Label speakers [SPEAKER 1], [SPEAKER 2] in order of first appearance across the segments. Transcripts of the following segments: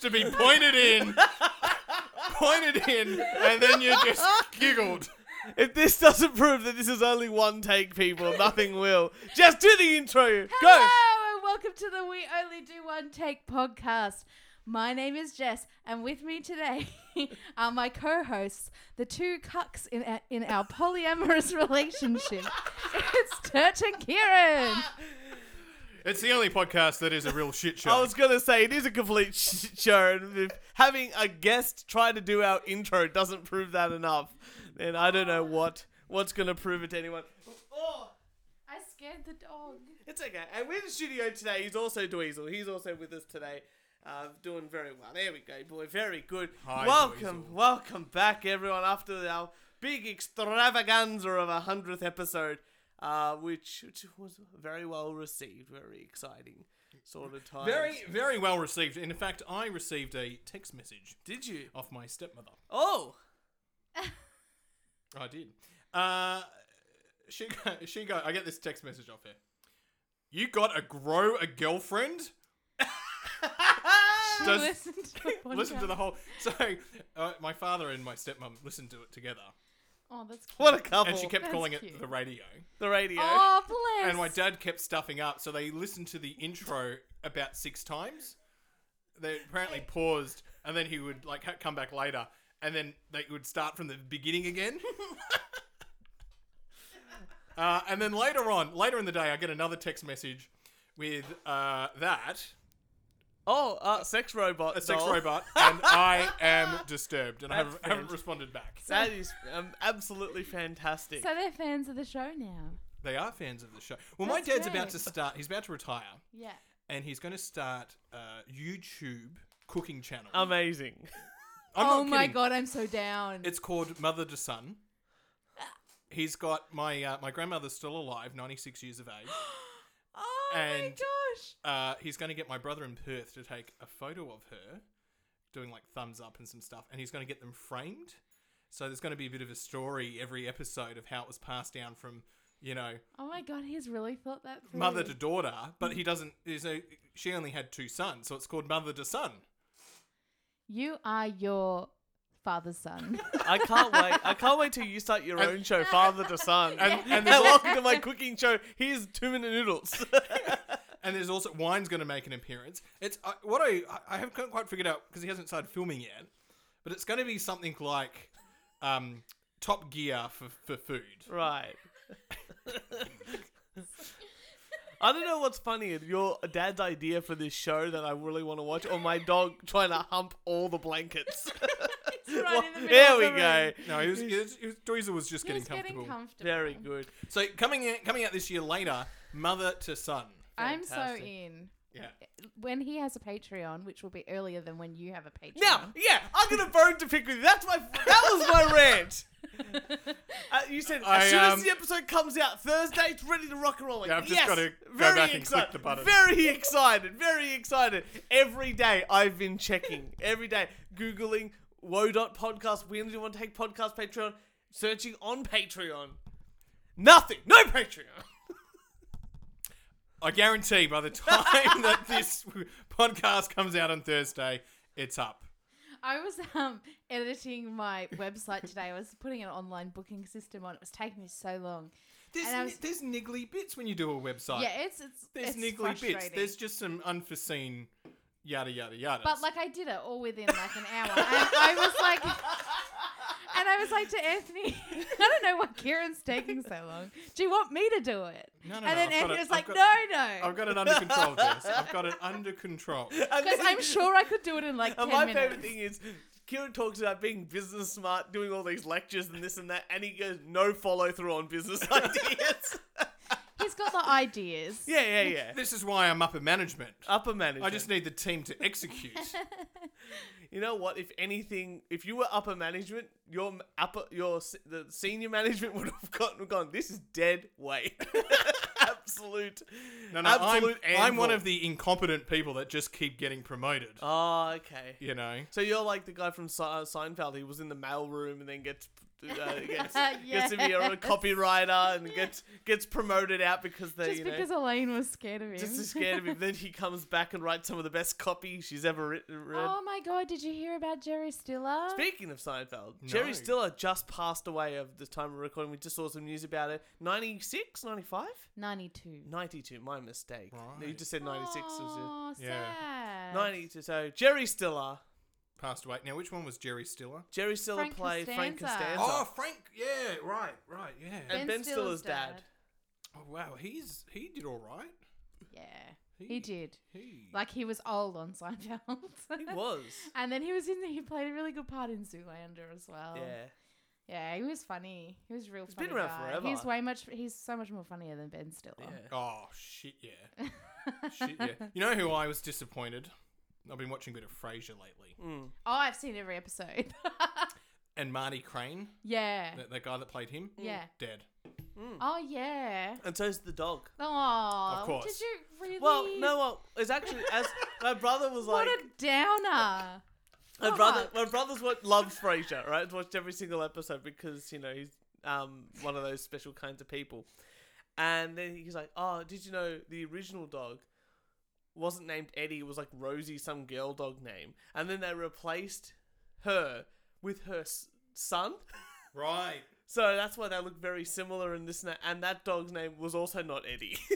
[SPEAKER 1] to be pointed in, pointed in, and then you just giggled.
[SPEAKER 2] If this doesn't prove that this is only one take, people, nothing will. Just do the intro. Go.
[SPEAKER 3] Hello and welcome to the We Only Do One Take podcast. My name is Jess, and with me today are my co-hosts, the two cucks in our, in our polyamorous relationship. It's Turt and Kieran.
[SPEAKER 1] It's the only podcast that is a real shit show.
[SPEAKER 2] I was gonna say it is a complete sh- show, and if having a guest try to do our intro doesn't prove that enough, then I don't know what what's gonna prove it to anyone. Oh,
[SPEAKER 3] I scared the dog.
[SPEAKER 2] it's okay. And we're in the studio today. He's also Dweezil. He's also with us today. Uh, doing very well. There we go, boy. Very good.
[SPEAKER 1] Hi,
[SPEAKER 2] welcome,
[SPEAKER 1] Dweezil.
[SPEAKER 2] welcome back, everyone. After our big extravaganza of our hundredth episode, uh, which, which was very well received. Very exciting sort of time.
[SPEAKER 1] very, very well received. In fact, I received a text message
[SPEAKER 2] Did you?
[SPEAKER 1] off my stepmother.
[SPEAKER 2] Oh,
[SPEAKER 1] I did. Uh, she go, she go. I get this text message off her. You got a grow a girlfriend?
[SPEAKER 3] She
[SPEAKER 1] Does-
[SPEAKER 3] listened to the podcast.
[SPEAKER 1] Listen to the whole. So, uh, my father and my stepmom listened to it together,
[SPEAKER 3] Oh, that's cute.
[SPEAKER 2] what a couple!
[SPEAKER 1] and she kept
[SPEAKER 3] That's
[SPEAKER 1] calling it
[SPEAKER 3] cute.
[SPEAKER 1] the radio.
[SPEAKER 2] the radio.
[SPEAKER 3] Oh, bless.
[SPEAKER 1] And my dad kept stuffing up, so they listened to the intro about six times. They apparently paused, and then he would like ha- come back later, and then they would start from the beginning again. uh, and then later on, later in the day, I get another text message with uh, that
[SPEAKER 2] Oh, uh, sex robot.
[SPEAKER 1] a sex
[SPEAKER 2] doll.
[SPEAKER 1] robot, and I am disturbed, and I
[SPEAKER 2] That's
[SPEAKER 1] haven't, haven't
[SPEAKER 2] fantastic.
[SPEAKER 1] responded back.
[SPEAKER 2] That is um, absolutely fantastic.
[SPEAKER 3] So they're fans of the show now.
[SPEAKER 1] They are fans of the show. Well,
[SPEAKER 3] That's
[SPEAKER 1] my dad's about
[SPEAKER 3] great.
[SPEAKER 1] to start. He's about to retire.
[SPEAKER 3] Yeah.
[SPEAKER 1] and he's going to start a YouTube cooking channel.
[SPEAKER 2] Amazing.
[SPEAKER 1] I'm
[SPEAKER 3] oh
[SPEAKER 1] not
[SPEAKER 3] my
[SPEAKER 1] kidding.
[SPEAKER 3] god, I'm so down.
[SPEAKER 1] It's called Mother to Son. He's got my uh, my grandmother's still alive, 96 years of age.
[SPEAKER 3] oh my
[SPEAKER 1] and-
[SPEAKER 3] gosh.
[SPEAKER 1] Uh, he's going to get my brother in Perth to take a photo of her, doing like thumbs up and some stuff, and he's going to get them framed. So there's going to be a bit of a story every episode of how it was passed down from you know
[SPEAKER 3] Oh my god, he's really thought that through.
[SPEAKER 1] mother to daughter, but he doesn't. There's a she only had two sons, so it's called Mother to Son.
[SPEAKER 3] You are your father's son.
[SPEAKER 2] I can't wait. I can't wait till you start your own show, Father to Son.
[SPEAKER 1] And-
[SPEAKER 2] And
[SPEAKER 1] and
[SPEAKER 2] then
[SPEAKER 1] there's-
[SPEAKER 2] welcome to my cooking show. Here's two minute noodles.
[SPEAKER 1] And there's also wine's going to make an appearance. It's I what I I haven't quite figured out because he hasn't started filming yet, but it's going to be something like um, Top Gear for, for food.
[SPEAKER 2] right. I don't know what's funnier, your dad's idea for this show that I really want to watch, or my dog trying to hump all the blankets.
[SPEAKER 3] right in the middle
[SPEAKER 2] there
[SPEAKER 3] of
[SPEAKER 2] we
[SPEAKER 3] the
[SPEAKER 2] go.
[SPEAKER 3] room.
[SPEAKER 1] No, he was, he was, he was Dweezil was just
[SPEAKER 3] He
[SPEAKER 1] getting
[SPEAKER 3] was
[SPEAKER 1] comfortable.
[SPEAKER 3] getting comfortable.
[SPEAKER 2] Very good.
[SPEAKER 1] so coming in, coming out this year later, mother to son.
[SPEAKER 3] I'm so
[SPEAKER 2] Fantastic.
[SPEAKER 3] in.
[SPEAKER 1] Yeah,
[SPEAKER 3] When he has a Patreon, which will be earlier than when you have a Patreon.
[SPEAKER 2] Now, yeah, I'm gonna bone to pick with you. That's my that was my rant. Uh, you said as
[SPEAKER 1] I,
[SPEAKER 2] soon
[SPEAKER 1] um,
[SPEAKER 2] as the episode comes out Thursday, it's ready to rock and roll. Like,
[SPEAKER 1] Yeah, I've just
[SPEAKER 2] yes,
[SPEAKER 1] gotta go
[SPEAKER 2] very
[SPEAKER 1] back and
[SPEAKER 2] excited,
[SPEAKER 1] click the button.
[SPEAKER 2] Very excited, very excited. Every day I've been checking. Every day, googling Woe dot podcast. When do you want to take podcast Patreon? Searching on Patreon. Nothing. No Patreon.
[SPEAKER 1] I guarantee by the time that this podcast comes out on Thursday, it's up.
[SPEAKER 3] I was um, editing my website today. I was putting an online booking system on. It was taking me so long.
[SPEAKER 1] There's,
[SPEAKER 3] And I
[SPEAKER 1] ni-
[SPEAKER 3] was-
[SPEAKER 1] there's niggly bits when you do a website.
[SPEAKER 3] yeah, it's it's
[SPEAKER 1] There's
[SPEAKER 3] it's
[SPEAKER 1] niggly bits.
[SPEAKER 3] frustrating.
[SPEAKER 1] There's just some unforeseen yada yada yada.
[SPEAKER 3] But like I did it all within like an hour. And I was like And I was like to Anthony, I don't know why Kieran's taking so long. Do you want me to do it?
[SPEAKER 1] No,
[SPEAKER 3] and
[SPEAKER 1] no,
[SPEAKER 3] then
[SPEAKER 1] no, I've got
[SPEAKER 3] Anthony was
[SPEAKER 1] it, I've
[SPEAKER 3] like,
[SPEAKER 1] got-
[SPEAKER 3] No,
[SPEAKER 1] I've
[SPEAKER 3] no.
[SPEAKER 1] got it under control, Jess. I've got it under control.
[SPEAKER 2] And
[SPEAKER 3] Because
[SPEAKER 2] then-
[SPEAKER 3] I'm sure I could do it in like ten
[SPEAKER 2] And my
[SPEAKER 3] minutes.
[SPEAKER 2] favorite thing is Kieran talks about being business smart, doing all these lectures and this and that, and he goes no follow through on business ideas.
[SPEAKER 3] He's got the ideas.
[SPEAKER 2] yeah, yeah, yeah.
[SPEAKER 1] This is why I'm upper management.
[SPEAKER 2] Upper management.
[SPEAKER 1] I just need the team to execute.
[SPEAKER 2] you know what? If anything, if you were upper management, your m- upper, your s- the senior management would have gotten gone. This is dead weight. Absolute.
[SPEAKER 1] No, no, I'm,
[SPEAKER 2] absolute
[SPEAKER 1] I'm one
[SPEAKER 2] anvil.
[SPEAKER 1] of the incompetent people that just keep getting promoted.
[SPEAKER 2] Oh, okay.
[SPEAKER 1] You know,
[SPEAKER 2] So you're like the guy from Se- uh, Seinfeld. He was in the mailroom and then gets uh, gets,
[SPEAKER 3] Yes.
[SPEAKER 2] gets to be a copywriter and gets gets promoted out because they
[SPEAKER 3] Just
[SPEAKER 2] you know
[SPEAKER 3] because Elaine was scared of him.
[SPEAKER 2] just as scared of him. then he comes back and writes some of the best copy she's ever written. Read.
[SPEAKER 3] Oh my god, did you hear about Jerry Stiller?
[SPEAKER 2] Speaking of Seinfeld,
[SPEAKER 1] No.
[SPEAKER 2] Jerry Stiller just passed away of the time of recording. We just saw some news about it. 96, 95?
[SPEAKER 3] 92.
[SPEAKER 2] 92, my mistake. You
[SPEAKER 1] Right.
[SPEAKER 2] just said 96. Was
[SPEAKER 3] Oh,
[SPEAKER 1] Yeah.
[SPEAKER 3] sad.
[SPEAKER 2] it? 92. So Jerry Stiller.
[SPEAKER 1] Passed away. Now, which one was Jerry Stiller?
[SPEAKER 2] Jerry Stiller
[SPEAKER 3] Frank
[SPEAKER 2] played Frank
[SPEAKER 3] Costanza.
[SPEAKER 2] Costanza.
[SPEAKER 1] Oh, Frank. Yeah, right, right, yeah.
[SPEAKER 2] and Ben, Stiller's, dad.
[SPEAKER 1] Oh wow, he's he did all right.
[SPEAKER 3] Yeah. He did.
[SPEAKER 1] He
[SPEAKER 3] Like he was old on Seinfeld.
[SPEAKER 2] He was.
[SPEAKER 3] And then he was in. He played a really good part in Zoolander as well.
[SPEAKER 2] yeah.
[SPEAKER 1] Oh,
[SPEAKER 3] Yeah, he was funny. He was a real.
[SPEAKER 2] He's
[SPEAKER 3] funny
[SPEAKER 2] been around
[SPEAKER 3] guy.
[SPEAKER 2] forever.
[SPEAKER 3] He's way much. He's so much more funnier than Ben Stiller.
[SPEAKER 2] Yeah.
[SPEAKER 1] Oh shit, yeah. shit, yeah. You know who I was disappointed? I've been watching a bit of Frasier lately,
[SPEAKER 2] Mm.
[SPEAKER 3] Oh, I've seen every episode.
[SPEAKER 1] and Marty Crane,
[SPEAKER 3] yeah.
[SPEAKER 1] that, that guy that played him,
[SPEAKER 3] Yeah.
[SPEAKER 1] dead.
[SPEAKER 2] Hmm.
[SPEAKER 3] Oh yeah.
[SPEAKER 2] And so's the dog.
[SPEAKER 3] Oh.
[SPEAKER 1] Of course.
[SPEAKER 3] Did you really?
[SPEAKER 2] Well, no, well, it's actually as my brother was
[SPEAKER 3] What
[SPEAKER 2] like,
[SPEAKER 3] a downer.
[SPEAKER 2] my brother,
[SPEAKER 3] fuck.
[SPEAKER 2] my brother's what loves Frasier, right? Watched every single episode because you know he's um one of those special kinds of people. And then he's like, oh, did you know the original dog wasn't named Eddie? It was like Rosie, some girl dog name. And then they replaced her with her s- son.
[SPEAKER 1] Right.
[SPEAKER 2] So that's why they look very similar and this and that. And that dog's name was also not Eddie.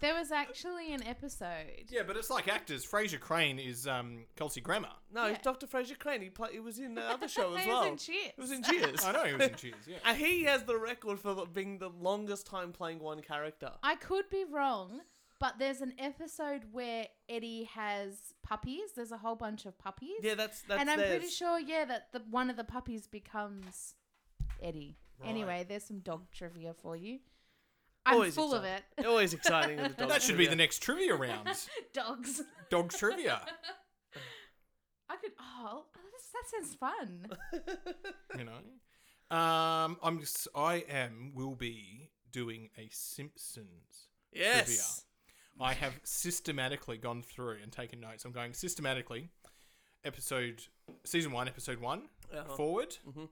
[SPEAKER 3] There was actually an episode.
[SPEAKER 1] Yeah, but it's like actors. Frasier Crane is um, Kelsey Grammer.
[SPEAKER 2] no,
[SPEAKER 3] Yeah.
[SPEAKER 2] Dr. Fraser Crane. He, play- he was in the other show as
[SPEAKER 3] He
[SPEAKER 2] well.
[SPEAKER 3] was in Cheers.
[SPEAKER 2] It was in Cheers.
[SPEAKER 1] I know he was in Cheers. Yeah.
[SPEAKER 2] And he has the record for the- being the longest time playing one character.
[SPEAKER 3] I could be wrong, but there's an episode where Eddie has puppies. There's a whole bunch of puppies.
[SPEAKER 2] Yeah, that's that's.
[SPEAKER 3] and I'm pretty
[SPEAKER 2] theirs.
[SPEAKER 3] sure, yeah, that the one of the puppies becomes Eddie.
[SPEAKER 1] Right.
[SPEAKER 3] Anyway, there's some dog trivia for you. I'm
[SPEAKER 2] Always Oh.
[SPEAKER 3] full
[SPEAKER 2] exciting.
[SPEAKER 3] of it.
[SPEAKER 2] Always exciting. with the dog
[SPEAKER 1] That should be
[SPEAKER 2] trivia.
[SPEAKER 1] the next trivia round.
[SPEAKER 3] Dogs.
[SPEAKER 1] Dog trivia.
[SPEAKER 3] I could. Oh, that's, that sounds fun.
[SPEAKER 1] You know. Um, I'm. Just, I am. Will be doing a Simpsons.
[SPEAKER 2] Yes.
[SPEAKER 1] I have systematically gone through and taken notes. I'm going systematically, episode, season one, episode one,
[SPEAKER 2] Uh-huh.
[SPEAKER 1] forward.
[SPEAKER 2] Mhm.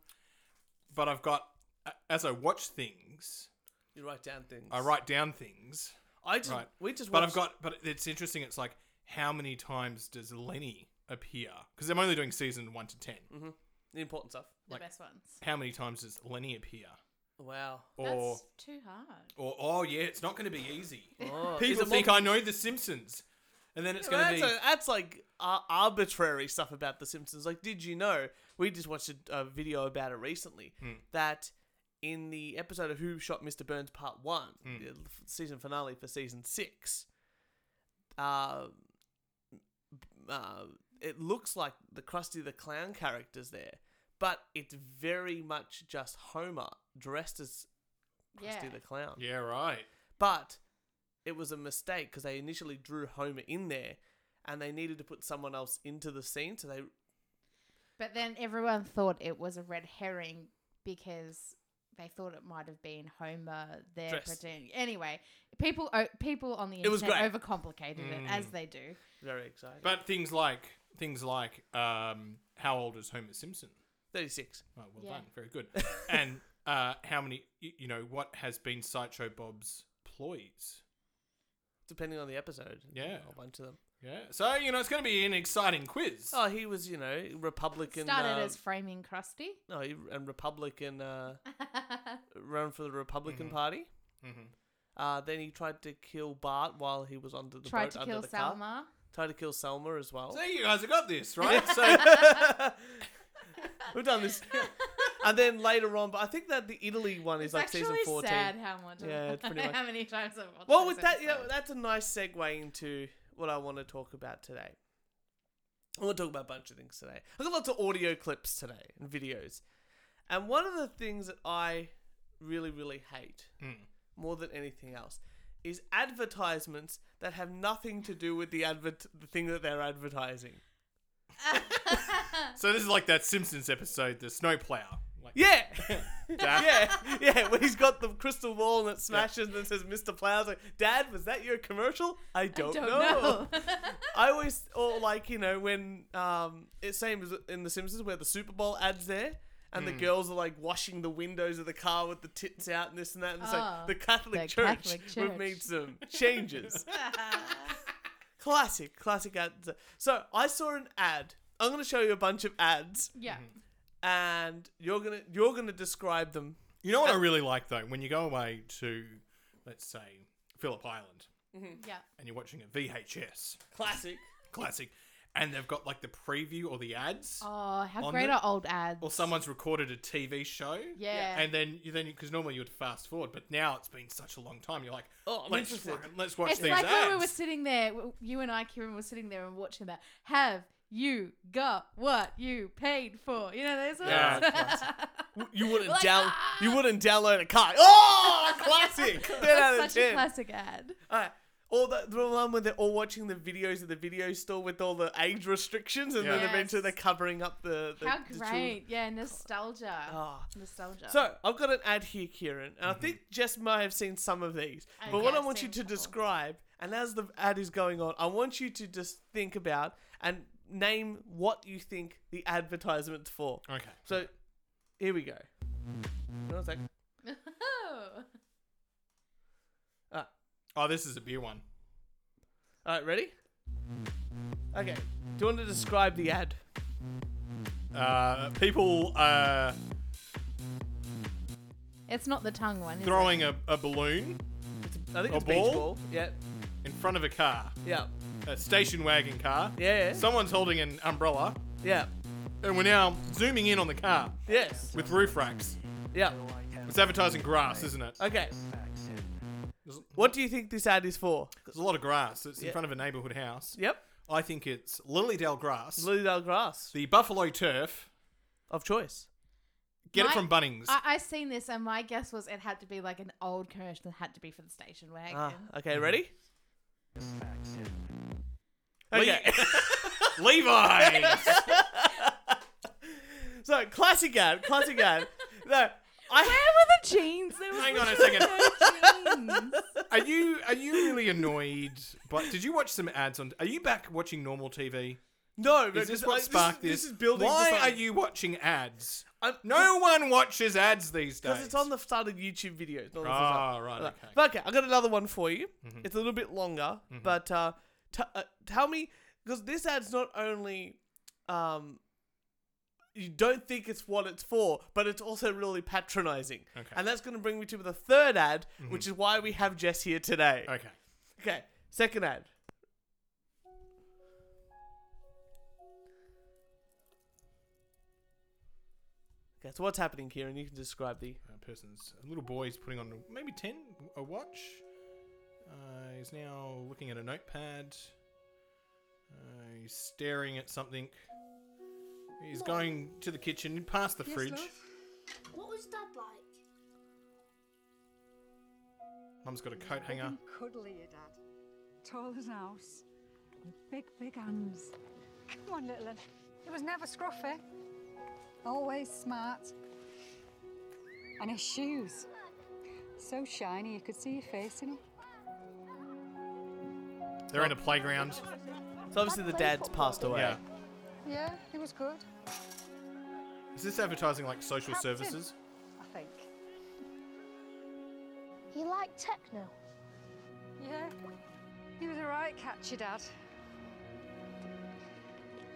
[SPEAKER 1] But I've got, a- as I watch things,
[SPEAKER 2] You write down things.
[SPEAKER 1] I write down things.
[SPEAKER 2] I just.
[SPEAKER 1] right.
[SPEAKER 2] We just.
[SPEAKER 1] But
[SPEAKER 2] watched-
[SPEAKER 1] I've got, but it's interesting. It's like, how many times does Lenny appear? Because I'm only doing season one to 10
[SPEAKER 2] Mm-hmm. the important stuff.
[SPEAKER 3] The
[SPEAKER 1] Like-
[SPEAKER 3] best ones.
[SPEAKER 1] How many times does Lenny appear?
[SPEAKER 2] Wow.
[SPEAKER 1] Or,
[SPEAKER 3] that's too hard.
[SPEAKER 1] or oh yeah, it's not going to be easy.
[SPEAKER 2] Oh, is
[SPEAKER 1] People
[SPEAKER 2] it
[SPEAKER 1] think
[SPEAKER 2] multi-
[SPEAKER 1] I know The Simpsons, and then it's going
[SPEAKER 2] that's,
[SPEAKER 1] to be.
[SPEAKER 2] a- that's like uh, arbitrary stuff about The Simpsons. Like, did you know? We just watched a, a video about it recently
[SPEAKER 1] Hmm.
[SPEAKER 2] that in the episode of Who Shot Mr. Burns Part 1,
[SPEAKER 1] Hmm.
[SPEAKER 2] the f- season finale for season 6, uh, uh, it looks like the Krusty the Clown character's there, but it's very much just Homer dressed as Krusty
[SPEAKER 3] Yeah.
[SPEAKER 2] the Clown.
[SPEAKER 1] yeah right.
[SPEAKER 2] But it was a mistake because they initially drew Homer in there and they needed to put someone else into the scene. So they.
[SPEAKER 3] But then everyone thought it was a red herring because they thought it might have been Homer there
[SPEAKER 2] Dressed.
[SPEAKER 3] pretending. Anyway, people o- people on the
[SPEAKER 2] It was Mm.
[SPEAKER 3] internet overcomplicated it as they do.
[SPEAKER 2] Very exciting.
[SPEAKER 1] But things like things like um, how old is Homer Simpson?
[SPEAKER 2] 36.
[SPEAKER 1] Oh, well
[SPEAKER 3] Yeah.
[SPEAKER 1] done, very good. and uh, how many? You, you know what has been sideshow Bob's ploys?
[SPEAKER 2] Depending on the episode.
[SPEAKER 1] Yeah.
[SPEAKER 2] A whole bunch of them.
[SPEAKER 1] Yeah. So you know it's going to be an exciting quiz.
[SPEAKER 2] Oh, he was, you know, Republican.
[SPEAKER 3] Started
[SPEAKER 2] uh,
[SPEAKER 3] as framing Krusty.
[SPEAKER 2] No, he, and Republican. Uh, run for the Republican Party.
[SPEAKER 1] Mhm.
[SPEAKER 2] Uh, then he tried to kill Bart while he was under the
[SPEAKER 3] Tried
[SPEAKER 2] boat
[SPEAKER 3] to
[SPEAKER 2] under
[SPEAKER 3] kill
[SPEAKER 2] the car.
[SPEAKER 3] Salma.
[SPEAKER 2] Tried to kill Selma as well.
[SPEAKER 3] Oh.
[SPEAKER 1] So you guys have got this right. So
[SPEAKER 2] We've done this. and then later on, but I think that the Italy one is
[SPEAKER 3] It's
[SPEAKER 2] like season
[SPEAKER 3] actually
[SPEAKER 2] 14.
[SPEAKER 3] sad how much.
[SPEAKER 2] Yeah, it's pretty much-
[SPEAKER 3] how many times I've watched
[SPEAKER 2] Well,
[SPEAKER 3] this
[SPEAKER 2] with that, you know,
[SPEAKER 3] episode.
[SPEAKER 2] that's a nice segue into what I want to talk about today. I want to talk about a bunch of things today. I've got lots of audio clips today and videos. And one of the things that I really, really hate
[SPEAKER 1] Mm.
[SPEAKER 2] more than anything else is advertisements that have nothing to do with the advert the thing that they're advertising.
[SPEAKER 1] so this is like that Simpsons episode, the snowplow. Like,
[SPEAKER 2] Yeah.
[SPEAKER 1] Dad.
[SPEAKER 2] yeah. Yeah. When he's got the crystal ball and it smashes and it says Mr. Plow's like, Dad, was that your commercial? I
[SPEAKER 3] I
[SPEAKER 2] don't,
[SPEAKER 3] don't
[SPEAKER 2] know.
[SPEAKER 3] know.
[SPEAKER 2] I always or like you know when um it's same as in the Simpsons where the Super Bowl ads there. and
[SPEAKER 3] Hmm.
[SPEAKER 2] the girls are like washing the windows of the car with the tits out and this and that. And it's
[SPEAKER 3] Oh,
[SPEAKER 2] like the Catholic,
[SPEAKER 3] the
[SPEAKER 2] Church,
[SPEAKER 3] Catholic
[SPEAKER 2] would
[SPEAKER 3] Church.
[SPEAKER 2] made some changes.
[SPEAKER 3] Uh,
[SPEAKER 2] classic, classic ads. So I saw an ad. I'm going to show you a bunch of ads,
[SPEAKER 3] yeah.
[SPEAKER 2] Mm-hmm. and you're gonna you're gonna describe them.
[SPEAKER 1] You know what I really like though? When you go away to, let's say, Phillip Island
[SPEAKER 3] Yeah.
[SPEAKER 1] and you're watching a VHS
[SPEAKER 2] Classic.
[SPEAKER 1] classic and they've got like the preview or the ads
[SPEAKER 3] Oh, how
[SPEAKER 1] On
[SPEAKER 3] great
[SPEAKER 1] the-
[SPEAKER 3] are old ads?
[SPEAKER 1] or someone's recorded a TV show.
[SPEAKER 3] Yeah.
[SPEAKER 1] And then you then because normally you would fast forward, but now it's been such a long time. You're like,
[SPEAKER 2] Oh, I'm
[SPEAKER 1] let's
[SPEAKER 2] interested.
[SPEAKER 1] fucking- let's watch
[SPEAKER 3] it's
[SPEAKER 1] these
[SPEAKER 3] like
[SPEAKER 1] ads.
[SPEAKER 3] when we were sitting there, w- you and I, Kieran, were sitting there and watching that. Have you got what you paid for? You know those ones.
[SPEAKER 1] Yeah,
[SPEAKER 2] You wouldn't
[SPEAKER 3] Like,
[SPEAKER 2] down.
[SPEAKER 3] "Ah!"
[SPEAKER 2] You wouldn't download a car. Oh, classic. Ten out of
[SPEAKER 3] That's such a
[SPEAKER 2] ten.
[SPEAKER 3] classic ad.
[SPEAKER 2] Alright. All the, the one where they're all watching the videos at the video store with all the age restrictions, and then
[SPEAKER 1] Yeah.
[SPEAKER 2] eventually they're
[SPEAKER 3] Yes.
[SPEAKER 2] covering up the. the
[SPEAKER 3] How
[SPEAKER 2] the children.
[SPEAKER 3] great. Yeah, nostalgia.
[SPEAKER 2] Ah.
[SPEAKER 3] Nostalgia.
[SPEAKER 2] So I've got an ad here, Kieran, and I think Jess might have seen some of these. but
[SPEAKER 3] Okay,
[SPEAKER 2] what I
[SPEAKER 3] I've
[SPEAKER 2] want you
[SPEAKER 3] seen a
[SPEAKER 2] to
[SPEAKER 3] couple.
[SPEAKER 2] describe, and as the ad is going on, I want you to just think about and name what you think the advertisement's for.
[SPEAKER 1] Okay.
[SPEAKER 2] So here we go. One sec.
[SPEAKER 1] Oh, this is a beer one.
[SPEAKER 2] All right, ready? Okay. Do you want to describe the ad?
[SPEAKER 1] Uh, people uh,
[SPEAKER 3] it's not the tongue one. Is
[SPEAKER 1] throwing a, a balloon
[SPEAKER 2] It's a, I think
[SPEAKER 1] A
[SPEAKER 2] it's a beach
[SPEAKER 1] ball?
[SPEAKER 2] ball. Yeah.
[SPEAKER 1] in front of a car,
[SPEAKER 2] Yeah.
[SPEAKER 1] a station wagon car.
[SPEAKER 2] Yeah.
[SPEAKER 1] Someone's holding an umbrella,
[SPEAKER 2] Yeah.
[SPEAKER 1] and we're now zooming in on the car
[SPEAKER 2] Yes.
[SPEAKER 1] with roof racks.
[SPEAKER 2] Yeah.
[SPEAKER 1] It's advertising grass, isn't it?
[SPEAKER 2] Okay.
[SPEAKER 1] There's,
[SPEAKER 2] What do you think this ad is for?
[SPEAKER 1] there's a lot of grass. It's
[SPEAKER 2] Yeah.
[SPEAKER 1] in front of a neighbourhood house.
[SPEAKER 2] Yep.
[SPEAKER 1] I think it's Lilydale grass,
[SPEAKER 2] Lilydale grass
[SPEAKER 1] the Buffalo turf.
[SPEAKER 2] of choice.
[SPEAKER 1] Get
[SPEAKER 3] My-
[SPEAKER 1] it from Bunnings.
[SPEAKER 3] I, I seen this and my guess was it had to be like an old commercial. It had to be for the station wagon.
[SPEAKER 2] Ah, okay, ready?
[SPEAKER 1] Le-
[SPEAKER 2] Okay.
[SPEAKER 1] Levi's.
[SPEAKER 2] so classic ad, classic ad. No,
[SPEAKER 3] Where
[SPEAKER 2] I
[SPEAKER 3] were the jeans? There was
[SPEAKER 1] Hang on a
[SPEAKER 3] literally
[SPEAKER 1] second.
[SPEAKER 3] No jeans.
[SPEAKER 1] Are you are you really annoyed? But did you watch some ads on? Are you back watching normal TV?
[SPEAKER 2] no.
[SPEAKER 1] Is
[SPEAKER 2] but
[SPEAKER 1] this
[SPEAKER 2] I-
[SPEAKER 1] what sparked
[SPEAKER 2] this?
[SPEAKER 1] this?
[SPEAKER 2] Is, this is building. to
[SPEAKER 1] Why are
[SPEAKER 2] something.
[SPEAKER 1] you watching ads?
[SPEAKER 2] I'm-
[SPEAKER 1] No one watches ads these days.
[SPEAKER 2] Because it's on the start of YouTube videos. Not on the
[SPEAKER 1] Ah,
[SPEAKER 2] start.
[SPEAKER 1] right,
[SPEAKER 2] Alright.
[SPEAKER 1] okay. Mm-hmm.
[SPEAKER 2] But okay, I got another one for you. It's a little bit longer, but uh, t- uh, tell me because this ad's not only um, you don't think it's what it's for, but it's also really patronizing.
[SPEAKER 1] Okay. Mm-hmm.
[SPEAKER 2] And that's going to bring me to the third ad, which is why we have Jess here today.
[SPEAKER 1] Okay.
[SPEAKER 2] Okay, second ad. Okay, so what's happening, Kieran? You can describe the.
[SPEAKER 1] Uh, person's a little boy's putting on maybe ten a watch. Uh, he's now looking at a notepad. Uh, he's staring at something. He's going to the kitchen past the
[SPEAKER 4] Yes,
[SPEAKER 1] fridge.
[SPEAKER 4] love? What was Dad like?
[SPEAKER 1] Mum's got a coat hanger.
[SPEAKER 4] Mm-hmm.
[SPEAKER 5] Big and Cuddly, your dad. Tall as an house. And big, big hands. Come on, little un. He was never scruffy. Always smart. And his shoes. So shiny, you could see your face in it.
[SPEAKER 1] They're in a playground.
[SPEAKER 2] So obviously the dad's passed away.
[SPEAKER 1] Yeah.
[SPEAKER 5] Yeah, he was good,
[SPEAKER 1] Is this advertising like social
[SPEAKER 5] Captain.
[SPEAKER 1] services?
[SPEAKER 5] I think.
[SPEAKER 4] He liked techno.
[SPEAKER 5] Yeah. He was a right catch, your dad.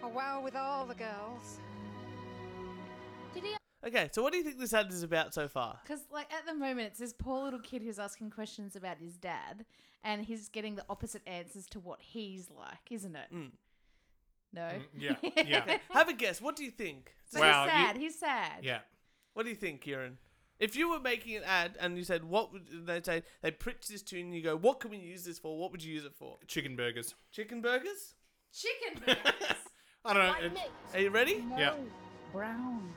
[SPEAKER 5] A wow with all the girls.
[SPEAKER 4] Did he
[SPEAKER 2] Okay, so what do you think this ad is about so far?
[SPEAKER 3] Because like at the moment, it's this poor little kid who's asking questions about his dad, and he's getting the opposite answers to what he's like, isn't it? No.
[SPEAKER 1] Mm. yeah, yeah.
[SPEAKER 2] Have a guess. What do you think?
[SPEAKER 3] But
[SPEAKER 1] Wow, you-
[SPEAKER 3] he's sad. He's sad.
[SPEAKER 1] Yeah.
[SPEAKER 2] What do you think, Kieran? If you were making an ad and you said, what would they say? They pitch this to you and you go, what can we use this for? What would you use it for?
[SPEAKER 1] Chicken burgers.
[SPEAKER 2] Chicken burgers?
[SPEAKER 3] Chicken burgers.
[SPEAKER 1] I don't know.
[SPEAKER 4] like
[SPEAKER 1] it-
[SPEAKER 4] me?
[SPEAKER 2] Are you ready?
[SPEAKER 1] yeah.
[SPEAKER 5] Brown.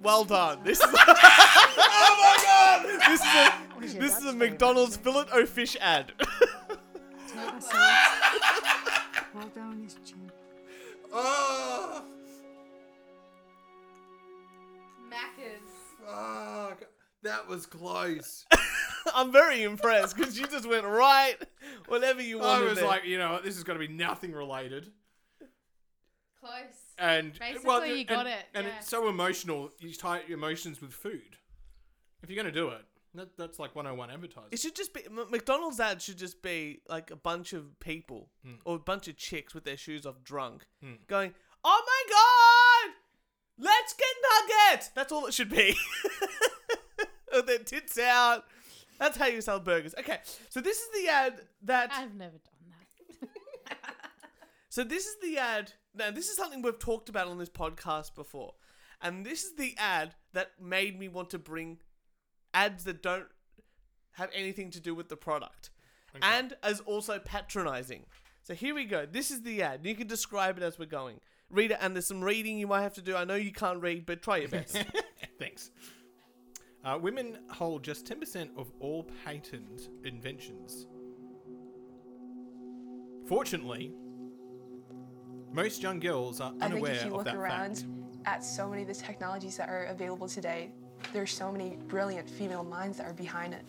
[SPEAKER 2] Well done. This is. oh my god! This is a, this is a McDonald's fillet o fish ad.
[SPEAKER 5] Tomato sauce. Roll down his chin.
[SPEAKER 1] Oh,
[SPEAKER 3] Macca's.
[SPEAKER 1] fuck. That was close.
[SPEAKER 2] I'm very impressed because you just went right whatever you
[SPEAKER 1] I
[SPEAKER 2] wanted.
[SPEAKER 1] was
[SPEAKER 2] there.
[SPEAKER 1] like, you know, what, this is going to be nothing related.
[SPEAKER 3] Close.
[SPEAKER 1] and well,
[SPEAKER 3] Basically, you got
[SPEAKER 1] and-
[SPEAKER 3] it,
[SPEAKER 1] and
[SPEAKER 3] yeah.
[SPEAKER 1] it's so emotional. You tie your emotions with food. If you're going to do it, that, that's like 101 advertising.
[SPEAKER 2] It should just be M- McDonald's ad should just be like a bunch of people or a bunch of chicks with their shoes off, drunk, going, "Oh my god, let's get nuggets." That's all it should be. With their tits out. That's how you sell burgers. Okay, so this is the ad that.
[SPEAKER 3] I've never done that.
[SPEAKER 2] So this is the ad. Now this is something we've talked about on this podcast before, and this is the ad that made me want to bring ads that don't have anything to do with the product, and as also patronizing. So here we go. This is the ad. You can describe it as we're going. Read it, and there's some reading you might have to do. I know you can't read, but try your best.
[SPEAKER 1] Thanks. Uh, women hold just 10% of all patent inventions. Fortunately, most young girls are
[SPEAKER 6] I think
[SPEAKER 1] unaware
[SPEAKER 6] if you
[SPEAKER 1] of
[SPEAKER 6] look
[SPEAKER 1] that
[SPEAKER 6] around
[SPEAKER 1] fact.
[SPEAKER 6] at so many of the technologies that are available today, there's so many brilliant female minds that are behind it.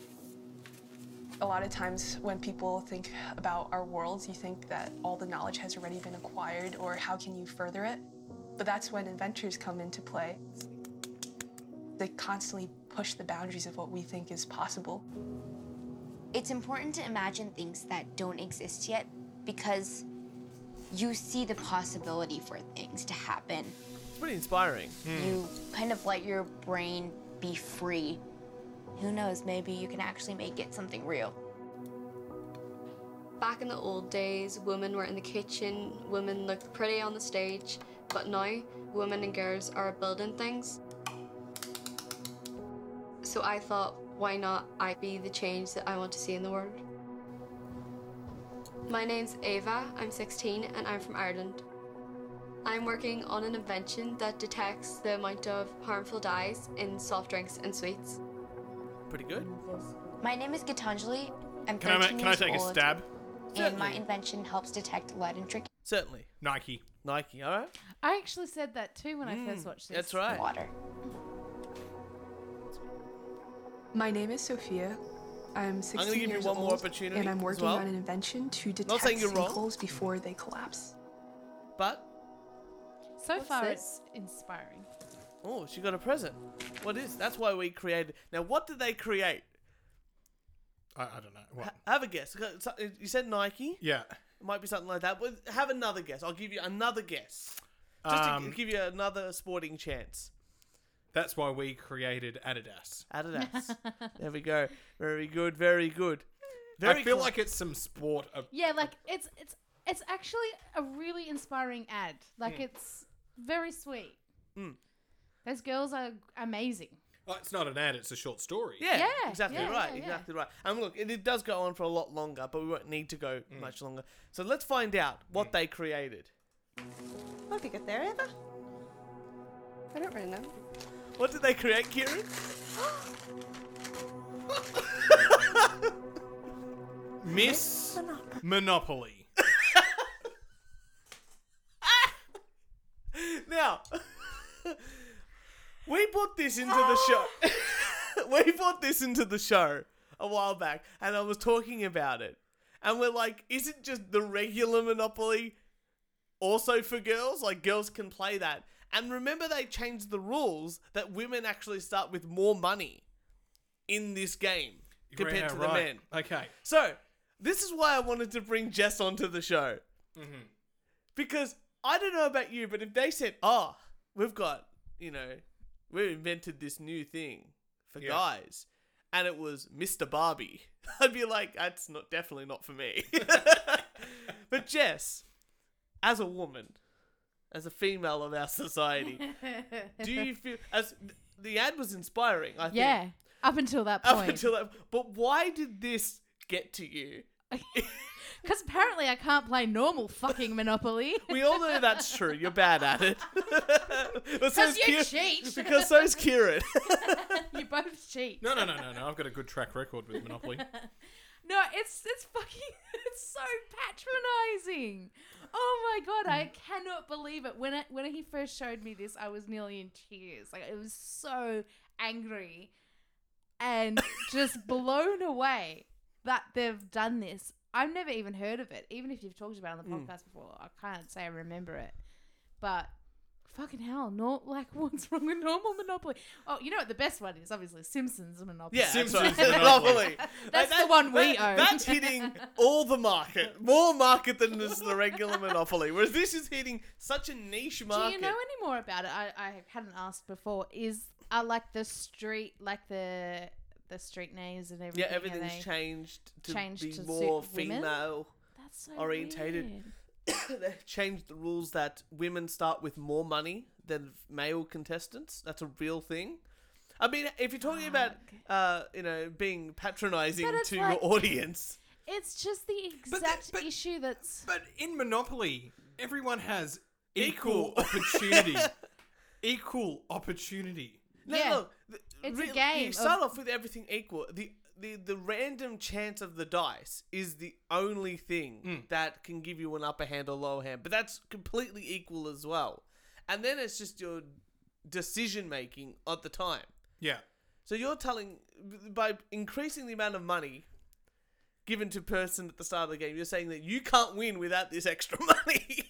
[SPEAKER 6] A lot of times when people think about our worlds, you think that all the knowledge has already been acquired or how can you further it? But that's when inventors come into play. They constantly push the boundaries of what we think is possible.
[SPEAKER 7] It's important to imagine things that don't exist yet because you see the possibility for things to happen.
[SPEAKER 2] it's pretty inspiring.
[SPEAKER 7] You kind of let your brain be free. Who knows, maybe you can actually make it something real.
[SPEAKER 8] Back in the old days, women were in the kitchen, women looked pretty on the stage, but now women and girls are building things. So I thought, why not I be the change that I want to see in the world? My name's Ava, I'm 16 and I'm from Ireland. I'm working on an invention that detects the amount of harmful dyes in soft drinks and sweets.
[SPEAKER 2] Pretty good.
[SPEAKER 7] My name is Gitanjali. I'm 13
[SPEAKER 1] Can I, ma- can I
[SPEAKER 7] years
[SPEAKER 1] take a
[SPEAKER 7] old,
[SPEAKER 1] stab?
[SPEAKER 7] And my
[SPEAKER 2] Certainly.
[SPEAKER 7] invention helps detect lead and drinking
[SPEAKER 2] Certainly.
[SPEAKER 1] Nike.
[SPEAKER 2] Nike. All right.
[SPEAKER 3] I actually said that too when I
[SPEAKER 1] Mm,
[SPEAKER 3] first watched this.
[SPEAKER 2] That's right.
[SPEAKER 7] water.
[SPEAKER 6] My name is Sophia. I'm 16
[SPEAKER 2] gonna give you
[SPEAKER 6] years
[SPEAKER 2] one more
[SPEAKER 6] old,
[SPEAKER 2] opportunity
[SPEAKER 6] and I'm
[SPEAKER 2] as
[SPEAKER 6] working
[SPEAKER 2] well.
[SPEAKER 6] on an invention to detect
[SPEAKER 2] saying you're wrong.
[SPEAKER 6] sinkholes before they collapse.
[SPEAKER 2] But
[SPEAKER 3] So
[SPEAKER 7] What's
[SPEAKER 3] far,
[SPEAKER 7] this?
[SPEAKER 3] it's inspiring.
[SPEAKER 2] Oh, she got a present. What is? That's why we created. Now, what did they create?
[SPEAKER 1] I, I don't know. What?
[SPEAKER 2] Ha- have a guess. Go- so- uh, You said Nike.
[SPEAKER 1] Yeah.
[SPEAKER 2] It might be something like that. But have another guess. I'll give you another guess. Just to
[SPEAKER 1] Um,
[SPEAKER 2] g- give you another sporting chance.
[SPEAKER 1] That's why we created Adidas.
[SPEAKER 2] Adidas. there we go. Very good. Very good. Very
[SPEAKER 1] I feel
[SPEAKER 2] cl-
[SPEAKER 1] like it's some sport. Of,
[SPEAKER 3] Yeah, like it's it's it's actually a really inspiring ad. Like
[SPEAKER 2] Mm.
[SPEAKER 3] it's very sweet. Those girls are amazing.
[SPEAKER 1] oh, it's not an ad, it's a short story.
[SPEAKER 2] Yeah,
[SPEAKER 3] Yeah,
[SPEAKER 2] exactly
[SPEAKER 3] yeah,
[SPEAKER 2] right,
[SPEAKER 3] yeah, yeah.
[SPEAKER 2] exactly right. And look, it, it does go on for a lot longer, but we won't need to go
[SPEAKER 1] Mm.
[SPEAKER 2] much longer. So let's find out what they created.
[SPEAKER 9] How'd you get there, Eva?
[SPEAKER 6] I don't really know.
[SPEAKER 2] What did they create, Kieran?
[SPEAKER 1] Miss Monopoly.
[SPEAKER 2] Now, we brought this into the show. we brought this into the show a while back, and I was talking about it. And we're like, isn't just the regular Monopoly also for girls? Like, girls can play that. And remember, they changed the rules that women actually start with more money in this game compared
[SPEAKER 1] Yeah,
[SPEAKER 2] to
[SPEAKER 1] right.
[SPEAKER 2] the men.
[SPEAKER 1] Okay.
[SPEAKER 2] So, this is why I wanted to bring Jess onto the show. Because I don't know about you, but if they said, oh, we've got, you know, we invented this new thing for
[SPEAKER 1] Yeah.
[SPEAKER 2] guys, and it was Mr. Barbie, I'd be like, that's not definitely not for me. but Jess, as a woman, as a female of our society, do you feel as the ad was inspiring? I think
[SPEAKER 3] Yeah, up until that
[SPEAKER 2] up
[SPEAKER 3] point.
[SPEAKER 2] until that. But why did this get to you?
[SPEAKER 3] Because apparently I can't play normal fucking Monopoly.
[SPEAKER 2] We all know that's true. You're bad at it. Because
[SPEAKER 3] you cheat.
[SPEAKER 2] Because so's Kieran.
[SPEAKER 3] you both cheat.
[SPEAKER 1] No, no, no, no, no. I've got a good track record with Monopoly.
[SPEAKER 3] No, it's it's fucking it's so patronizing. Oh my god,
[SPEAKER 1] Mm.
[SPEAKER 3] I cannot believe it. When I, when he first showed me this, I was nearly in tears. Like I was so angry and just blown away that they've done this. I've never
[SPEAKER 1] Mm.
[SPEAKER 3] even heard of it. Even if you've talked about it on the podcast before, I can't say I remember it. But fucking hell, no, like what's wrong with normal Monopoly? Oh, you know what the best one is? Obviously, Simpsons Monopoly.
[SPEAKER 2] Yeah,
[SPEAKER 1] Simpsons
[SPEAKER 2] absolutely.
[SPEAKER 1] Monopoly.
[SPEAKER 2] Monopoly.
[SPEAKER 3] That's the one we own.
[SPEAKER 2] That's hitting all the market, more market than is the regular Monopoly. Whereas this is hitting such a niche
[SPEAKER 3] Do
[SPEAKER 2] market.
[SPEAKER 3] you know any more about it? I, I hadn't asked before. Is are like the street, like the the street names and everything?
[SPEAKER 2] yeah,
[SPEAKER 3] are
[SPEAKER 2] everything's
[SPEAKER 3] they-
[SPEAKER 2] changed to
[SPEAKER 3] changed
[SPEAKER 2] be
[SPEAKER 3] to suit
[SPEAKER 2] more
[SPEAKER 3] women?
[SPEAKER 2] female.
[SPEAKER 3] That's so
[SPEAKER 2] orientated.
[SPEAKER 3] weird.
[SPEAKER 2] they changed the rules that women start with more money than male contestants. That's a real thing. I mean, if you're talking about, uh, you know, being patronizing
[SPEAKER 3] Ah, But it's
[SPEAKER 2] to
[SPEAKER 3] like-
[SPEAKER 2] your audience,
[SPEAKER 3] It's just the
[SPEAKER 1] But
[SPEAKER 3] exact
[SPEAKER 1] the- but-
[SPEAKER 3] issue that's.
[SPEAKER 1] But in Monopoly, everyone has equal
[SPEAKER 2] Equal.
[SPEAKER 1] opportunity. equal opportunity.
[SPEAKER 2] no,
[SPEAKER 3] Yeah.
[SPEAKER 2] look, th-
[SPEAKER 3] It's a
[SPEAKER 2] real-
[SPEAKER 3] game
[SPEAKER 2] You start
[SPEAKER 3] of-
[SPEAKER 2] off with everything equal. The, the the random chance of the dice is the only thing that can give you an upper hand or lower hand, but that's completely equal as well. And then it's just your decision making at the time.
[SPEAKER 1] Yeah.
[SPEAKER 2] So you're telling by increasing the amount of money given to person at the start of the game, you're saying that you can't win without this extra money.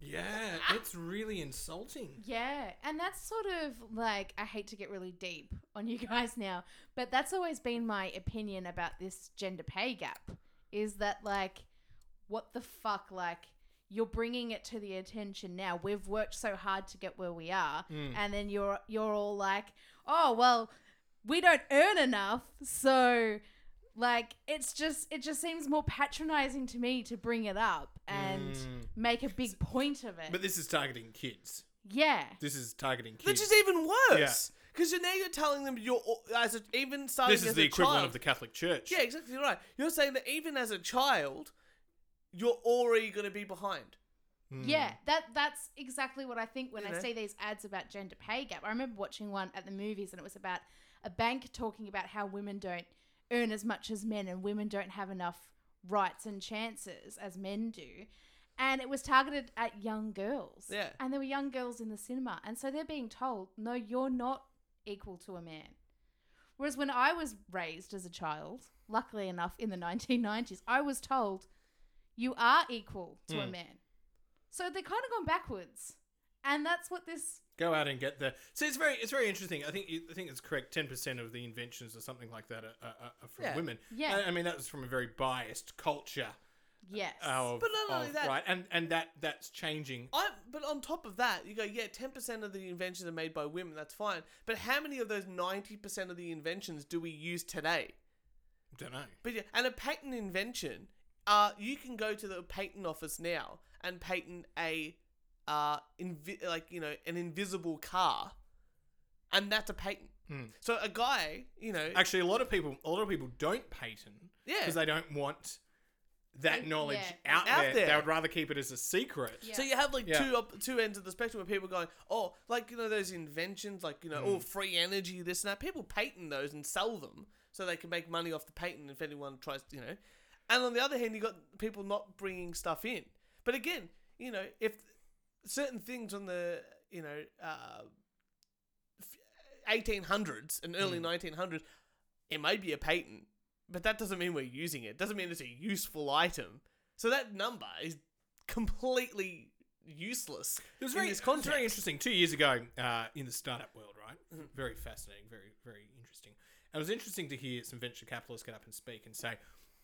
[SPEAKER 1] Yeah, it's really insulting.
[SPEAKER 3] Yeah, and that's sort of like I hate to get really deep on you guys now, but that's always been my opinion about this gender pay gap is that like what the fuck like you're bringing it to the attention now. We've worked so hard to get where we are and then you're you're all like, "Oh, well, we don't earn enough." So like it's just it just seems more patronizing to me to bring it up and make a big point of it.
[SPEAKER 1] But this is targeting kids.
[SPEAKER 3] yeah.
[SPEAKER 1] This is targeting kids.
[SPEAKER 2] Which is even worse. Because now you're telling them you're as a, even starting
[SPEAKER 1] This is
[SPEAKER 2] as
[SPEAKER 1] the
[SPEAKER 2] a
[SPEAKER 1] equivalent
[SPEAKER 2] child,
[SPEAKER 1] of the Catholic Church.
[SPEAKER 2] Yeah, exactly right. You're saying that even as a child, you're already going to be behind.
[SPEAKER 3] Yeah, that that's exactly what I think when
[SPEAKER 2] You
[SPEAKER 3] I
[SPEAKER 2] know?
[SPEAKER 3] see these ads about gender pay gap. I remember watching one at the movies and it was about a bank talking about how women don't earn as much as men and women don't have enough rights and chances as men do. And it was targeted at young girls.
[SPEAKER 2] Yeah.
[SPEAKER 3] And there were young girls in the cinema. And so they're being told, no, you're not equal to a man. Whereas when I was raised as a child, luckily enough in the 1990s, I was told, you are equal to a man. So they're kind of gone backwards. And that's what this.
[SPEAKER 1] Go out and get the. So it's very, it's very interesting. I think, you- I think it's correct. Ten percent of the inventions or something like that are, are, are from
[SPEAKER 2] Yeah.
[SPEAKER 1] women.
[SPEAKER 3] Yeah.
[SPEAKER 1] I, I mean, that was from a very biased culture.
[SPEAKER 3] Yes.
[SPEAKER 1] Of,
[SPEAKER 2] But not only
[SPEAKER 1] of-
[SPEAKER 2] that-
[SPEAKER 1] right? And and that that's changing.
[SPEAKER 2] I, but on top of that, you go, yeah, 10% of the inventions are made by women. That's fine. But how many of those 90% of the inventions do we use today?
[SPEAKER 1] don't know.
[SPEAKER 2] But yeah, and a patent invention, uh, you can go to the patent office now and patent a, uh, invi- like you know, an invisible car, and that's a patent. So a guy, you know,
[SPEAKER 1] Actually, a lot of people, a lot of people don't patent.
[SPEAKER 2] Yeah.
[SPEAKER 1] Because they don't want that
[SPEAKER 3] They-
[SPEAKER 1] knowledge
[SPEAKER 3] yeah.
[SPEAKER 1] out,
[SPEAKER 2] Out
[SPEAKER 1] there. They
[SPEAKER 2] there.
[SPEAKER 1] would rather keep it as a secret.
[SPEAKER 3] Yeah.
[SPEAKER 2] So you have like
[SPEAKER 1] Yeah.
[SPEAKER 2] two up, two ends of the spectrum where people are going, oh, like you know those inventions, like you know, oh, free energy, this and that. People patent those and sell them so they can make money off the patent if anyone tries, you know. And on the other hand, you got people not bringing stuff in. But again, you know, if certain things on the you know uh, f- 1800s and early 1900s, it may be a patent, but that doesn't mean we're using it. Doesn't mean it's a useful item. So that number is completely useless.
[SPEAKER 1] It was
[SPEAKER 2] in
[SPEAKER 1] very,
[SPEAKER 2] this
[SPEAKER 1] it was very
[SPEAKER 2] context.
[SPEAKER 1] interesting. Two years ago, uh, in the startup world, right? Very fascinating, very, very interesting. And it was interesting to hear some venture capitalists get up and speak and say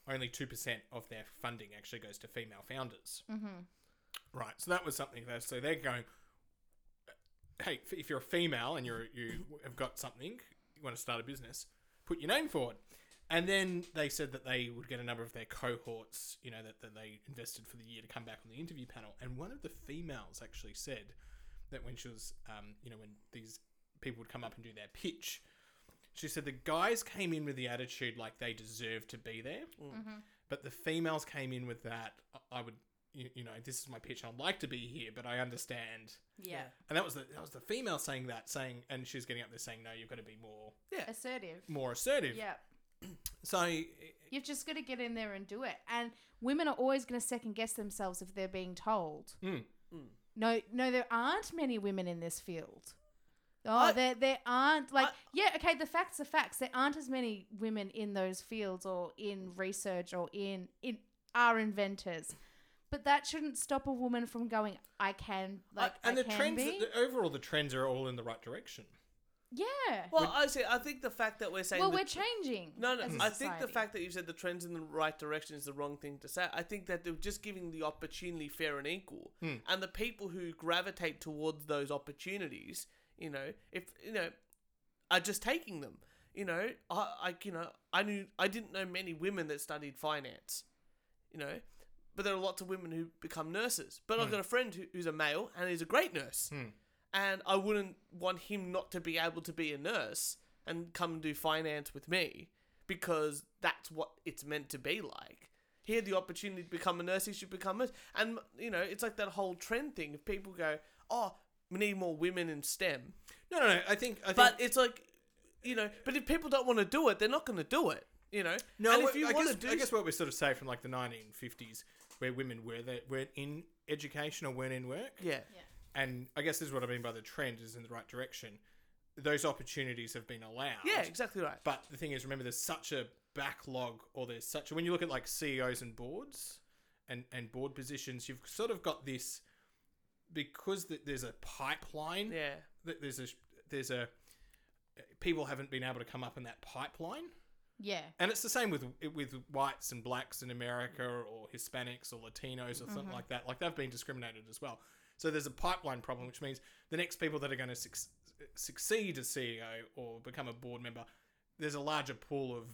[SPEAKER 1] only 2% of their funding actually goes to female founders. Mm-hmm. Right. So that was something that, so they're going, hey, if- if you're a female and you're, you have got something, you want to start a business, put your name forward. And then they said that they would get a number of their cohorts, you know, that, that they invested for the year to come back on the interview panel. And one of the females actually said that when she was, um, you know, when these people would come up and do their pitch, she said the guys came in with the attitude like they deserved to be there, but the females came in with that "I- I would, you, you know, this is my pitch. I'd like to be here, but I understand.
[SPEAKER 3] yeah.
[SPEAKER 1] And that was the that was the female saying that, saying, and she's getting up there saying, no, you've got to be more
[SPEAKER 3] Assertive.
[SPEAKER 1] more assertive.
[SPEAKER 3] Yeah.
[SPEAKER 1] So
[SPEAKER 3] You've just got to get in there and do it. And women are always going to second guess themselves if they're being told.
[SPEAKER 2] Hmm.
[SPEAKER 3] No, no, there aren't many women in this field. Oh,
[SPEAKER 2] I-
[SPEAKER 3] there, there aren't like
[SPEAKER 2] I-
[SPEAKER 3] yeah okay the facts are facts there aren't as many women in those fields or in research or in in are inventors But that shouldn't stop a woman from going, I can, like,
[SPEAKER 1] and
[SPEAKER 3] I
[SPEAKER 1] the
[SPEAKER 3] can
[SPEAKER 1] trends,
[SPEAKER 3] be.
[SPEAKER 1] the, overall, the trends are all in the right direction.
[SPEAKER 3] yeah. Well,
[SPEAKER 2] Well, I see. I think the fact that we're saying the-
[SPEAKER 3] we're changing.
[SPEAKER 2] No, no.
[SPEAKER 3] as a
[SPEAKER 2] I think the
[SPEAKER 3] society.
[SPEAKER 2] fact that you said the trends in the right direction is the wrong thing to say. I think that they're just giving the opportunity fair and equal, and the people who gravitate towards those opportunities, you know, if you know, are just taking them. You know, I, I, you know, I knew I didn't know many women that studied finance. You know, but there are lots of women who become nurses. But I've got a friend who, who's a male and he's a great nurse, and I wouldn't want him not to be able to be a nurse and come do finance with me because that's what it's meant to be like. He had the opportunity to become a nurse, he should become a and you know, it's like that whole trend thing. If people go, Oh, we need more women in STEM
[SPEAKER 1] No, no, no. I think, I think
[SPEAKER 2] But it's like you know, but if people don't want to do it, they're not gonna do it. You know?
[SPEAKER 1] No,
[SPEAKER 2] and
[SPEAKER 1] well,
[SPEAKER 2] if you
[SPEAKER 1] I,
[SPEAKER 2] want
[SPEAKER 1] guess,
[SPEAKER 2] to do
[SPEAKER 1] I guess what we sort of say from like the 1950s, where women were they weren't in education or weren't in work.
[SPEAKER 2] yeah.
[SPEAKER 1] And I guess this is what I mean by the trend is in the right direction. Those opportunities have been allowed.
[SPEAKER 2] Yeah, exactly right.
[SPEAKER 1] But the thing is, remember, there's such a backlog, or there's such when you look at like CEOs and boards, and and board positions, you've sort of got this because th- there's a pipeline.
[SPEAKER 2] Yeah.
[SPEAKER 1] th- There's a there's a people haven't been able to come up in that pipeline.
[SPEAKER 3] Yeah.
[SPEAKER 1] And it's the same with with whites and blacks in America or Hispanics or Latinos or
[SPEAKER 3] Mm-hmm.
[SPEAKER 1] something like that. Like they've been discriminated as well. So there's a pipeline problem, which means the next people that are going to suc succeed as CEO or become a board member, there's a larger pool of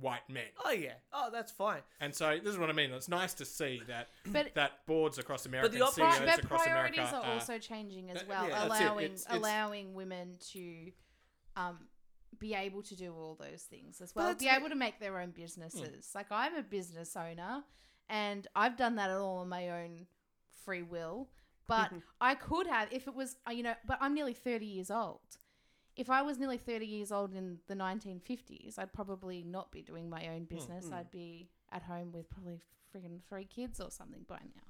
[SPEAKER 1] white men.
[SPEAKER 2] Oh yeah. Oh that's fine.
[SPEAKER 1] And so this is what I mean. It's nice to see that
[SPEAKER 3] But-
[SPEAKER 1] that boards across America, and
[SPEAKER 2] the opera-
[SPEAKER 1] CEOs
[SPEAKER 3] Right, but
[SPEAKER 1] across
[SPEAKER 3] priorities
[SPEAKER 1] America,
[SPEAKER 3] are
[SPEAKER 1] are-
[SPEAKER 3] also changing as
[SPEAKER 1] Uh,
[SPEAKER 3] well,
[SPEAKER 1] yeah, that's it.
[SPEAKER 3] allowing
[SPEAKER 1] It's- it's-
[SPEAKER 3] allowing women to um, be able to do all those things as well,
[SPEAKER 2] that's
[SPEAKER 3] be
[SPEAKER 2] what-
[SPEAKER 3] able to make their
[SPEAKER 1] Hmm.
[SPEAKER 3] own businesses. Like I'm a business owner, and I've done that all on my own free will. But I could have if it was uh, you know. But I'm nearly 30 years old. If I was nearly 30 years old in the 1950s, I'd probably not be doing my own
[SPEAKER 2] Hmm,
[SPEAKER 3] business. I'd be at home with probably friggin' three kids or something by now.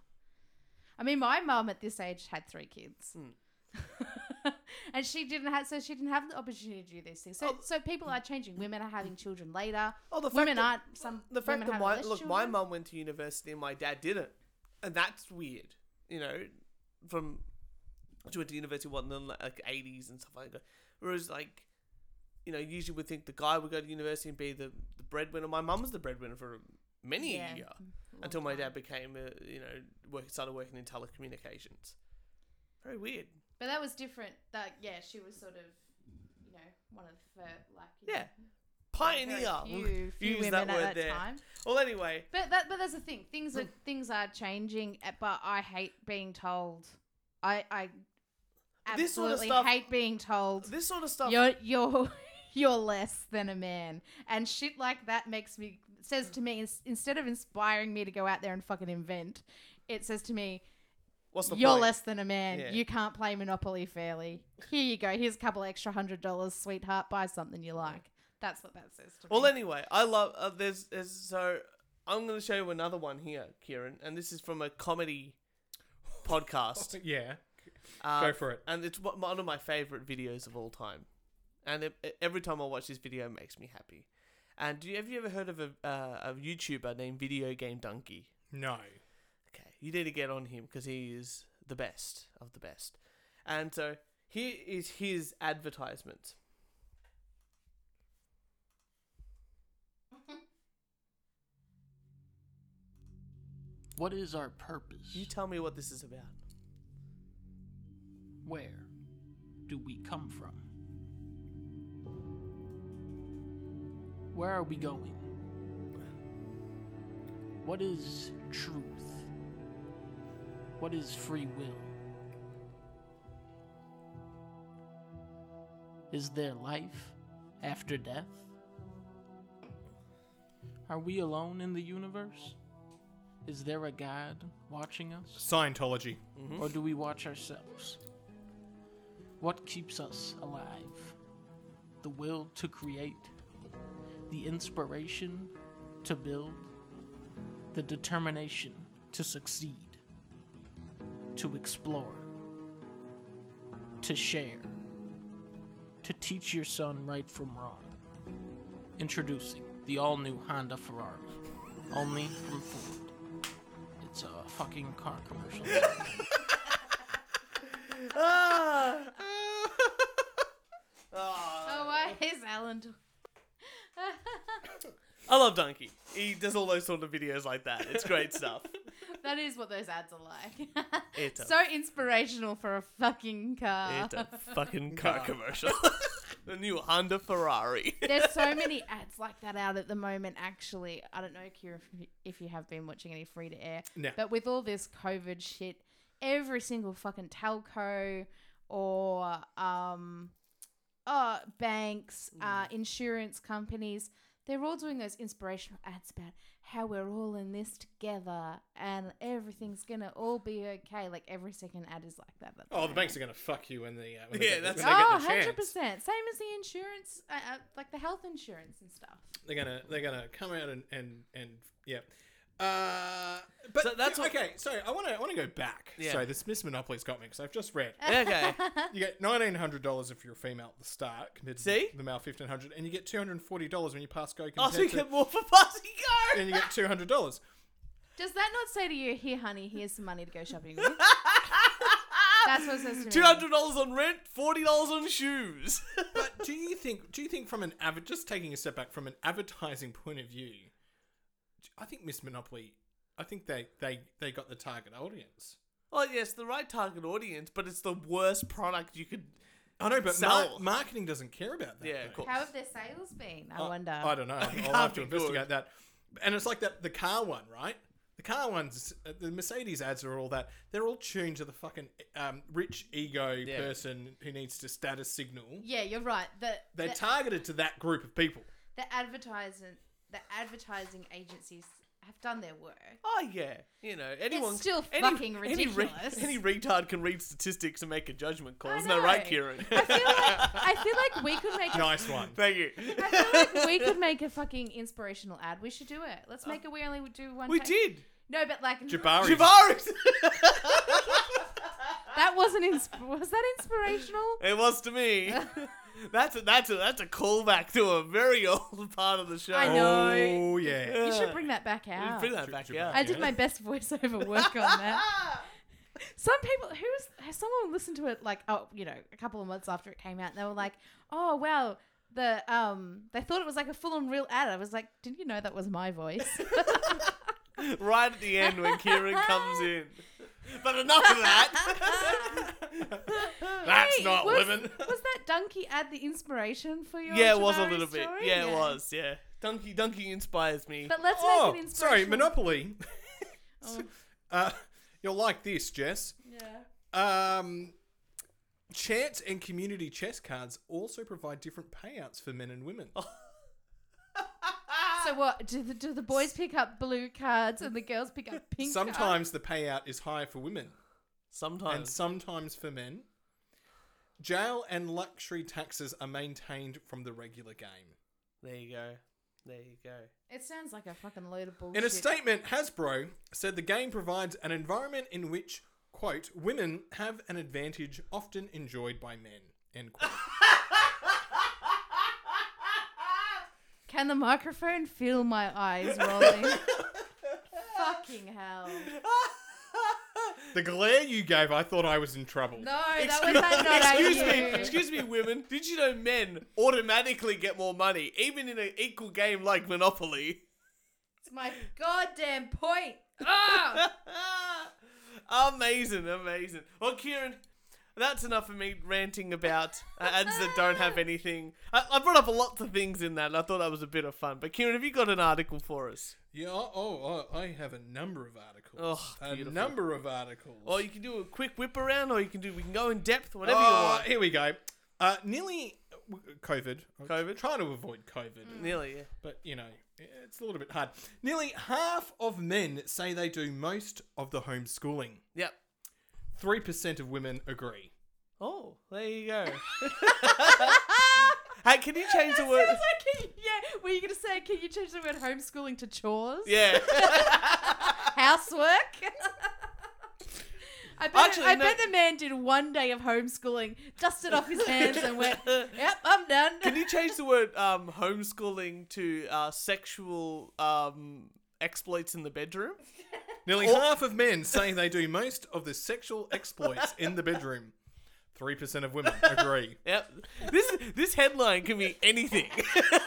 [SPEAKER 3] I mean, my mum at this age had three kids.
[SPEAKER 2] Hmm.
[SPEAKER 3] and she didn't have, so she didn't have the opportunity to do these things. So, so people are changing. Women are having children later.
[SPEAKER 2] hmm. Oh, the fact
[SPEAKER 3] women
[SPEAKER 2] that-
[SPEAKER 3] aren't. Some
[SPEAKER 2] the fact
[SPEAKER 3] women
[SPEAKER 2] that
[SPEAKER 3] have
[SPEAKER 2] my
[SPEAKER 3] less
[SPEAKER 2] look, my
[SPEAKER 3] children.
[SPEAKER 2] mum went to university and my dad didn't, and that's weird. You know, from she went to university what in the like eighties and stuff like that. Whereas like, you know, usually we think the guy would go to university and be the the breadwinner. My mum was the breadwinner for many
[SPEAKER 3] Yeah,
[SPEAKER 2] a year
[SPEAKER 3] long
[SPEAKER 2] until my dad became a, you know work, started working in telecommunications. Very weird.
[SPEAKER 3] But that was different. That yeah, she was sort of, you know, one of the first, like you
[SPEAKER 2] Yeah. Oh,
[SPEAKER 3] know, Very
[SPEAKER 2] Pioneer. We'll
[SPEAKER 3] few- few women at that time.
[SPEAKER 2] Well, anyway,
[SPEAKER 3] But that, but that's the thing. Things are things are changing. uh, But I hate being told. I I absolutely
[SPEAKER 2] This sort of stuff-
[SPEAKER 3] hate being told
[SPEAKER 2] this sort of stuff.
[SPEAKER 3] you're you're you're less than a man, and shit like that makes me says to me ins- instead of inspiring me to go out there and fucking invent, it says to me
[SPEAKER 2] what's the
[SPEAKER 3] you're
[SPEAKER 2] point?
[SPEAKER 3] less than a man.
[SPEAKER 2] Yeah.
[SPEAKER 3] You can't play Monopoly fairly. Here you go. Here's a couple extra hundred dollars, sweetheart. Buy something you like. That's what that says to me.
[SPEAKER 2] Well, anyway, I love uh, there's, there's so I'm going to show you another one here, Kieran, and this is from a comedy podcast.
[SPEAKER 1] yeah,
[SPEAKER 2] Uh,
[SPEAKER 1] Go for it.
[SPEAKER 2] And it's one one of my favorite videos of all time, and it, it- every time I watch this video, it makes me happy. And do you, have you ever heard of a, uh, a YouTuber named Video Game Donkey?
[SPEAKER 1] no,
[SPEAKER 2] Okay, you need to get on him because he is the best of the best. And so here is his advertisement.
[SPEAKER 10] What is our purpose?
[SPEAKER 2] You tell me what this is about.
[SPEAKER 10] Where do we come from? Where are we going? What is truth? What is free will? Is there life after death? Are we alone in the universe? Is there a God watching us?
[SPEAKER 1] Scientology.
[SPEAKER 10] or do we watch ourselves? What keeps us alive? The will to create, the inspiration to build, the determination to succeed, to explore, to share, to teach your son right from wrong. Introducing the all new Honda Ferrari, only from Ford. It's a fucking car commercial.
[SPEAKER 2] Ah.
[SPEAKER 3] Oh, why is Alan? do-
[SPEAKER 2] I love Donkey. He does all those sort of videos like that. It's great stuff.
[SPEAKER 3] that is what those ads are like.
[SPEAKER 2] It's a-
[SPEAKER 3] so inspirational for a fucking car.
[SPEAKER 2] It's a fucking car commercial. the new Honda Ferrari.
[SPEAKER 3] There's so many ads like that out at the moment. Actually, I don't know, Kira, if you, if you have been watching any free to air,
[SPEAKER 2] No.
[SPEAKER 3] but with all this COVID shit, every single fucking telco or um, uh, banks, uh, insurance companies, they're all doing those inspirational ads about how we're all in this together and everything's gonna all be okay. Like every second ad is like that. at
[SPEAKER 1] Oh, the
[SPEAKER 3] moment.
[SPEAKER 1] banks are going to fuck you when they uh, when they
[SPEAKER 2] Yeah,
[SPEAKER 1] get,
[SPEAKER 2] that's-
[SPEAKER 1] when
[SPEAKER 3] Oh,
[SPEAKER 1] they get the
[SPEAKER 3] 100%.
[SPEAKER 1] chance.
[SPEAKER 3] Same as the insurance, uh, uh, like the health insurance and stuff.
[SPEAKER 1] They're gonna they're gonna come out and and and yeah. Uh, but
[SPEAKER 2] So that's
[SPEAKER 1] that's
[SPEAKER 2] what-
[SPEAKER 1] okay. Sorry, I want to I want to go back.
[SPEAKER 2] Yeah.
[SPEAKER 1] Sorry, this Miss Monopoly's got me because I've just read.
[SPEAKER 2] Okay.
[SPEAKER 1] You get nineteen hundred dollars if you're a female at the start compared to
[SPEAKER 2] See?
[SPEAKER 1] the male fifteen hundred, and you get two hundred and forty dollars when you pass go
[SPEAKER 2] Oh,
[SPEAKER 1] compared
[SPEAKER 2] so you
[SPEAKER 1] to
[SPEAKER 2] get more for Party Go!
[SPEAKER 1] and you get two hundred dollars.
[SPEAKER 3] Does that not say to you, here, honey, here's some money to go shopping with? That's what it says to me.
[SPEAKER 2] $200 on rent, $40 on shoes.
[SPEAKER 1] But do you think do you think from an adver- just taking a step back from an advertising point of view, I think Miss Monopoly, I think they they they got the target audience.
[SPEAKER 2] well, yes, the right target audience, but it's the worst product you could.
[SPEAKER 1] I know, but
[SPEAKER 2] Sell.
[SPEAKER 1] mar- marketing doesn't care about that.
[SPEAKER 2] Yeah,
[SPEAKER 1] though.
[SPEAKER 2] of course.
[SPEAKER 3] How have their sales been? Uh, I wonder.
[SPEAKER 1] Uh, I don't know. I'll
[SPEAKER 2] can't
[SPEAKER 1] have to
[SPEAKER 2] be
[SPEAKER 1] investigate
[SPEAKER 2] good.
[SPEAKER 1] that. And it's like that the car one, right? The car ones, uh, the Mercedes ads are all that. They're all tuned to the fucking um, rich ego person who needs to status signal.
[SPEAKER 3] Yeah, you're right. The,
[SPEAKER 1] They're
[SPEAKER 3] the,
[SPEAKER 1] targeted to that group of people.
[SPEAKER 3] the advertising the advertising agencies have done their work.
[SPEAKER 2] Oh yeah, you know anyone.
[SPEAKER 3] still
[SPEAKER 2] any,
[SPEAKER 3] fucking
[SPEAKER 2] any re-
[SPEAKER 3] ridiculous.
[SPEAKER 2] Any, retard can read statistics and make a judgment call.
[SPEAKER 3] I
[SPEAKER 2] Isn't that right,
[SPEAKER 3] know.
[SPEAKER 2] Kieran?
[SPEAKER 3] I feel like I feel like we could make a,
[SPEAKER 1] Nice one.
[SPEAKER 2] Thank you.
[SPEAKER 3] I feel like we could make a fucking inspirational ad. We should do it. Let's make it. Uh, We only do one.
[SPEAKER 2] We
[SPEAKER 3] take-
[SPEAKER 2] did.
[SPEAKER 3] No, but like
[SPEAKER 1] Jabari.
[SPEAKER 2] Javaris.
[SPEAKER 3] that wasn't insp- was that inspirational?
[SPEAKER 2] it was to me. That's a, that's a that's a callback to a very old part of the show.
[SPEAKER 3] I know.
[SPEAKER 1] Oh yeah.
[SPEAKER 3] You should bring that back
[SPEAKER 2] We
[SPEAKER 3] out.
[SPEAKER 2] Bring that back.
[SPEAKER 1] Jabari.
[SPEAKER 2] Yeah.
[SPEAKER 3] I did my best voiceover work on that. Some people who was someone listened to it like oh you know a couple of months after it came out and they were like oh wow the um they thought it was like a full on real ad. I was like didn't you know that was my voice?
[SPEAKER 2] right at the end when Kieran comes in. But enough of that.
[SPEAKER 1] That's
[SPEAKER 3] Hey,
[SPEAKER 1] not
[SPEAKER 3] was,
[SPEAKER 1] living.
[SPEAKER 3] Was that donkey ad the inspiration for your?
[SPEAKER 2] yeah, it was a
[SPEAKER 3] Jabari
[SPEAKER 2] little bit.
[SPEAKER 3] story?
[SPEAKER 2] Yeah, it was. Yeah. Donkey Donkey inspires me.
[SPEAKER 3] But let's
[SPEAKER 1] oh,
[SPEAKER 3] make it inspirational. Oh.
[SPEAKER 1] sorry, Monopoly. uh, you'll like this, Jess.
[SPEAKER 3] Yeah.
[SPEAKER 1] Um, chance and community chess cards also provide different payouts for men and women.
[SPEAKER 3] So what do the, do the boys pick up blue cards and the girls pick up pink? cards?
[SPEAKER 1] Sometimes the payout is higher for women and
[SPEAKER 2] Sometimes.
[SPEAKER 1] sometimes for men. Jail and luxury taxes are maintained from the regular game.
[SPEAKER 2] there you go. There you go.
[SPEAKER 3] it sounds like a fucking load of bullshit.
[SPEAKER 1] In a statement, Hasbro said the game provides an environment in which, quote, women have an advantage often enjoyed by men, end quote.
[SPEAKER 3] Can the microphone feel my eyes rolling? fucking hell!
[SPEAKER 1] the glare you gave, I thought I was in trouble.
[SPEAKER 3] No, that was that not
[SPEAKER 2] Excuse me,
[SPEAKER 3] you.
[SPEAKER 2] excuse me, women. Did you know men automatically get more money, even in an equal game like Monopoly?
[SPEAKER 3] It's my goddamn point. Ah!
[SPEAKER 2] amazing, amazing. Well, Kieran, that's enough of me ranting about uh, ads that don't have anything. I, I brought up lots of things in that, and I thought that was a bit of fun. But Kieran, have you got an article for us?
[SPEAKER 1] Yeah, oh, oh, I have a number of articles.
[SPEAKER 2] Oh,
[SPEAKER 1] a
[SPEAKER 2] beautiful.
[SPEAKER 1] number of articles.
[SPEAKER 2] Or you can do a quick whip around, or you can do we can go in depth, whatever
[SPEAKER 1] Oh,
[SPEAKER 2] you want.
[SPEAKER 1] Here we go. Uh, nearly COVID. I'm
[SPEAKER 2] COVID. Mm.
[SPEAKER 1] Trying to avoid COVID,
[SPEAKER 2] Nearly, yeah.
[SPEAKER 1] but you know it's a little bit hard. Nearly half of men say they do most of the homeschooling.
[SPEAKER 2] Yep.
[SPEAKER 1] Three percent of women agree.
[SPEAKER 2] Oh, there you go. hey, can you change the word?
[SPEAKER 3] Sounds like a- yeah, were you gonna say? Can you change the word homeschooling to chores?
[SPEAKER 2] Yeah.
[SPEAKER 3] housework. I bet,
[SPEAKER 2] Actually,
[SPEAKER 3] I
[SPEAKER 2] no.
[SPEAKER 3] bet the man did one day of homeschooling, dusted off his hands, and went, "Yep, I'm done."
[SPEAKER 2] Can you change the word um, homeschooling to uh, sexual um, exploits in the bedroom?
[SPEAKER 1] Nearly
[SPEAKER 2] Or-
[SPEAKER 1] half of men say they do most of the sexual exploits in the bedroom. 3% of women agree.
[SPEAKER 2] Yep. This this headline can be anything.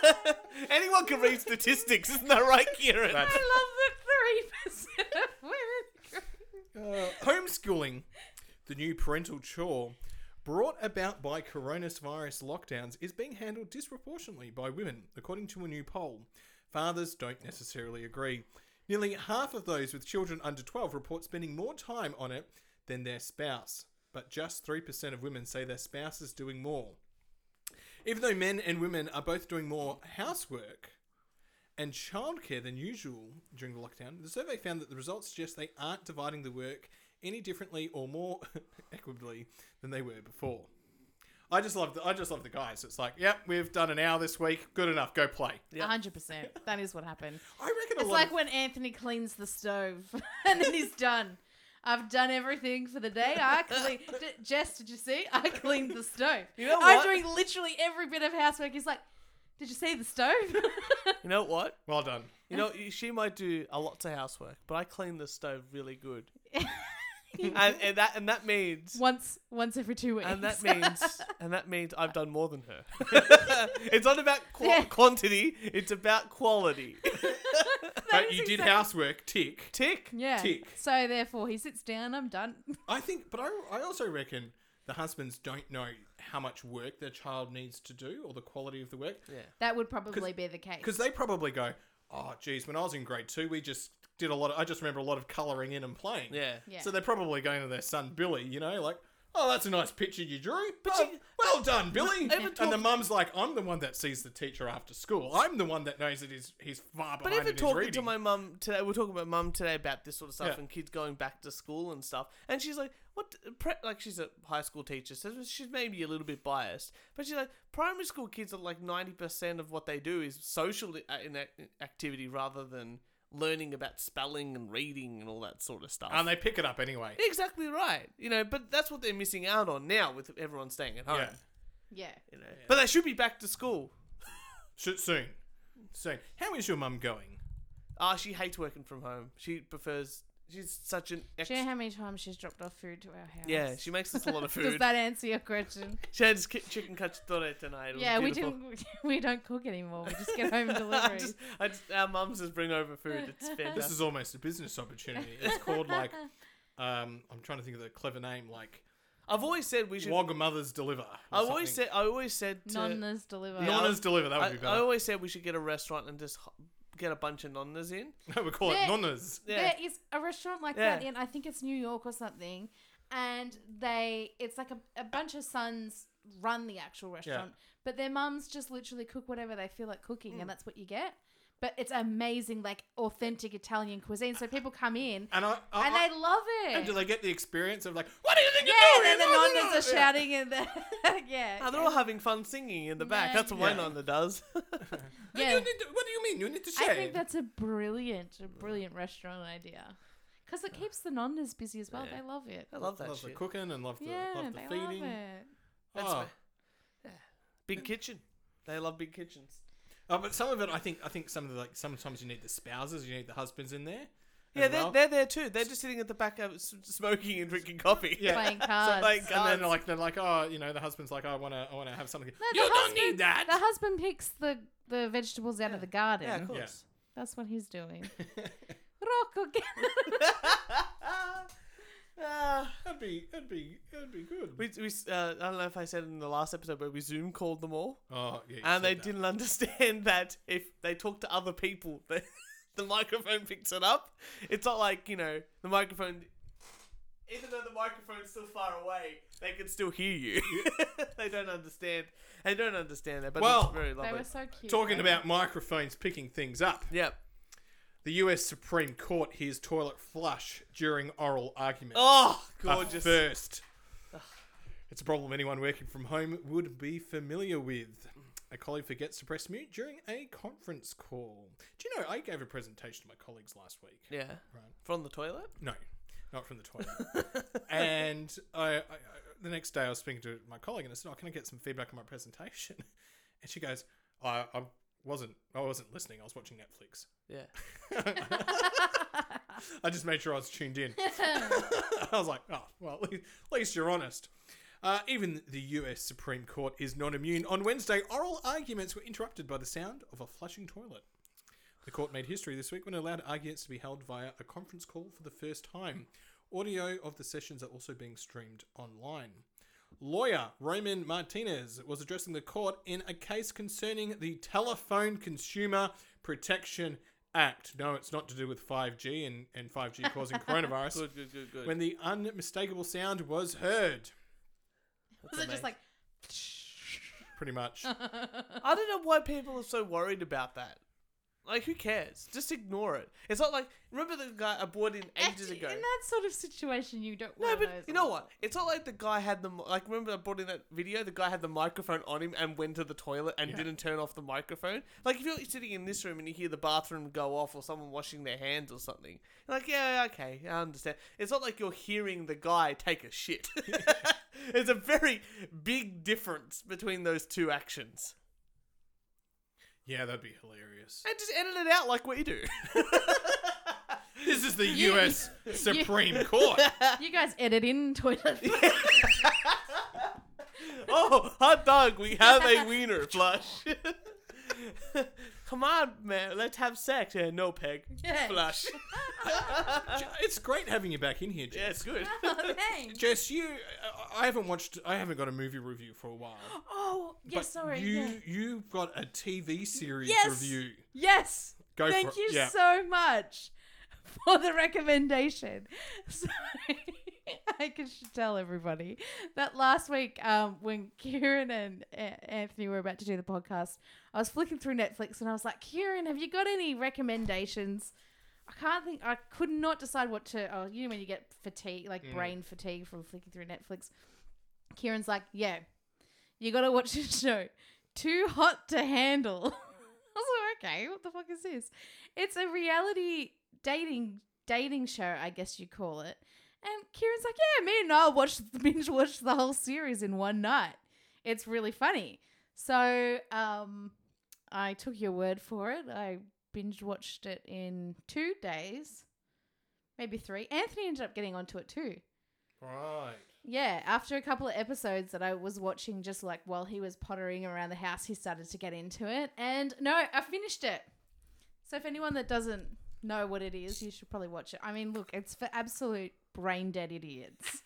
[SPEAKER 2] Anyone can read statistics, isn't that right, Kieran?
[SPEAKER 1] That's-
[SPEAKER 3] I love that 3% of women.
[SPEAKER 1] Uh, homeschooling, the new parental chore brought about by coronavirus lockdowns, is being handled disproportionately by women, according to a new poll. Fathers don't necessarily agree. Nearly half of those with children under 12 report spending more time on it than their spouse, but just 3% of women say their spouse is doing more. Even though men and women are both doing more housework, and childcare than usual during the lockdown, the survey found that the results suggest they aren't dividing the work any differently or more equitably than they were before. I just love the I just love the guys. It's like, yep, we've done an hour this week. Good enough. Go play.
[SPEAKER 3] 100%. That is what happened.
[SPEAKER 1] I reckon a
[SPEAKER 3] It's
[SPEAKER 1] lot
[SPEAKER 3] like
[SPEAKER 1] of-
[SPEAKER 3] when Anthony cleans the stove and then he's done. I've done everything for the day. I clean. D- Jess, did you see? I cleaned the stove.
[SPEAKER 2] You know
[SPEAKER 3] I'm
[SPEAKER 2] what?
[SPEAKER 3] doing literally every bit of housework. He's like, did you see the stove?
[SPEAKER 2] You know what?
[SPEAKER 1] Well done.
[SPEAKER 2] You know, she might do a lot of housework, but I clean the stove really good. and, and that and that means
[SPEAKER 3] once once every two weeks.
[SPEAKER 2] and that means and that means I've done more than her. it's not about qu-
[SPEAKER 3] Yeah.
[SPEAKER 2] quantity; it's about quality.
[SPEAKER 1] But you did housework, tick.
[SPEAKER 2] Tick.
[SPEAKER 3] yeah.
[SPEAKER 1] Tick.
[SPEAKER 3] So therefore, he sits down. I'm done.
[SPEAKER 1] I think but I I also reckon the husbands don't know how much work their child needs to do or the quality of the work.
[SPEAKER 2] Yeah.
[SPEAKER 3] That would probably be the case.
[SPEAKER 1] Because they probably go, oh, geez, when I was in grade two, we just did a lot of, I just remember a lot of colouring in and playing.
[SPEAKER 2] Yeah.
[SPEAKER 3] Yeah.
[SPEAKER 1] So they're probably going to their son, Billy, you know, like, oh, that's a nice picture you drew. Oh, well done, Billy. And
[SPEAKER 2] Ever
[SPEAKER 1] the
[SPEAKER 2] talk-
[SPEAKER 1] mum's like, I'm the one that sees the teacher after school. I'm the one that knows that he's, he's far
[SPEAKER 2] But
[SPEAKER 1] behind in
[SPEAKER 2] even
[SPEAKER 1] his
[SPEAKER 2] talking
[SPEAKER 1] reading.
[SPEAKER 2] to my mum today, we're talking about mum today about this sort of stuff
[SPEAKER 1] Yeah.
[SPEAKER 2] and kids going back to school and stuff. And she's like, "What? Pre-, like she's a high school teacher, so she's maybe a little bit biased, but she's like, primary school kids are like ninety percent of what they do is social i- uh, in activity rather than learning about spelling and reading and all that sort of stuff."
[SPEAKER 1] and they pick it up anyway.
[SPEAKER 2] exactly right, you know. But that's what they're missing out on now with everyone staying at home.
[SPEAKER 1] Yeah.
[SPEAKER 3] yeah.
[SPEAKER 2] You know, but they should be back to school.
[SPEAKER 1] Sh- Soon. Soon. How is your mum going?
[SPEAKER 2] Ah, she hates working from home. She prefers. She's such an. Ex-
[SPEAKER 3] Do you know how many times she's dropped off food to our house?
[SPEAKER 2] Yeah, she makes us a lot of
[SPEAKER 3] Does
[SPEAKER 2] food.
[SPEAKER 3] that answer your question?
[SPEAKER 2] she had ki- chicken cacciatore tonight. It was
[SPEAKER 3] yeah, we
[SPEAKER 2] beautiful.
[SPEAKER 3] didn't. We don't cook anymore. We just get home
[SPEAKER 2] I
[SPEAKER 3] delivery.
[SPEAKER 2] just, I just, our mums just bring over food. It's fantastic.
[SPEAKER 1] This is almost a business opportunity. It's called like, um, I'm trying to think of the clever name, like
[SPEAKER 2] I've always said we should.
[SPEAKER 1] Wog Mothers Deliver.
[SPEAKER 2] I've always said. I always said to.
[SPEAKER 3] Nonnas deliver.
[SPEAKER 2] Yeah,
[SPEAKER 1] Nonnas Deliver, that would
[SPEAKER 2] I,
[SPEAKER 1] be
[SPEAKER 2] I
[SPEAKER 1] better.
[SPEAKER 2] always said we should get a restaurant and just h- get a bunch of nonnas in.
[SPEAKER 1] No, we call it
[SPEAKER 3] Yeah.
[SPEAKER 1] Nonnas.
[SPEAKER 2] Yeah.
[SPEAKER 3] There is a restaurant like that
[SPEAKER 2] Yeah.
[SPEAKER 3] in I think it's New York or something, and they it's like a, a bunch of sons run the actual restaurant, but their mums just literally cook whatever they feel like cooking,
[SPEAKER 1] Mm.
[SPEAKER 3] and that's what you get. But it's amazing, like authentic Italian cuisine. So people come in
[SPEAKER 1] And I, I,
[SPEAKER 3] and
[SPEAKER 1] I-
[SPEAKER 3] they love it.
[SPEAKER 1] and do they get the experience of like, what do you think
[SPEAKER 3] yeah,
[SPEAKER 1] you're doing?
[SPEAKER 3] and then the
[SPEAKER 1] Blah, blah,
[SPEAKER 3] nonnas are
[SPEAKER 1] blah, blah.
[SPEAKER 3] shouting and the yeah,
[SPEAKER 2] Ah, they're all having fun singing in the back.
[SPEAKER 3] Yeah.
[SPEAKER 2] That's what
[SPEAKER 1] Yeah.
[SPEAKER 2] my nonna does.
[SPEAKER 1] You
[SPEAKER 3] yeah.
[SPEAKER 1] need to- what do you mean? You need to share.
[SPEAKER 3] I think that's a brilliant, a brilliant restaurant idea. Because it keeps the nonnas busy as well.
[SPEAKER 2] Yeah.
[SPEAKER 3] They love it.
[SPEAKER 2] I love that
[SPEAKER 1] love the
[SPEAKER 2] shit.
[SPEAKER 1] cooking and love the,
[SPEAKER 3] yeah,
[SPEAKER 1] love the
[SPEAKER 3] they
[SPEAKER 1] feeding.
[SPEAKER 3] love it.
[SPEAKER 2] That's
[SPEAKER 1] oh.
[SPEAKER 2] right. Big kitchen. They love big kitchens.
[SPEAKER 1] Oh, but some of it, I think, I think some of the like sometimes you need the spouses, you need the husbands in there.
[SPEAKER 2] Yeah,
[SPEAKER 1] as
[SPEAKER 2] they're,
[SPEAKER 1] well.
[SPEAKER 2] they're there too. They're just sitting at the back of s- smoking and drinking coffee.
[SPEAKER 1] Yeah.
[SPEAKER 3] Playing cards.
[SPEAKER 2] like,
[SPEAKER 1] and then
[SPEAKER 2] cards.
[SPEAKER 1] like they're like, oh, you know, the husband's like, I wanna, I wanna have something.
[SPEAKER 3] No,
[SPEAKER 1] you
[SPEAKER 3] the
[SPEAKER 1] don't
[SPEAKER 3] husband,
[SPEAKER 1] need that.
[SPEAKER 3] The husband picks the, the vegetables out of the garden.
[SPEAKER 2] yeah, of
[SPEAKER 1] Yeah.
[SPEAKER 2] course.
[SPEAKER 3] That's what he's doing. Rocco, get
[SPEAKER 2] Ah,
[SPEAKER 1] that'd be, that'd be, that'd be good.
[SPEAKER 2] we, we s- uh, I don't know if I said in the last episode, but we Zoom called them all,
[SPEAKER 1] oh, yeah. you
[SPEAKER 2] and they
[SPEAKER 1] said that.
[SPEAKER 2] didn't understand that if they talk to other people, the the microphone picks it up. It's not like you know the microphone. Even though the microphone's still far away, they can still hear you. they don't understand. They don't understand that, but
[SPEAKER 1] Well,
[SPEAKER 2] it's very lovely.
[SPEAKER 3] They were so cute.
[SPEAKER 1] Talking about microphones picking things up.
[SPEAKER 2] yep.
[SPEAKER 1] The U.S. Supreme Court hears toilet flush during oral argument.
[SPEAKER 2] Oh,
[SPEAKER 1] A
[SPEAKER 2] gorgeous.
[SPEAKER 1] first. It's a problem anyone working from home would be familiar with. A colleague forgets to press mute during a conference call. Do you know I gave a presentation to my colleagues last week?
[SPEAKER 2] Yeah. From the toilet?
[SPEAKER 1] No, not from the toilet. and I, I, I, the next day I was speaking to my colleague and I said, "Oh, can I get some feedback on my presentation?" And she goes, "I, I wasn't. I wasn't listening. I was watching Netflix."
[SPEAKER 2] Yeah.
[SPEAKER 1] I just made sure I was tuned in. I was like, oh, well, at least you're honest. Uh, even the US Supreme Court is not immune. On Wednesday, oral arguments were interrupted by the sound of a flushing toilet. The court made history this week when it allowed arguments to be held via a conference call for the first time. Audio of the sessions are also being streamed online. Lawyer Roman Martinez was addressing the court in a case concerning the Telephone Consumer Protection Act. No, it's not to do with 5G and, and 5G causing coronavirus.
[SPEAKER 2] Good, good, good, good.
[SPEAKER 1] When the unmistakable sound was heard.
[SPEAKER 3] Was it just like
[SPEAKER 1] Pretty much.
[SPEAKER 2] I don't know why people are so worried about that. Like, who cares? Just ignore it. It's not like remember the guy I bought in ages ago.
[SPEAKER 3] in that sort of situation? You don't.
[SPEAKER 2] No,
[SPEAKER 3] wear
[SPEAKER 2] but
[SPEAKER 3] those
[SPEAKER 2] you know
[SPEAKER 3] on.
[SPEAKER 2] what? It's not like the guy had the mi- like. Remember, I brought in that video. The guy had the microphone on him and went to the toilet and
[SPEAKER 1] Yeah.
[SPEAKER 2] didn't turn off the microphone. Like if you're sitting in this room and you hear the bathroom go off or someone washing their hands or something, you're like, yeah, okay, I understand. It's not like you're hearing the guy take a shit. it's a very big difference between those two actions.
[SPEAKER 1] Yeah, that'd be hilarious.
[SPEAKER 2] And just edit it out like we do.
[SPEAKER 1] This is the US Supreme Court.
[SPEAKER 3] You guys edit in toilet.
[SPEAKER 2] oh, hot dog, we have a wiener flush. Come on, man, let's have sex. Yeah, no peg.
[SPEAKER 3] Yeah.
[SPEAKER 2] Flush.
[SPEAKER 1] It's great having you back in here, Jess.
[SPEAKER 2] Yeah, it's good.
[SPEAKER 3] Oh, thanks.
[SPEAKER 1] Jess, you, I I haven't watched, I haven't got a movie review for a while.
[SPEAKER 3] Oh,
[SPEAKER 1] but
[SPEAKER 3] yes, sorry.
[SPEAKER 1] You,
[SPEAKER 3] yeah.
[SPEAKER 1] you've got a TV series
[SPEAKER 3] Yes.
[SPEAKER 1] review.
[SPEAKER 3] Yes.
[SPEAKER 1] Go for
[SPEAKER 3] Thank
[SPEAKER 1] it.
[SPEAKER 3] you
[SPEAKER 1] Yeah.
[SPEAKER 3] so much for the recommendation. So I can should tell everybody that last week um, when Kieran and A- Anthony were about to do the podcast, I was flicking through Netflix and I was like, Kieran, have you got any recommendations? I can't think. I could not decide what to. Oh, you know when you get fatigue, like
[SPEAKER 1] Mm.
[SPEAKER 3] brain fatigue from flicking through Netflix. Kieran's like, yeah, you got to watch this show. Too hot to handle. I was like, okay, what the fuck is this? It's a reality dating dating show, I guess you call it. And Kieran's like, yeah, me and I'll watch binge watch the whole series in one night. It's really funny. So um, I took your word for it. I binge watched it in two days, maybe three. Anthony ended up getting onto it too.
[SPEAKER 1] Right.
[SPEAKER 3] Yeah, after a couple of episodes that I was watching, just like while he was pottering around the house, he started to get into it. And no, I finished it. So if anyone that doesn't know what it is, you should probably watch it. I mean, look, it's for absolute brain dead idiots.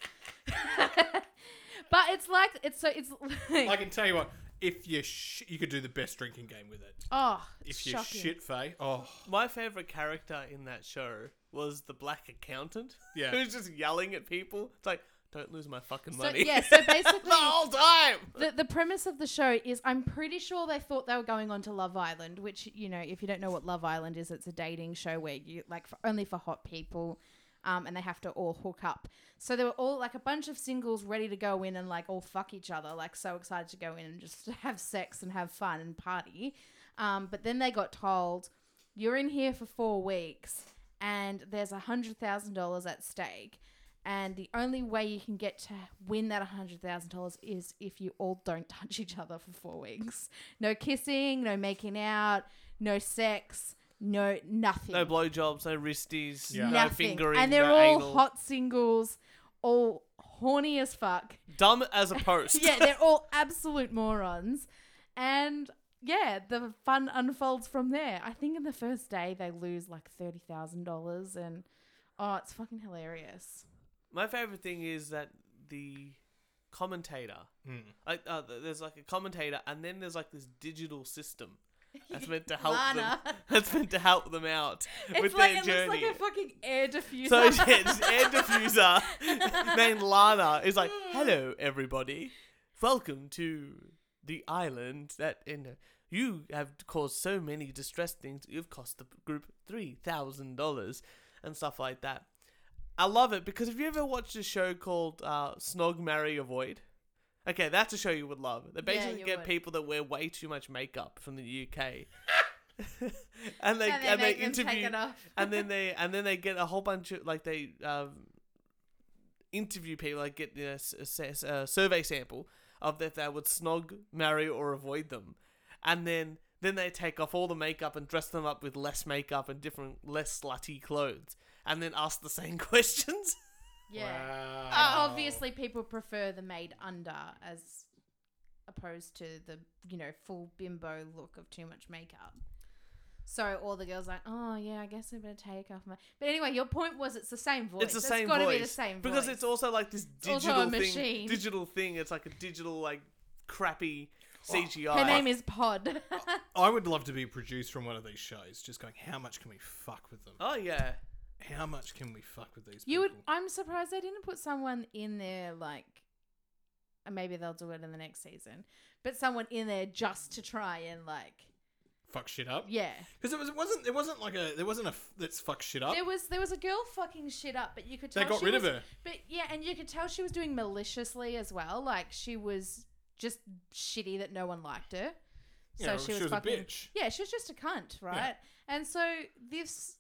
[SPEAKER 3] but it's like it's so it's like,
[SPEAKER 1] I can tell you what, if you, sh- you could do the best drinking game with it.
[SPEAKER 3] oh, it's
[SPEAKER 1] If you
[SPEAKER 3] shocking.
[SPEAKER 1] shit Faye, oh,
[SPEAKER 2] My favorite character in that show was the black accountant.
[SPEAKER 1] Yeah.
[SPEAKER 2] Who's just yelling at people. It's like, don't lose my fucking
[SPEAKER 3] So,
[SPEAKER 2] money.
[SPEAKER 3] yeah, so basically,
[SPEAKER 2] the whole time.
[SPEAKER 3] the, the premise of the show is I'm pretty sure they thought they were going on to Love Island, which you know, if you don't know what Love Island is, it's a dating show where you like for, only for hot people. Um, and they have to all hook up. So they were all like a bunch of singles ready to go in and like all fuck each other, like so excited to go in and just have sex and have fun and party. Um, but then they got told, you're in here for four weeks and there's a hundred thousand dollars at stake and the only way you can get to win that $100,000 is if you all don't touch each other for four weeks. No kissing, no making out, no sex, no nothing.
[SPEAKER 2] No blowjobs, no wristies,
[SPEAKER 1] Yeah.
[SPEAKER 2] no
[SPEAKER 3] nothing.
[SPEAKER 2] fingering,
[SPEAKER 3] and they're
[SPEAKER 2] no
[SPEAKER 3] all
[SPEAKER 2] anal.
[SPEAKER 3] hot singles, all horny as fuck.
[SPEAKER 2] Dumb as a post.
[SPEAKER 3] yeah, they're all absolute morons. And yeah, the fun unfolds from there. I think in the first day they lose like $30,000 and oh, it's fucking hilarious.
[SPEAKER 2] My favorite thing is that the commentator, like, uh, th- there's like a commentator, and then there's like this digital system that's meant to help them.
[SPEAKER 3] Lana.
[SPEAKER 2] That's meant to help them out with
[SPEAKER 3] It's like
[SPEAKER 2] their
[SPEAKER 3] it looks
[SPEAKER 2] journey.
[SPEAKER 3] like a fucking air diffuser.
[SPEAKER 2] so yeah, it's air diffuser named Lana is like,
[SPEAKER 3] Hmm.
[SPEAKER 2] "Hello, everybody, welcome to the island that you know, you have caused so many distress things. You've cost the group three thousand dollars and stuff like that." I love it because if you ever watched a show called uh, Snog Marry Avoid, okay, that's a show you would love.
[SPEAKER 3] Yeah,
[SPEAKER 2] They basically
[SPEAKER 3] you
[SPEAKER 2] get
[SPEAKER 3] would.
[SPEAKER 2] people that wear way too much makeup from the UK. and they
[SPEAKER 3] And
[SPEAKER 2] and
[SPEAKER 3] they
[SPEAKER 2] they,
[SPEAKER 3] make them take
[SPEAKER 2] interview
[SPEAKER 3] it off.
[SPEAKER 2] and then they and then they get a whole bunch of like they um, interview people like get you know, s- s- s- a survey sample of if they would snog marry or avoid them and then then they take off all the makeup and dress them up with less makeup and different less slutty clothes and then ask the same questions.
[SPEAKER 3] Yeah. And
[SPEAKER 2] Wow.
[SPEAKER 3] obviously, people prefer the maid under as opposed to the, you know, full bimbo look of too much makeup. So all the girls are like, oh, yeah, I guess I better take off my. But anyway, your point was it's the same voice.
[SPEAKER 2] It's the same
[SPEAKER 3] It's got
[SPEAKER 2] voice
[SPEAKER 3] to be the same voice.
[SPEAKER 2] because it's also like this
[SPEAKER 3] It's also
[SPEAKER 2] digital
[SPEAKER 3] a
[SPEAKER 2] thing.
[SPEAKER 3] machine.
[SPEAKER 2] Digital thing. It's like a digital like crappy CGI.
[SPEAKER 3] Her name is Pod.
[SPEAKER 2] Oh.
[SPEAKER 1] I would love to be produced from one of these shows, just going, how much can we fuck with them?
[SPEAKER 2] Oh, yeah.
[SPEAKER 1] How much can we fuck with these
[SPEAKER 3] you would.
[SPEAKER 1] people?
[SPEAKER 3] I'm surprised they didn't put someone in there like. and Maybe they'll do it in the next season, but someone in there just to try and like,
[SPEAKER 1] fuck shit up?
[SPEAKER 3] yeah.
[SPEAKER 1] Because it, was, it wasn't it wasn't like a there wasn't a f- let's fuck shit up.
[SPEAKER 3] There was there was a girl fucking shit up, but you could
[SPEAKER 1] They
[SPEAKER 3] tell
[SPEAKER 1] got
[SPEAKER 3] she
[SPEAKER 1] rid of
[SPEAKER 3] was,
[SPEAKER 1] her.
[SPEAKER 3] But yeah, and you could tell she was doing maliciously as well. Like she was just shitty that no one liked her. So
[SPEAKER 1] Yeah,
[SPEAKER 3] she,
[SPEAKER 1] she
[SPEAKER 3] was,
[SPEAKER 1] was a
[SPEAKER 3] fucking,
[SPEAKER 1] bitch.
[SPEAKER 3] Yeah, she was just a cunt, right? And so this,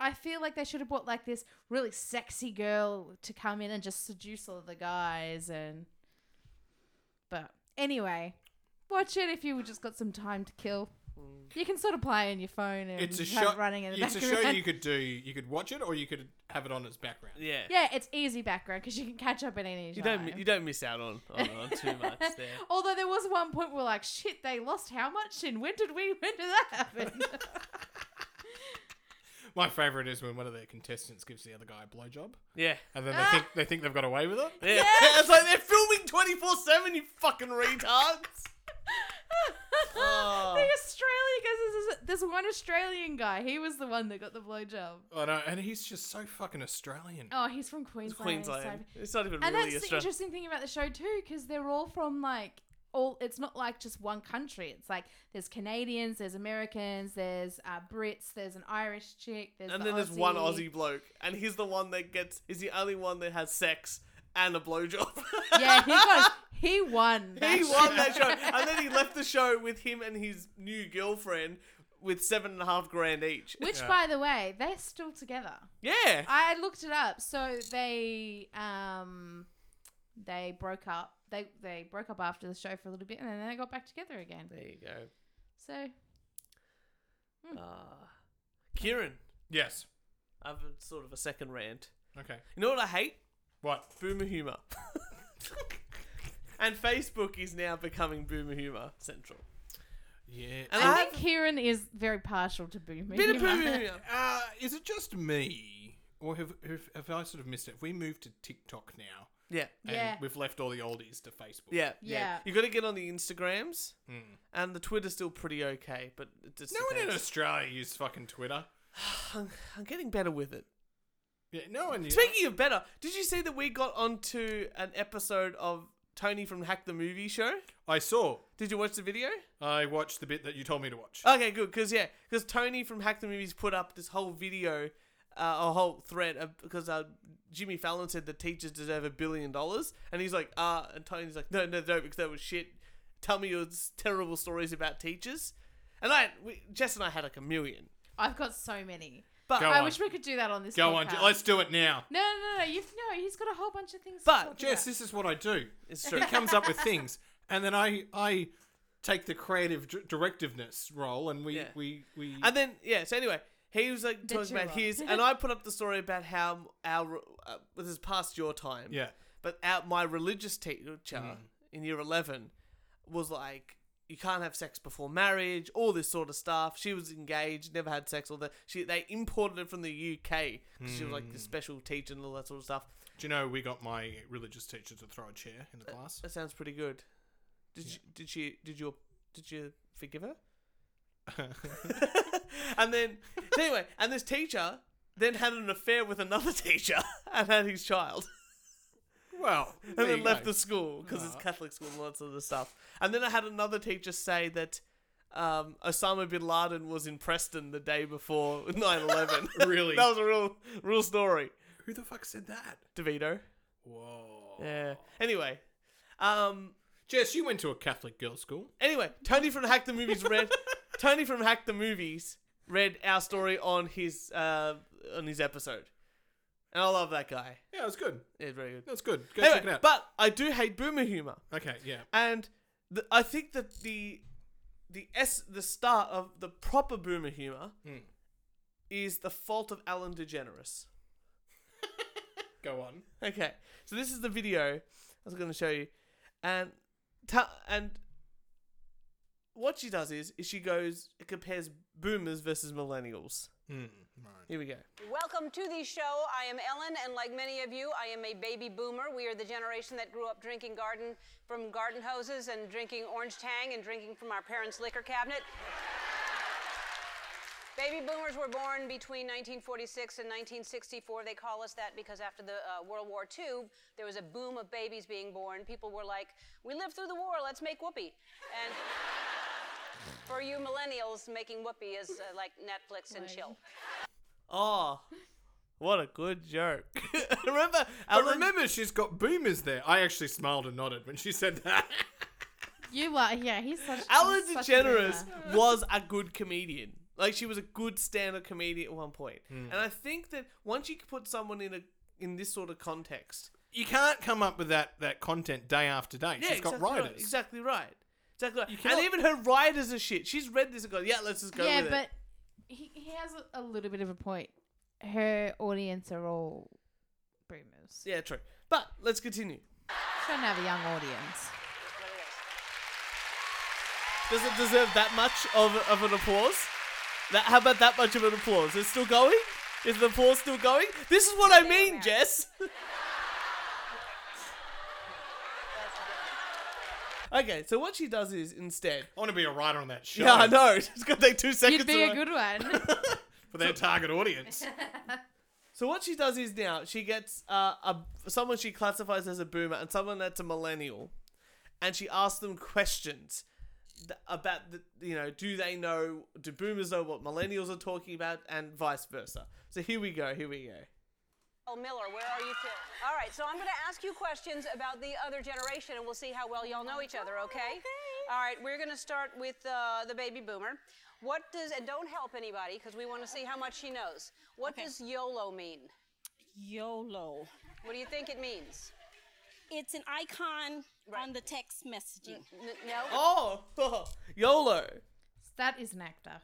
[SPEAKER 3] I feel like they should have brought like this really sexy girl to come in and just seduce all the guys. And but anyway, watch it if you just got some time to kill. You can sort of play on your phone and
[SPEAKER 1] Mm. it's a
[SPEAKER 3] have
[SPEAKER 1] show.
[SPEAKER 3] it running in the
[SPEAKER 1] it's a
[SPEAKER 3] background.
[SPEAKER 1] show you could do. You could watch it, or you could have it on as background.
[SPEAKER 2] Yeah.
[SPEAKER 3] Yeah, it's easy background because you can catch up at any
[SPEAKER 2] You
[SPEAKER 3] time.
[SPEAKER 2] don't mi- you don't miss out on on, on too much there.
[SPEAKER 3] Although there was one point where like, shit, they lost how much, and when did we? When did that happen?
[SPEAKER 1] My favorite is when one of their contestants gives the other guy a blowjob.
[SPEAKER 2] Yeah.
[SPEAKER 1] and
[SPEAKER 3] Ah.
[SPEAKER 1] then they think they think they've got away with it.
[SPEAKER 2] Yeah. it's like they're filming twenty four seven. You fucking retards. Oh.
[SPEAKER 3] the Australia, because this, this one Australian guy, he was the one that got the blowjob.
[SPEAKER 1] I know, and he's just so fucking Australian.
[SPEAKER 3] Oh, he's from Queensland.
[SPEAKER 1] Queensland.
[SPEAKER 3] so-
[SPEAKER 1] It's not even
[SPEAKER 3] and
[SPEAKER 1] really
[SPEAKER 3] that's the
[SPEAKER 1] Australia.
[SPEAKER 3] interesting thing about the show too, because they're all from like all. It's not like just one country. It's like there's Canadians, there's Americans, there's uh, Brits, there's an Irish chick, there's
[SPEAKER 2] and
[SPEAKER 3] the
[SPEAKER 2] then there's one
[SPEAKER 3] Aussie
[SPEAKER 2] Aussie bloke, and he's the one that gets. He's the only one that has sex and a blowjob.
[SPEAKER 3] yeah, he got he won. That
[SPEAKER 2] he won that show, and then he left the show with him and his new girlfriend with seven and a half grand each.
[SPEAKER 3] Which, by the way, they're still together.
[SPEAKER 2] yeah,
[SPEAKER 3] I looked it up. So they um they broke up. They they broke up after the show for a little bit, and then they got back together again.
[SPEAKER 2] There you go.
[SPEAKER 3] So
[SPEAKER 2] Ah. Kieran.
[SPEAKER 1] Yes.
[SPEAKER 2] I've a, sort of a second rant.
[SPEAKER 1] Okay.
[SPEAKER 2] You know what I hate?
[SPEAKER 1] What?
[SPEAKER 2] Boomer humor. and Facebook is now becoming boomer humor central.
[SPEAKER 1] Yeah.
[SPEAKER 2] And
[SPEAKER 3] I,
[SPEAKER 2] I
[SPEAKER 3] think Kieran is very partial to Boomer.
[SPEAKER 2] Bit of
[SPEAKER 3] Humor.
[SPEAKER 2] Boomer humor.
[SPEAKER 1] Uh, is it just me, or have, have have I sort of missed it? If we moved to TikTok now,
[SPEAKER 2] Yeah.
[SPEAKER 1] and
[SPEAKER 3] Yeah.
[SPEAKER 1] we've left all the oldies to Facebook.
[SPEAKER 2] Yeah, yeah.
[SPEAKER 3] Yeah.
[SPEAKER 2] You got to get on the Instagrams,
[SPEAKER 1] Mm.
[SPEAKER 2] and the Twitter's still pretty okay, but it just
[SPEAKER 1] No one in
[SPEAKER 2] depends.
[SPEAKER 1] Australia uses fucking Twitter.
[SPEAKER 2] I'm, I'm getting better with it.
[SPEAKER 1] Yeah, no one.
[SPEAKER 2] Speaking of better, did you see that we got onto an episode of Tony from Hack the Movie Show?
[SPEAKER 1] I saw.
[SPEAKER 2] Did you watch the video?
[SPEAKER 1] I watched the bit that you told me to watch.
[SPEAKER 2] Okay, good. Because yeah, because Tony from Hack the Movies put up this whole video, uh, a whole thread uh, because uh, Jimmy Fallon said the teachers deserve a billion dollars, and he's like, uh, and Tony's like, no, no, no, because that was shit. Tell me your s- terrible stories about teachers, and I, we, Jess and I had like a million.
[SPEAKER 3] I've got so many.
[SPEAKER 2] But-
[SPEAKER 1] Go
[SPEAKER 3] I
[SPEAKER 1] on.
[SPEAKER 3] wish we could do that on this.
[SPEAKER 1] Go
[SPEAKER 3] podcast.
[SPEAKER 1] on, let's do it now.
[SPEAKER 3] No, no, no, no. You've no. He's got a whole bunch of things. to
[SPEAKER 2] But
[SPEAKER 3] talk
[SPEAKER 1] Jess,
[SPEAKER 3] about.
[SPEAKER 1] this is what I do.
[SPEAKER 2] It's true.
[SPEAKER 1] He comes up with things, and then I I take the creative d- directiveness role, and we
[SPEAKER 2] Yeah.
[SPEAKER 1] we we.
[SPEAKER 2] And then yeah, so anyway, he was like
[SPEAKER 3] Did
[SPEAKER 2] talking
[SPEAKER 3] you
[SPEAKER 2] about
[SPEAKER 3] all?
[SPEAKER 2] his, and I put up the story about how our uh, this is past your time,
[SPEAKER 1] yeah.
[SPEAKER 2] but our, my religious teacher in year eleven was like, you can't have sex before marriage, all this sort of stuff. She was engaged, never had sex, all that. She they imported it from the UK because she was like the special teacher and all that sort of stuff.
[SPEAKER 1] Do you know we got my religious teacher to throw a chair in the class?
[SPEAKER 2] That sounds pretty good. Did you, did she did you did you forgive her? and then so anyway, and this teacher then had an affair with another teacher and had his child,
[SPEAKER 1] Well,
[SPEAKER 2] and then left the
[SPEAKER 1] the.
[SPEAKER 2] school because it's
[SPEAKER 1] Aw.
[SPEAKER 2] Catholic school and lots of this stuff. And then I had another teacher say that um, Osama bin Laden was in Preston the day before 9-11.
[SPEAKER 1] Really?
[SPEAKER 2] that was a real real story.
[SPEAKER 1] Who the fuck said that?
[SPEAKER 2] DeVito.
[SPEAKER 1] Whoa.
[SPEAKER 2] Yeah. Anyway, um,
[SPEAKER 1] Jess, you went to a Catholic girls' school.
[SPEAKER 2] Anyway, Tony from Hack the Movies read Tony from Hack the Movies read our story on his uh, on his episode, and I love that guy.
[SPEAKER 1] Yeah, it was good.
[SPEAKER 2] Yeah, very good.
[SPEAKER 1] That's good. Go check it
[SPEAKER 2] Anyway,
[SPEAKER 1] out.
[SPEAKER 2] but I do hate boomer humor,
[SPEAKER 1] okay, yeah.
[SPEAKER 2] and the, I think that the the s the start of the proper boomer humor
[SPEAKER 1] Mm.
[SPEAKER 2] is the fault of Alan DeGeneres.
[SPEAKER 1] Go on.
[SPEAKER 2] Okay, so this is the video I was going to show you, and ta- and what she does is, is she goes it compares boomers versus millennials. Here we go.
[SPEAKER 11] Welcome to the show. I am Ellen, and like many of you, I am a baby boomer. We are the generation that grew up drinking garden from garden hoses and drinking orange tang and drinking from our parents' liquor cabinet. Baby boomers were born between 1946 and 1964. They call us that because after the uh, World War II, there was a boom of babies being born. People were like, "We lived through the war. Let's make whoopee." And for you millennials, making whoopee is uh, like Netflix and chill.
[SPEAKER 2] Oh, what a good joke. remember,
[SPEAKER 1] I remember she's got boomers there. I actually smiled and nodded when she said that.
[SPEAKER 3] You are, yeah, he's such
[SPEAKER 2] Ellen
[SPEAKER 3] he's such a
[SPEAKER 2] DeGeneres
[SPEAKER 3] loser.
[SPEAKER 2] was a good comedian. Like she was a good stand-up comedian at one point.
[SPEAKER 1] Hmm.
[SPEAKER 2] And I think that once you put someone in a in this sort of context,
[SPEAKER 1] You can't come up with that, that content day after day. she's got
[SPEAKER 2] exactly right,
[SPEAKER 1] writers.
[SPEAKER 2] exactly right. Exactly right.
[SPEAKER 1] cannot-
[SPEAKER 2] And even her writers are shit. She's read this and gone, yeah, let's just go
[SPEAKER 3] yeah,
[SPEAKER 2] with
[SPEAKER 3] but
[SPEAKER 2] it.
[SPEAKER 3] he, he has a, a little bit of a point. Her audience are all boomers.
[SPEAKER 2] Yeah, true. But let's continue.
[SPEAKER 3] Trying to have a young audience.
[SPEAKER 2] Does it deserve that much of, of an applause? That, how about that much of an applause? Is it still going? Is the applause still going? This is what I mean, Jess. okay, so what she does is instead.
[SPEAKER 1] I want to be a writer on that show.
[SPEAKER 2] Yeah, I know. It's going to take two seconds.
[SPEAKER 3] You'd be
[SPEAKER 2] to
[SPEAKER 3] a
[SPEAKER 2] write.
[SPEAKER 3] good one.
[SPEAKER 1] For their target audience.
[SPEAKER 2] So what she does is now she gets uh, a someone she classifies as a boomer and someone that's a millennial, and she asks them questions th- about the you know do they know do boomers know what millennials are talking about and vice versa. So here we go. Here we go.
[SPEAKER 11] Oh, Miller, where are you two? All right, so I'm going to ask you questions about the other generation, and we'll see how well y'all know each other, okay? All right, we're going to start with uh, the baby boomer. What does, and don't help anybody because we want to see how much she knows. What does YOLO mean?
[SPEAKER 12] YOLO.
[SPEAKER 11] What do you think it means?
[SPEAKER 12] It's an icon on the text messaging.
[SPEAKER 11] no.
[SPEAKER 2] Oh, YOLO.
[SPEAKER 3] That is an actor.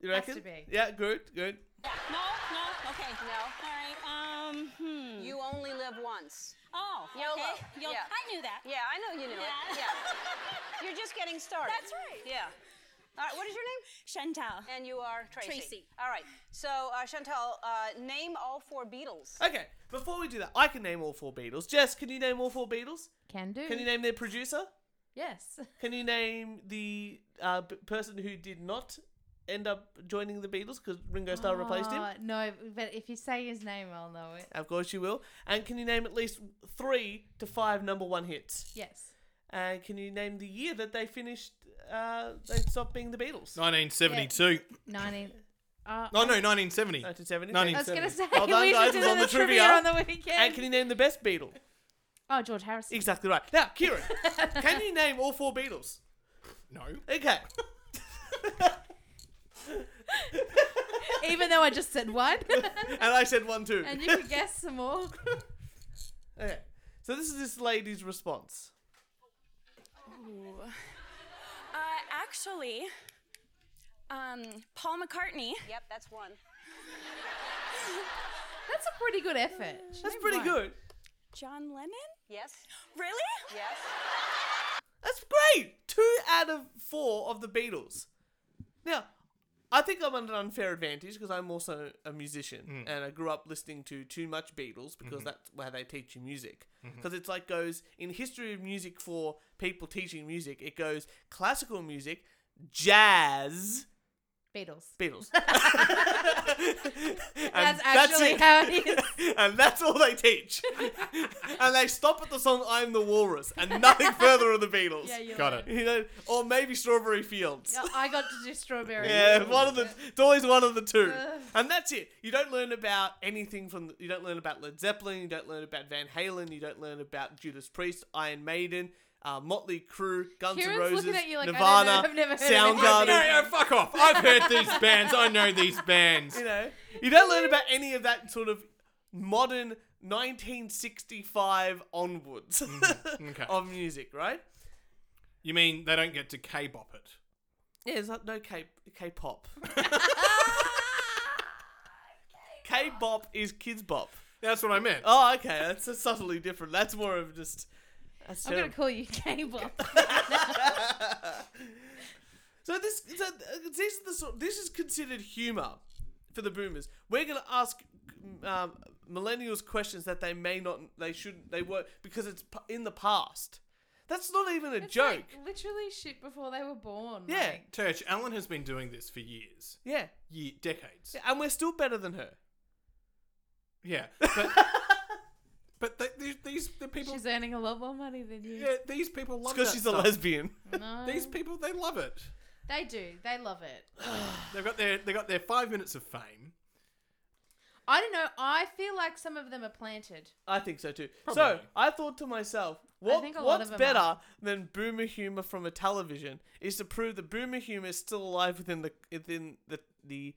[SPEAKER 2] You
[SPEAKER 3] Has to
[SPEAKER 2] reckon?
[SPEAKER 3] be.
[SPEAKER 2] Yeah, good, good.
[SPEAKER 12] No, no, okay. No. All right. Um, hmm.
[SPEAKER 11] You only live once.
[SPEAKER 12] Oh,
[SPEAKER 11] YOLO.
[SPEAKER 12] okay. Yo-
[SPEAKER 11] Yeah.
[SPEAKER 12] I knew that.
[SPEAKER 11] Yeah, I know you knew it. Yeah. You're just getting started.
[SPEAKER 12] That's right.
[SPEAKER 11] Yeah. All right, what is your name?
[SPEAKER 12] Chantal.
[SPEAKER 11] And you are Tracy.
[SPEAKER 12] Tracy.
[SPEAKER 11] All right, so uh, Chantal, uh, name all four Beatles.
[SPEAKER 2] Okay, before we do that, I can name all four Beatles. Jess, can you name all four Beatles?
[SPEAKER 3] Can do.
[SPEAKER 2] Can you name their producer?
[SPEAKER 3] Yes.
[SPEAKER 2] Can you name the uh, p- person who did not end up joining the Beatles because Ringo Starr replaced him?
[SPEAKER 3] Oh, No, but if you say his name, I'll know it.
[SPEAKER 2] Of course you will. And can you name at least three to five number one hits?
[SPEAKER 3] Yes.
[SPEAKER 2] And can you name the year that they finished? Uh, they stopped being the Beatles.
[SPEAKER 1] 1972.
[SPEAKER 3] 19. Uh,
[SPEAKER 1] Oh, No, no, 1970.
[SPEAKER 2] 1970.
[SPEAKER 3] I was going to say,
[SPEAKER 2] Well done,
[SPEAKER 3] we
[SPEAKER 2] guys.
[SPEAKER 3] should do
[SPEAKER 2] It's on
[SPEAKER 3] the,
[SPEAKER 2] the
[SPEAKER 3] trivia
[SPEAKER 2] trivia.
[SPEAKER 3] on the weekend.
[SPEAKER 2] And can you name the best Beatle?
[SPEAKER 3] Oh, George Harrison.
[SPEAKER 2] Exactly right. Now, Kieran, can you name all four Beatles?
[SPEAKER 1] No.
[SPEAKER 2] Okay.
[SPEAKER 3] Even though I just said one.
[SPEAKER 2] And I said one too.
[SPEAKER 3] and you can guess some more.
[SPEAKER 2] Okay. So this is this lady's response.
[SPEAKER 13] Ooh. Uh, actually, um, Paul McCartney.
[SPEAKER 11] Yep, that's one.
[SPEAKER 3] That's a pretty good effort. She
[SPEAKER 2] That's
[SPEAKER 3] named
[SPEAKER 2] pretty
[SPEAKER 3] one.
[SPEAKER 2] good.
[SPEAKER 13] John Lennon?
[SPEAKER 11] Yes.
[SPEAKER 13] Really?
[SPEAKER 11] Yes.
[SPEAKER 2] That's great. Two out of four of the Beatles. Now, I think I'm under an unfair advantage because I'm also a musician and I grew up listening to too much Beatles because
[SPEAKER 1] Mhm.
[SPEAKER 2] that's where they teach you music.
[SPEAKER 1] Mhm.
[SPEAKER 2] Because it's like goes in history of music for people teaching music. It goes classical music, jazz,
[SPEAKER 3] Beatles.
[SPEAKER 2] Beatles. And
[SPEAKER 3] That's actually
[SPEAKER 2] it.
[SPEAKER 3] how it is.
[SPEAKER 2] and that's all they teach. and they stop at the song "I'm the Walrus" and nothing further of the Beatles.
[SPEAKER 3] Yeah, you're Got right.
[SPEAKER 2] You know, or maybe Strawberry Fields.
[SPEAKER 3] Yeah, I got to do strawberry.
[SPEAKER 2] Yeah, one of the. It's always one of the two,
[SPEAKER 3] Ugh.
[SPEAKER 2] and that's it. You don't learn about anything from. You don't learn about Led Zeppelin. You don't learn about Van Halen. You don't learn about Judas Priest, Iron Maiden, uh, Motley Crue, Guns N'
[SPEAKER 3] Kieran's
[SPEAKER 2] Roses,
[SPEAKER 3] looking at you like, I don't know,
[SPEAKER 2] Nirvana,
[SPEAKER 3] I've never heard of
[SPEAKER 2] Soundgarden.
[SPEAKER 3] anything. No, no,
[SPEAKER 1] fuck off. I've heard these bands. I know these bands.
[SPEAKER 2] You know, you don't learn about any of that sort of modern 1965 onwards
[SPEAKER 1] okay.
[SPEAKER 2] of music, right?
[SPEAKER 1] You mean they don't get to K-bop it?
[SPEAKER 2] Yeah, there's not no K K-pop. K-pop is kids bop.
[SPEAKER 1] That's what I meant.
[SPEAKER 2] Oh, okay. That's a subtly different. That's more of just. That's
[SPEAKER 3] I'm gonna
[SPEAKER 2] terrible.
[SPEAKER 3] call you Cable.
[SPEAKER 2] So this, so uh, this is the sort. This is considered humor for the boomers. We're going to ask um, millennials questions that they may not, they shouldn't, they were because it's p- in the past. That's not even a
[SPEAKER 3] It's
[SPEAKER 2] joke.
[SPEAKER 3] like literally shit before they were born.
[SPEAKER 2] yeah,
[SPEAKER 1] Church, Alan has been doing this for years.
[SPEAKER 2] yeah,
[SPEAKER 1] Ye- decades.
[SPEAKER 2] Yeah, and we're still better than her.
[SPEAKER 1] Yeah. But, but the, the, these the people.
[SPEAKER 3] She's earning a lot more money than you.
[SPEAKER 1] yeah, these people
[SPEAKER 2] It's
[SPEAKER 1] love
[SPEAKER 2] because
[SPEAKER 1] that
[SPEAKER 2] she's a
[SPEAKER 1] stuff.
[SPEAKER 2] lesbian.
[SPEAKER 3] No.
[SPEAKER 1] These people, they love it.
[SPEAKER 3] They do. They love it.
[SPEAKER 1] They've got their they got their five minutes of fame.
[SPEAKER 3] I don't know. I feel like some of them are planted.
[SPEAKER 2] I think so too. So
[SPEAKER 1] Probably.
[SPEAKER 2] I thought to myself, what,
[SPEAKER 3] think a lot
[SPEAKER 2] what's
[SPEAKER 3] of 'em
[SPEAKER 2] better
[SPEAKER 3] are.
[SPEAKER 2] than boomer humor from a television is to prove that boomer humor is still alive within the within the the.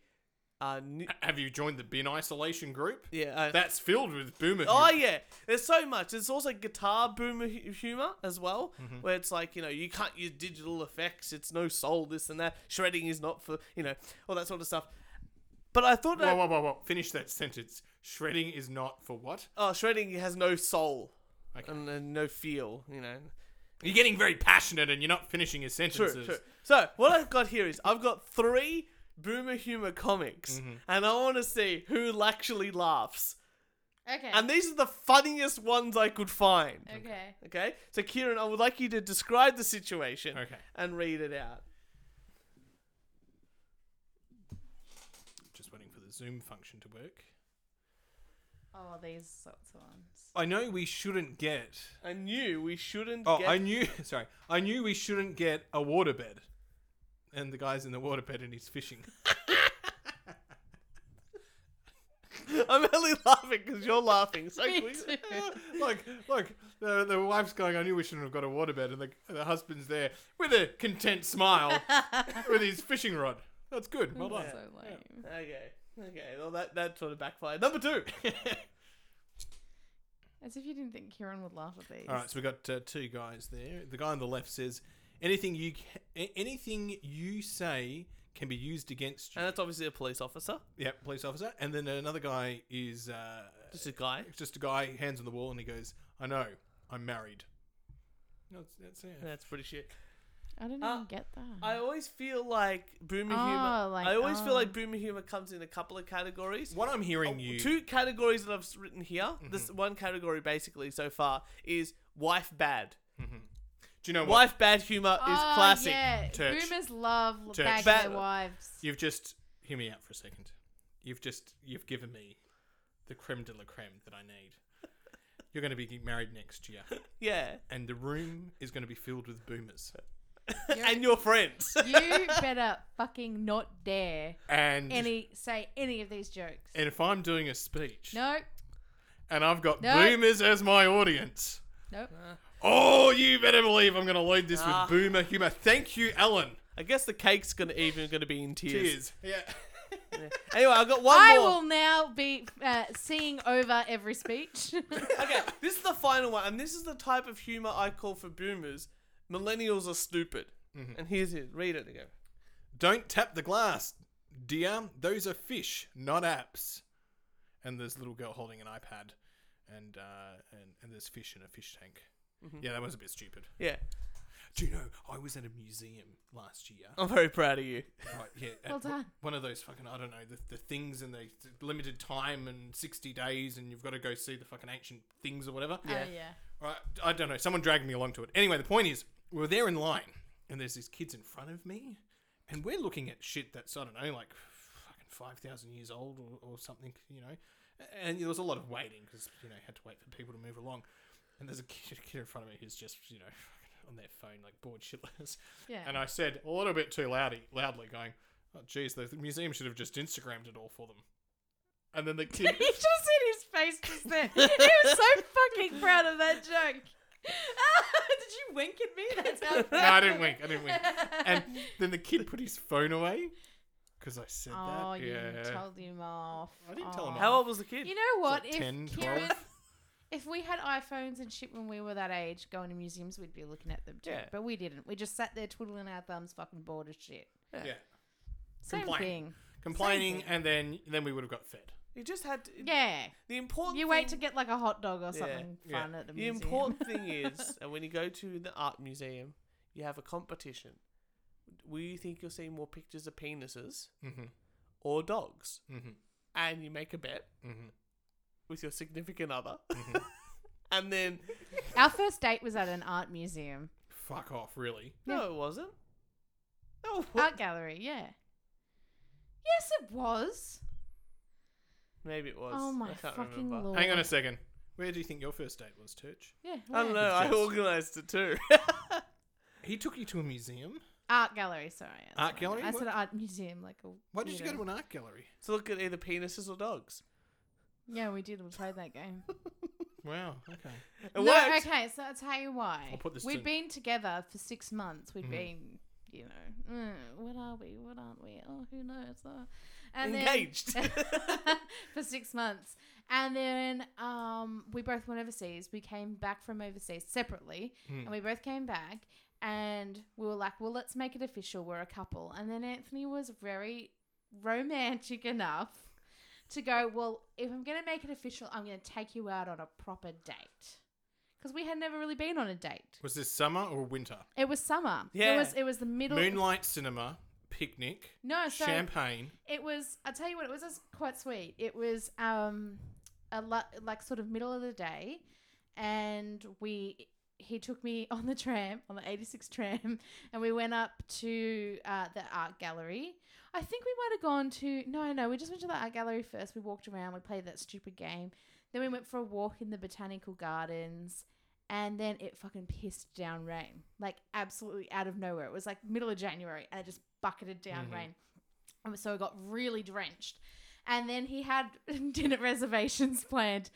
[SPEAKER 2] Uh, new,
[SPEAKER 1] Have you joined the bin isolation group?
[SPEAKER 2] Yeah, I-
[SPEAKER 1] that's filled with boomer.
[SPEAKER 2] Oh
[SPEAKER 1] humor.
[SPEAKER 2] yeah, there's so much. There's also guitar boomer hu- humor as well,
[SPEAKER 1] Mhm.
[SPEAKER 2] where it's like you know you can't use digital effects. It's no soul, this and that. Shredding is not for you know all that sort of stuff. But I thought,
[SPEAKER 1] Whoa,
[SPEAKER 2] that,
[SPEAKER 1] whoa, whoa, whoa! Finish that sentence. Shredding is not for what?
[SPEAKER 2] oh, shredding has no soul and, and no feel. You know,
[SPEAKER 1] You're getting very passionate, and you're not finishing your sentences.
[SPEAKER 2] True, true. So what I've got here is I've got three boomer humor comics, and I want to see who actually laughs.
[SPEAKER 3] Okay.
[SPEAKER 2] And these are the funniest ones I could find.
[SPEAKER 3] Okay.
[SPEAKER 2] Okay. So Kieran, I would like you to describe the situation.
[SPEAKER 1] Okay.
[SPEAKER 2] And read it out.
[SPEAKER 1] Just waiting for the Zoom function to work.
[SPEAKER 3] Oh, these sorts of ones.
[SPEAKER 1] I know we shouldn't get.
[SPEAKER 2] I knew we shouldn't.
[SPEAKER 1] Oh,
[SPEAKER 2] get...
[SPEAKER 1] I knew. Sorry, I knew we shouldn't get a waterbed. And the guy's in the waterbed and he's fishing.
[SPEAKER 2] I'm only laughing because you're laughing. So
[SPEAKER 1] Me
[SPEAKER 2] quick.
[SPEAKER 1] look, look. The, the wife's going. I knew we shouldn't have got a waterbed, and the the husband's there with a content smile with his fishing rod. That's good. Well done.
[SPEAKER 3] So lame.
[SPEAKER 2] Okay. Okay. Well, that that sort of backfired. Number two.
[SPEAKER 3] As if you didn't think Kieran would laugh at these.
[SPEAKER 1] All right, so we got uh, two guys there. The guy on the left says, "Anything you ca- a- anything you say can be used against you."
[SPEAKER 2] and that's obviously a police officer.
[SPEAKER 1] Yep, police officer. And then another guy is uh,
[SPEAKER 2] Just a guy.
[SPEAKER 1] just a guy, hands on the wall, and he goes, "I know, I'm married." That's that's it.
[SPEAKER 2] That's pretty shit.
[SPEAKER 3] I don't
[SPEAKER 2] Uh,
[SPEAKER 3] even get that.
[SPEAKER 2] I always feel like boomer
[SPEAKER 3] Oh,
[SPEAKER 2] humor.
[SPEAKER 3] like,
[SPEAKER 2] I always
[SPEAKER 3] oh.
[SPEAKER 2] feel like boomer humor comes in a couple of categories.
[SPEAKER 1] What I'm hearing you.
[SPEAKER 2] Oh,
[SPEAKER 1] Mm-hmm.
[SPEAKER 2] Two categories that I've s- written here. This one category basically so far is wife bad.
[SPEAKER 1] do you know what?
[SPEAKER 2] Wife bad humor is
[SPEAKER 3] Oh,
[SPEAKER 2] classic.
[SPEAKER 3] Yeah.
[SPEAKER 1] Church.
[SPEAKER 3] Boomers love
[SPEAKER 1] Church.
[SPEAKER 3] bagging
[SPEAKER 2] Ba-
[SPEAKER 3] their wives.
[SPEAKER 1] You've just hear me out for a second. You've just you've given me the creme de la creme that I need. You're going to be married next year,
[SPEAKER 2] Yeah.
[SPEAKER 1] and the room is going to be filled with boomers.
[SPEAKER 2] and your friends.
[SPEAKER 3] You better fucking not dare
[SPEAKER 1] And
[SPEAKER 3] any say any of these jokes.
[SPEAKER 2] Eh.
[SPEAKER 1] and if I'm doing a speech
[SPEAKER 3] No,
[SPEAKER 1] and I've got
[SPEAKER 3] No.
[SPEAKER 1] boomers as my audience,
[SPEAKER 3] nope.
[SPEAKER 1] oh, you better believe I'm going to load this
[SPEAKER 2] Ah.
[SPEAKER 1] with boomer humor. Thank you, Alan.
[SPEAKER 2] I guess the cake's gonna even gonna be in tears.
[SPEAKER 1] Cheers. Yeah.
[SPEAKER 2] Anyway, I've got one
[SPEAKER 3] I
[SPEAKER 2] more.
[SPEAKER 3] will now be uh, seeing over every speech.
[SPEAKER 2] Okay, this is the final one, and this is the type of humor I call for boomers. Millennials are stupid. And here's it. Read it again.
[SPEAKER 1] Don't tap the glass, dear. Those are fish, not apps. And there's a little girl holding an iPad, and uh, and, and there's fish in a fish tank.
[SPEAKER 3] Mm-hmm.
[SPEAKER 1] Yeah, that was a bit stupid.
[SPEAKER 2] Yeah,
[SPEAKER 1] Do you know I was at a museum last year?
[SPEAKER 2] I'm very proud of you.
[SPEAKER 1] Right, yeah,
[SPEAKER 3] Well
[SPEAKER 1] at w-
[SPEAKER 3] done.
[SPEAKER 1] One of those fucking I don't know the, the things and the the limited time and sixty days, and you've got to go see the fucking ancient things or whatever.
[SPEAKER 3] Oh, yeah.
[SPEAKER 1] Right, I don't know. Someone dragged me along to it. Anyway, the point is, we were there in line, and there's these kids in front of me, and we're looking at shit that's I don't know, like fucking five thousand years old or, or something, you know. And there was a lot of waiting because you know you had to wait for people to move along. And there's a kid, kid in front of me who's just you know fucking on their phone like bored shitless.
[SPEAKER 3] Yeah.
[SPEAKER 1] And I said a little bit too loudy, loudly, going, "Oh, geez, the museum should have just Instagrammed it all for them." And then the kid.
[SPEAKER 3] He just in his face just then. He was so fucking proud of that joke. Did you wink at me? That's how
[SPEAKER 1] no, I didn't wink. I didn't wink. And then the kid put his phone away because I said
[SPEAKER 3] Oh,
[SPEAKER 1] that.
[SPEAKER 3] you
[SPEAKER 1] Yeah.
[SPEAKER 3] told him off.
[SPEAKER 1] I didn't tell him
[SPEAKER 3] Aw.
[SPEAKER 1] off.
[SPEAKER 2] How old was the kid?
[SPEAKER 3] You know what?
[SPEAKER 1] like
[SPEAKER 3] if
[SPEAKER 1] 10, 12.
[SPEAKER 3] Kieran, if we had iPhones and shit when we were that age, going to museums, we'd be looking at them too.
[SPEAKER 2] Yeah.
[SPEAKER 3] But we didn't. We just sat there twiddling our thumbs, fucking bored as shit.
[SPEAKER 1] yeah.
[SPEAKER 3] Same
[SPEAKER 1] Complaining.
[SPEAKER 3] thing.
[SPEAKER 1] Complaining,
[SPEAKER 3] Same thing.
[SPEAKER 1] and then then we would have got fed.
[SPEAKER 2] You just had to.
[SPEAKER 3] Yeah.
[SPEAKER 2] The important
[SPEAKER 3] You wait to get like a hot dog or
[SPEAKER 2] Yeah,
[SPEAKER 3] something
[SPEAKER 2] yeah.
[SPEAKER 3] fun at the
[SPEAKER 2] The
[SPEAKER 3] museum.
[SPEAKER 2] important thing is, and when you go to the art museum, you have a competition. Will you think you'll see more pictures of penises
[SPEAKER 1] Mhm.
[SPEAKER 2] or dogs?
[SPEAKER 1] Mhm.
[SPEAKER 2] And you make a bet
[SPEAKER 1] Mhm.
[SPEAKER 2] with your significant other.
[SPEAKER 3] Mm-hmm.
[SPEAKER 2] and then,
[SPEAKER 3] Our first date was at an art museum.
[SPEAKER 1] Fuck off, really.
[SPEAKER 2] no, it wasn't. Oh,
[SPEAKER 3] art gallery, yeah. Yes, it was.
[SPEAKER 2] Maybe it was.
[SPEAKER 3] Oh my
[SPEAKER 2] I can't
[SPEAKER 3] fucking
[SPEAKER 2] remember.
[SPEAKER 3] lord.
[SPEAKER 1] Hang on a second. Where do you think your first date was, Turch?
[SPEAKER 3] Yeah,
[SPEAKER 2] I don't
[SPEAKER 3] where?
[SPEAKER 2] know. I
[SPEAKER 1] Yes.
[SPEAKER 2] organised it too.
[SPEAKER 1] He took you to a museum.
[SPEAKER 3] Art gallery, sorry. that's
[SPEAKER 1] Art
[SPEAKER 3] what I
[SPEAKER 1] gallery?
[SPEAKER 3] meant. I said
[SPEAKER 1] What-
[SPEAKER 3] art museum, like a.
[SPEAKER 1] Why did you go
[SPEAKER 3] weirdo.
[SPEAKER 1] to an art gallery?
[SPEAKER 2] to look at either penises or dogs.
[SPEAKER 3] Yeah, we did. We played that game.
[SPEAKER 1] Wow. Okay.
[SPEAKER 2] It
[SPEAKER 3] no,
[SPEAKER 2] worked.
[SPEAKER 3] okay, so I'll tell you why.
[SPEAKER 1] I'll put this
[SPEAKER 3] We'd
[SPEAKER 1] to-
[SPEAKER 3] been together for six months. We'd
[SPEAKER 1] Mhm.
[SPEAKER 3] been, you know, mm, what are we? What aren't we? Oh, who knows? Oh. And
[SPEAKER 2] Engaged.
[SPEAKER 3] Then, for six months. And then um, we both went overseas. We came back from overseas separately,
[SPEAKER 1] Hmm.
[SPEAKER 14] Mm.
[SPEAKER 3] and we both came back. And we were like, well, let's make it official. We're a couple. And then Anthony was very romantic enough to go, well, if I'm going to make it official, I'm going to take you out on a proper date. Because we had never really been on a date.
[SPEAKER 1] Was this summer or winter?
[SPEAKER 3] It was summer.
[SPEAKER 1] Yeah.
[SPEAKER 3] It was, it was the middle.
[SPEAKER 1] Moonlight cinema, picnic,
[SPEAKER 3] No, so
[SPEAKER 1] champagne.
[SPEAKER 3] It was. I'll tell you what. It was just quite sweet. It was um, a lo- like sort of middle of the day, and we he took me on the tram on the eighty six tram, and we went up to uh, the art gallery. I think we might have gone to no no. We just went to the art gallery first. We walked around. We played that stupid game. Then we went for a walk in the botanical gardens. And then it fucking pissed down rain, like absolutely out of nowhere. It was like middle of January, and it just bucketed down
[SPEAKER 14] Mhm.
[SPEAKER 3] rain. And so I got really drenched. And then he had dinner reservations planned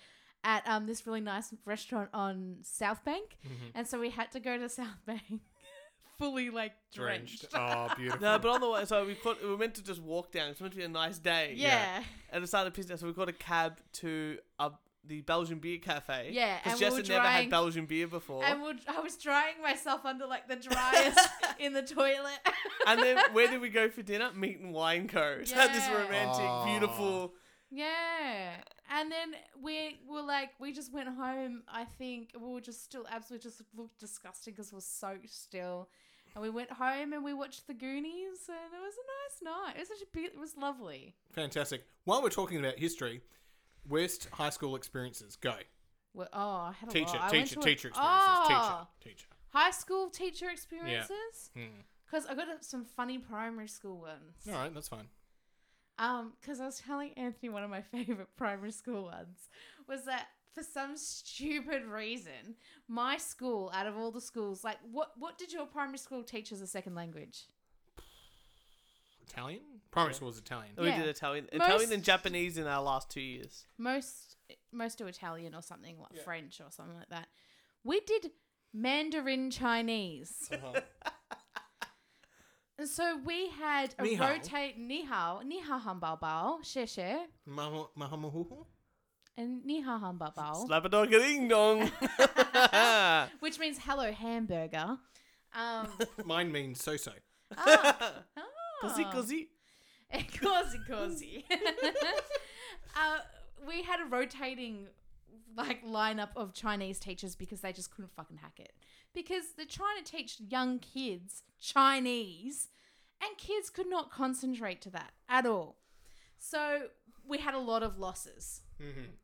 [SPEAKER 3] at um, this really nice restaurant on South Bank.
[SPEAKER 1] Mhm.
[SPEAKER 3] And so we had to go to South Bank fully like drenched.
[SPEAKER 1] Drenched. Oh, beautiful.
[SPEAKER 2] No, but on the way, so we caught, we were meant to just walk down. It's meant to be a nice day.
[SPEAKER 3] Yeah. Yeah.
[SPEAKER 2] And it started pissing. So we got a cab to uh, the Belgian beer cafe.
[SPEAKER 3] Yeah, and we
[SPEAKER 2] because Jess
[SPEAKER 3] were
[SPEAKER 2] had never had
[SPEAKER 3] trying-
[SPEAKER 2] Belgian beer before.
[SPEAKER 3] and
[SPEAKER 2] And,
[SPEAKER 3] we'll, I was drying myself under like the driest in the toilet.
[SPEAKER 2] then where did we go for dinner? Meat and Wine Co. It's had this
[SPEAKER 3] Yeah.
[SPEAKER 2] romantic,
[SPEAKER 1] Oh.
[SPEAKER 2] beautiful.
[SPEAKER 3] Yeah. And then we were like, we just went home. I think we were just still absolutely just looked disgusting because we were soaked still. And we went home and we watched The Goonies, and it was a nice night. It was such a be- it was lovely.
[SPEAKER 1] Fantastic. While we're talking about history, worst high school experiences. Go.
[SPEAKER 3] Well, oh, I had a
[SPEAKER 1] Teacher,
[SPEAKER 3] lot. I went
[SPEAKER 1] teacher,
[SPEAKER 3] to a-
[SPEAKER 1] teacher experiences.
[SPEAKER 3] Oh,
[SPEAKER 1] Teacher, teacher.
[SPEAKER 3] High school teacher experiences.
[SPEAKER 1] Mm.
[SPEAKER 3] Because I got some funny primary school ones.
[SPEAKER 1] All right, that's fine.
[SPEAKER 3] Um, because I was telling Anthony one of my favorite primary school ones was that for some stupid reason, my school out of all the schools, like what what did your primary school teach as a second language?
[SPEAKER 1] Italian? Primary school is Italian.
[SPEAKER 2] We
[SPEAKER 3] Yeah. Uh,
[SPEAKER 2] did Italian,
[SPEAKER 3] Most-
[SPEAKER 2] Italian and Japanese in our last two years.
[SPEAKER 3] Most most do Italian or something like French or something like that. We did Mandarin Chinese. And so we had a
[SPEAKER 1] Ni hao.
[SPEAKER 3] rotate ni hao, ni hao han bao bao, xie xie,
[SPEAKER 1] Maha- Mahamuhuhu?
[SPEAKER 3] and ni hao han bao bao.
[SPEAKER 2] Slap a dog a ding dong.
[SPEAKER 3] which means hello hamburger. Um,
[SPEAKER 1] Mine means so-so.
[SPEAKER 3] ah,
[SPEAKER 1] Cozy,
[SPEAKER 3] ah.
[SPEAKER 1] cozy.
[SPEAKER 3] Eh, cozy, cozy. uh, we had a rotating like lineup of Chinese teachers because they just couldn't fucking hack it. Because they're trying to teach young kids Chinese, and kids could not concentrate to that at all. So we had a lot of losses.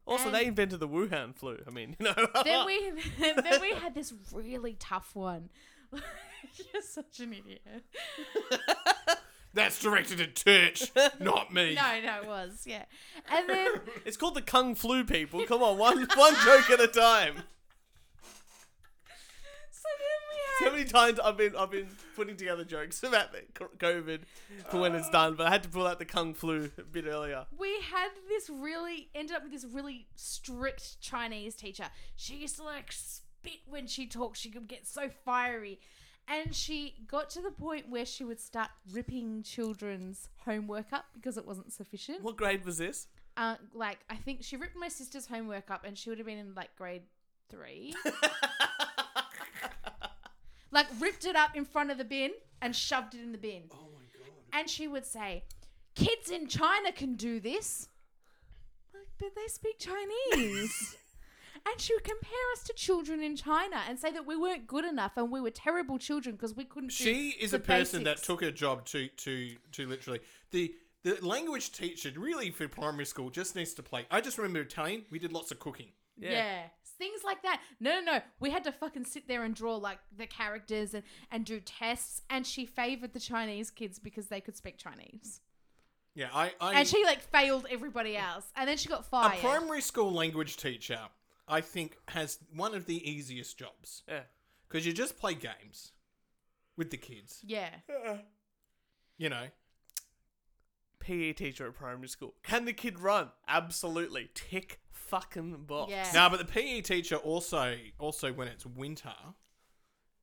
[SPEAKER 2] Also,
[SPEAKER 3] And-
[SPEAKER 2] they invented the Wuhan flu. I mean, you know.
[SPEAKER 3] then we then we had this really tough one. You're such an idiot.
[SPEAKER 1] That's directed at Turch, not me.
[SPEAKER 3] No, no, it was yeah. And then
[SPEAKER 2] it's called the Kung Flu people. Come on, one one joke at a time.
[SPEAKER 3] so then we
[SPEAKER 2] See
[SPEAKER 3] had
[SPEAKER 2] how many times I've been I've been putting together jokes about the co- COVID for when it's done, but I had to pull out the Kung Flu a bit earlier.
[SPEAKER 3] we had this really ended up with this really strict Chinese teacher. She used to like spit when she talked. She could get so fiery. And she got to the point where she would start ripping children's homework up because it wasn't sufficient.
[SPEAKER 2] What grade was this?
[SPEAKER 3] Uh, like, I think she ripped my sister's homework up and she would have been in like grade three. like, ripped it up in front of the bin and shoved it in the bin. Oh my God. And she would say, Kids in China can do this. I but they speak Chinese. and she would compare us to children in China and say that we weren't good enough and we were terrible children because we couldn't. do
[SPEAKER 1] She is
[SPEAKER 3] the
[SPEAKER 1] a person
[SPEAKER 3] basics.
[SPEAKER 1] that took her job too too too literally. The the language teacher really for primary school just needs to play. I just remember Italian. We did lots of cooking.
[SPEAKER 3] Yeah. Things like that. No, no, no. We had to fucking sit there and draw like the characters and, and do tests. And she favored the Chinese kids because they could speak Chinese.
[SPEAKER 1] Yeah, I, I
[SPEAKER 3] and she like failed everybody else. And then she got
[SPEAKER 1] a
[SPEAKER 3] fired.
[SPEAKER 1] primary school language teacher, I think, has one of the easiest jobs.
[SPEAKER 2] Yeah.
[SPEAKER 1] Because you just play games with the kids.
[SPEAKER 3] yeah.
[SPEAKER 1] You know.
[SPEAKER 2] PE E teacher at primary school. Can the kid run? Absolutely. Tick fucking box.
[SPEAKER 1] No, but the PE teacher also also when it's winter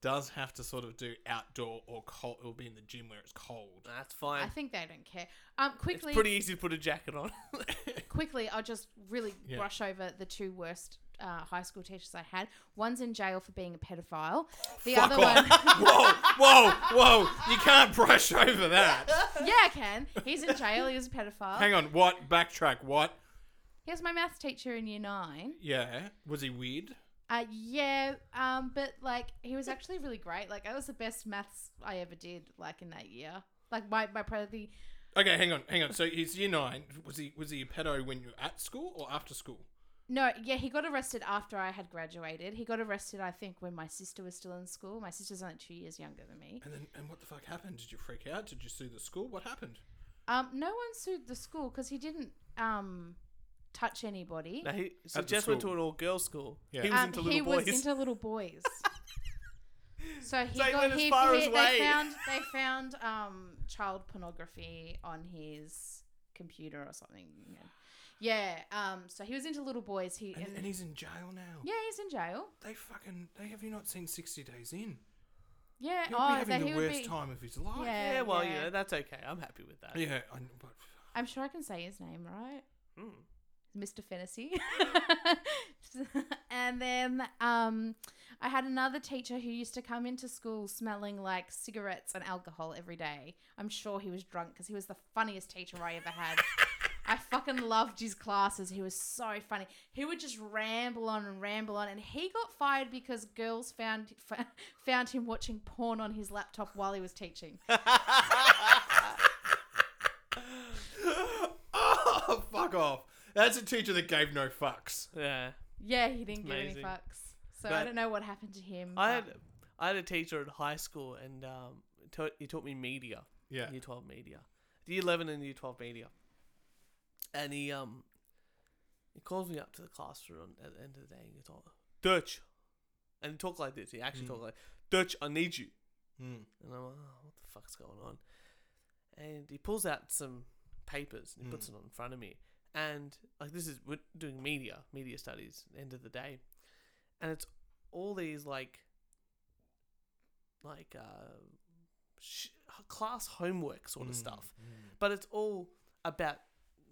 [SPEAKER 1] does have to sort of do outdoor or cold or be in the gym where it's cold.
[SPEAKER 2] That's fine.
[SPEAKER 3] I think they don't care. Um, quickly,
[SPEAKER 2] Pretty easy to put a jacket on.
[SPEAKER 3] quickly, I'll just really
[SPEAKER 2] Yeah.
[SPEAKER 3] brush over the two worst uh, high school teachers I had. One's in jail for being a pedophile. The
[SPEAKER 1] Fuck
[SPEAKER 3] other
[SPEAKER 1] off.
[SPEAKER 3] one.
[SPEAKER 1] whoa, whoa, whoa. You can't brush over that.
[SPEAKER 3] yeah, I can. He's in jail. He was a pedophile.
[SPEAKER 1] Hang on, what? Backtrack, what?
[SPEAKER 3] He was my math teacher in year nine.
[SPEAKER 1] Yeah. Was he weird?
[SPEAKER 3] Uh, yeah, um, but like he was actually really great. Like that was the best maths I ever did. Like in that year, like my my pro the
[SPEAKER 1] Okay, hang on, hang on. So he's year nine. Was he was he a pedo when you were at school or after school?
[SPEAKER 3] no yeah he got arrested after I had graduated. He got arrested I think when my sister was still in school. My sister's only two years younger than me.
[SPEAKER 1] And then and what the fuck happened? Did you freak out? Did you sue the school? What happened?
[SPEAKER 3] Um, no one sued the school because he didn't um touch anybody.
[SPEAKER 2] No, he, so
[SPEAKER 1] At the
[SPEAKER 2] Jess went to
[SPEAKER 1] school.
[SPEAKER 2] an all girls school.
[SPEAKER 1] Yeah.
[SPEAKER 2] He was
[SPEAKER 3] Um,
[SPEAKER 2] into little
[SPEAKER 3] he
[SPEAKER 2] boys.
[SPEAKER 3] was into little boys. so he
[SPEAKER 2] So he
[SPEAKER 3] got
[SPEAKER 2] went as
[SPEAKER 3] he,
[SPEAKER 2] far
[SPEAKER 3] he-
[SPEAKER 2] as
[SPEAKER 3] they
[SPEAKER 2] way.
[SPEAKER 3] found they found um child pornography on his computer or something. Yeah. Um. So he was into little boys. He
[SPEAKER 1] And, and he's in jail now.
[SPEAKER 3] yeah, he's in jail.
[SPEAKER 1] They fucking they have you not seen sixty days in?
[SPEAKER 3] Yeah.
[SPEAKER 1] He'll be
[SPEAKER 3] oh,
[SPEAKER 1] having
[SPEAKER 3] that
[SPEAKER 1] the
[SPEAKER 3] he
[SPEAKER 1] worst
[SPEAKER 3] would be,
[SPEAKER 1] time of his life.
[SPEAKER 3] Yeah.
[SPEAKER 2] yeah, well,
[SPEAKER 3] yeah.
[SPEAKER 2] you know, that's okay. I'm happy with that.
[SPEAKER 1] Yeah, I, kn- but
[SPEAKER 3] I'm sure I can say his name, right? Mr. Fennessy. and then um, I had another teacher who used to come into school smelling like cigarettes and alcohol every day. I'm sure he was drunk because he was the funniest teacher I ever had. I fucking loved his classes. He was so funny. He would just ramble on and ramble on, and he got fired because girls found f- found him watching porn on his laptop while he was teaching.
[SPEAKER 1] oh, fuck off. That's a teacher that gave no fucks.
[SPEAKER 2] Yeah.
[SPEAKER 3] Yeah, he didn't give any
[SPEAKER 2] Amazing.
[SPEAKER 3] fucks. So I
[SPEAKER 2] But-
[SPEAKER 3] don't know what happened to him.
[SPEAKER 2] I had
[SPEAKER 3] but-
[SPEAKER 2] I had a teacher at high school, and um, taught, he taught me media.
[SPEAKER 1] Yeah.
[SPEAKER 2] Year twelve media, year eleven and year twelve media. And he um, he calls me up to the classroom at the end of the day, and he goes, "Oh, "Dutch," and he talked like this. He actually
[SPEAKER 1] Mm.
[SPEAKER 2] talked like, "Dutch, I need you."
[SPEAKER 1] Mm.
[SPEAKER 2] And I'm like, oh, what the fuck's going on? And he pulls out some papers and he puts it on in front of me. And like this is we're doing media, media studies, end of the day. And it's all these like like uh sh- class homework sort of stuff. But it's all about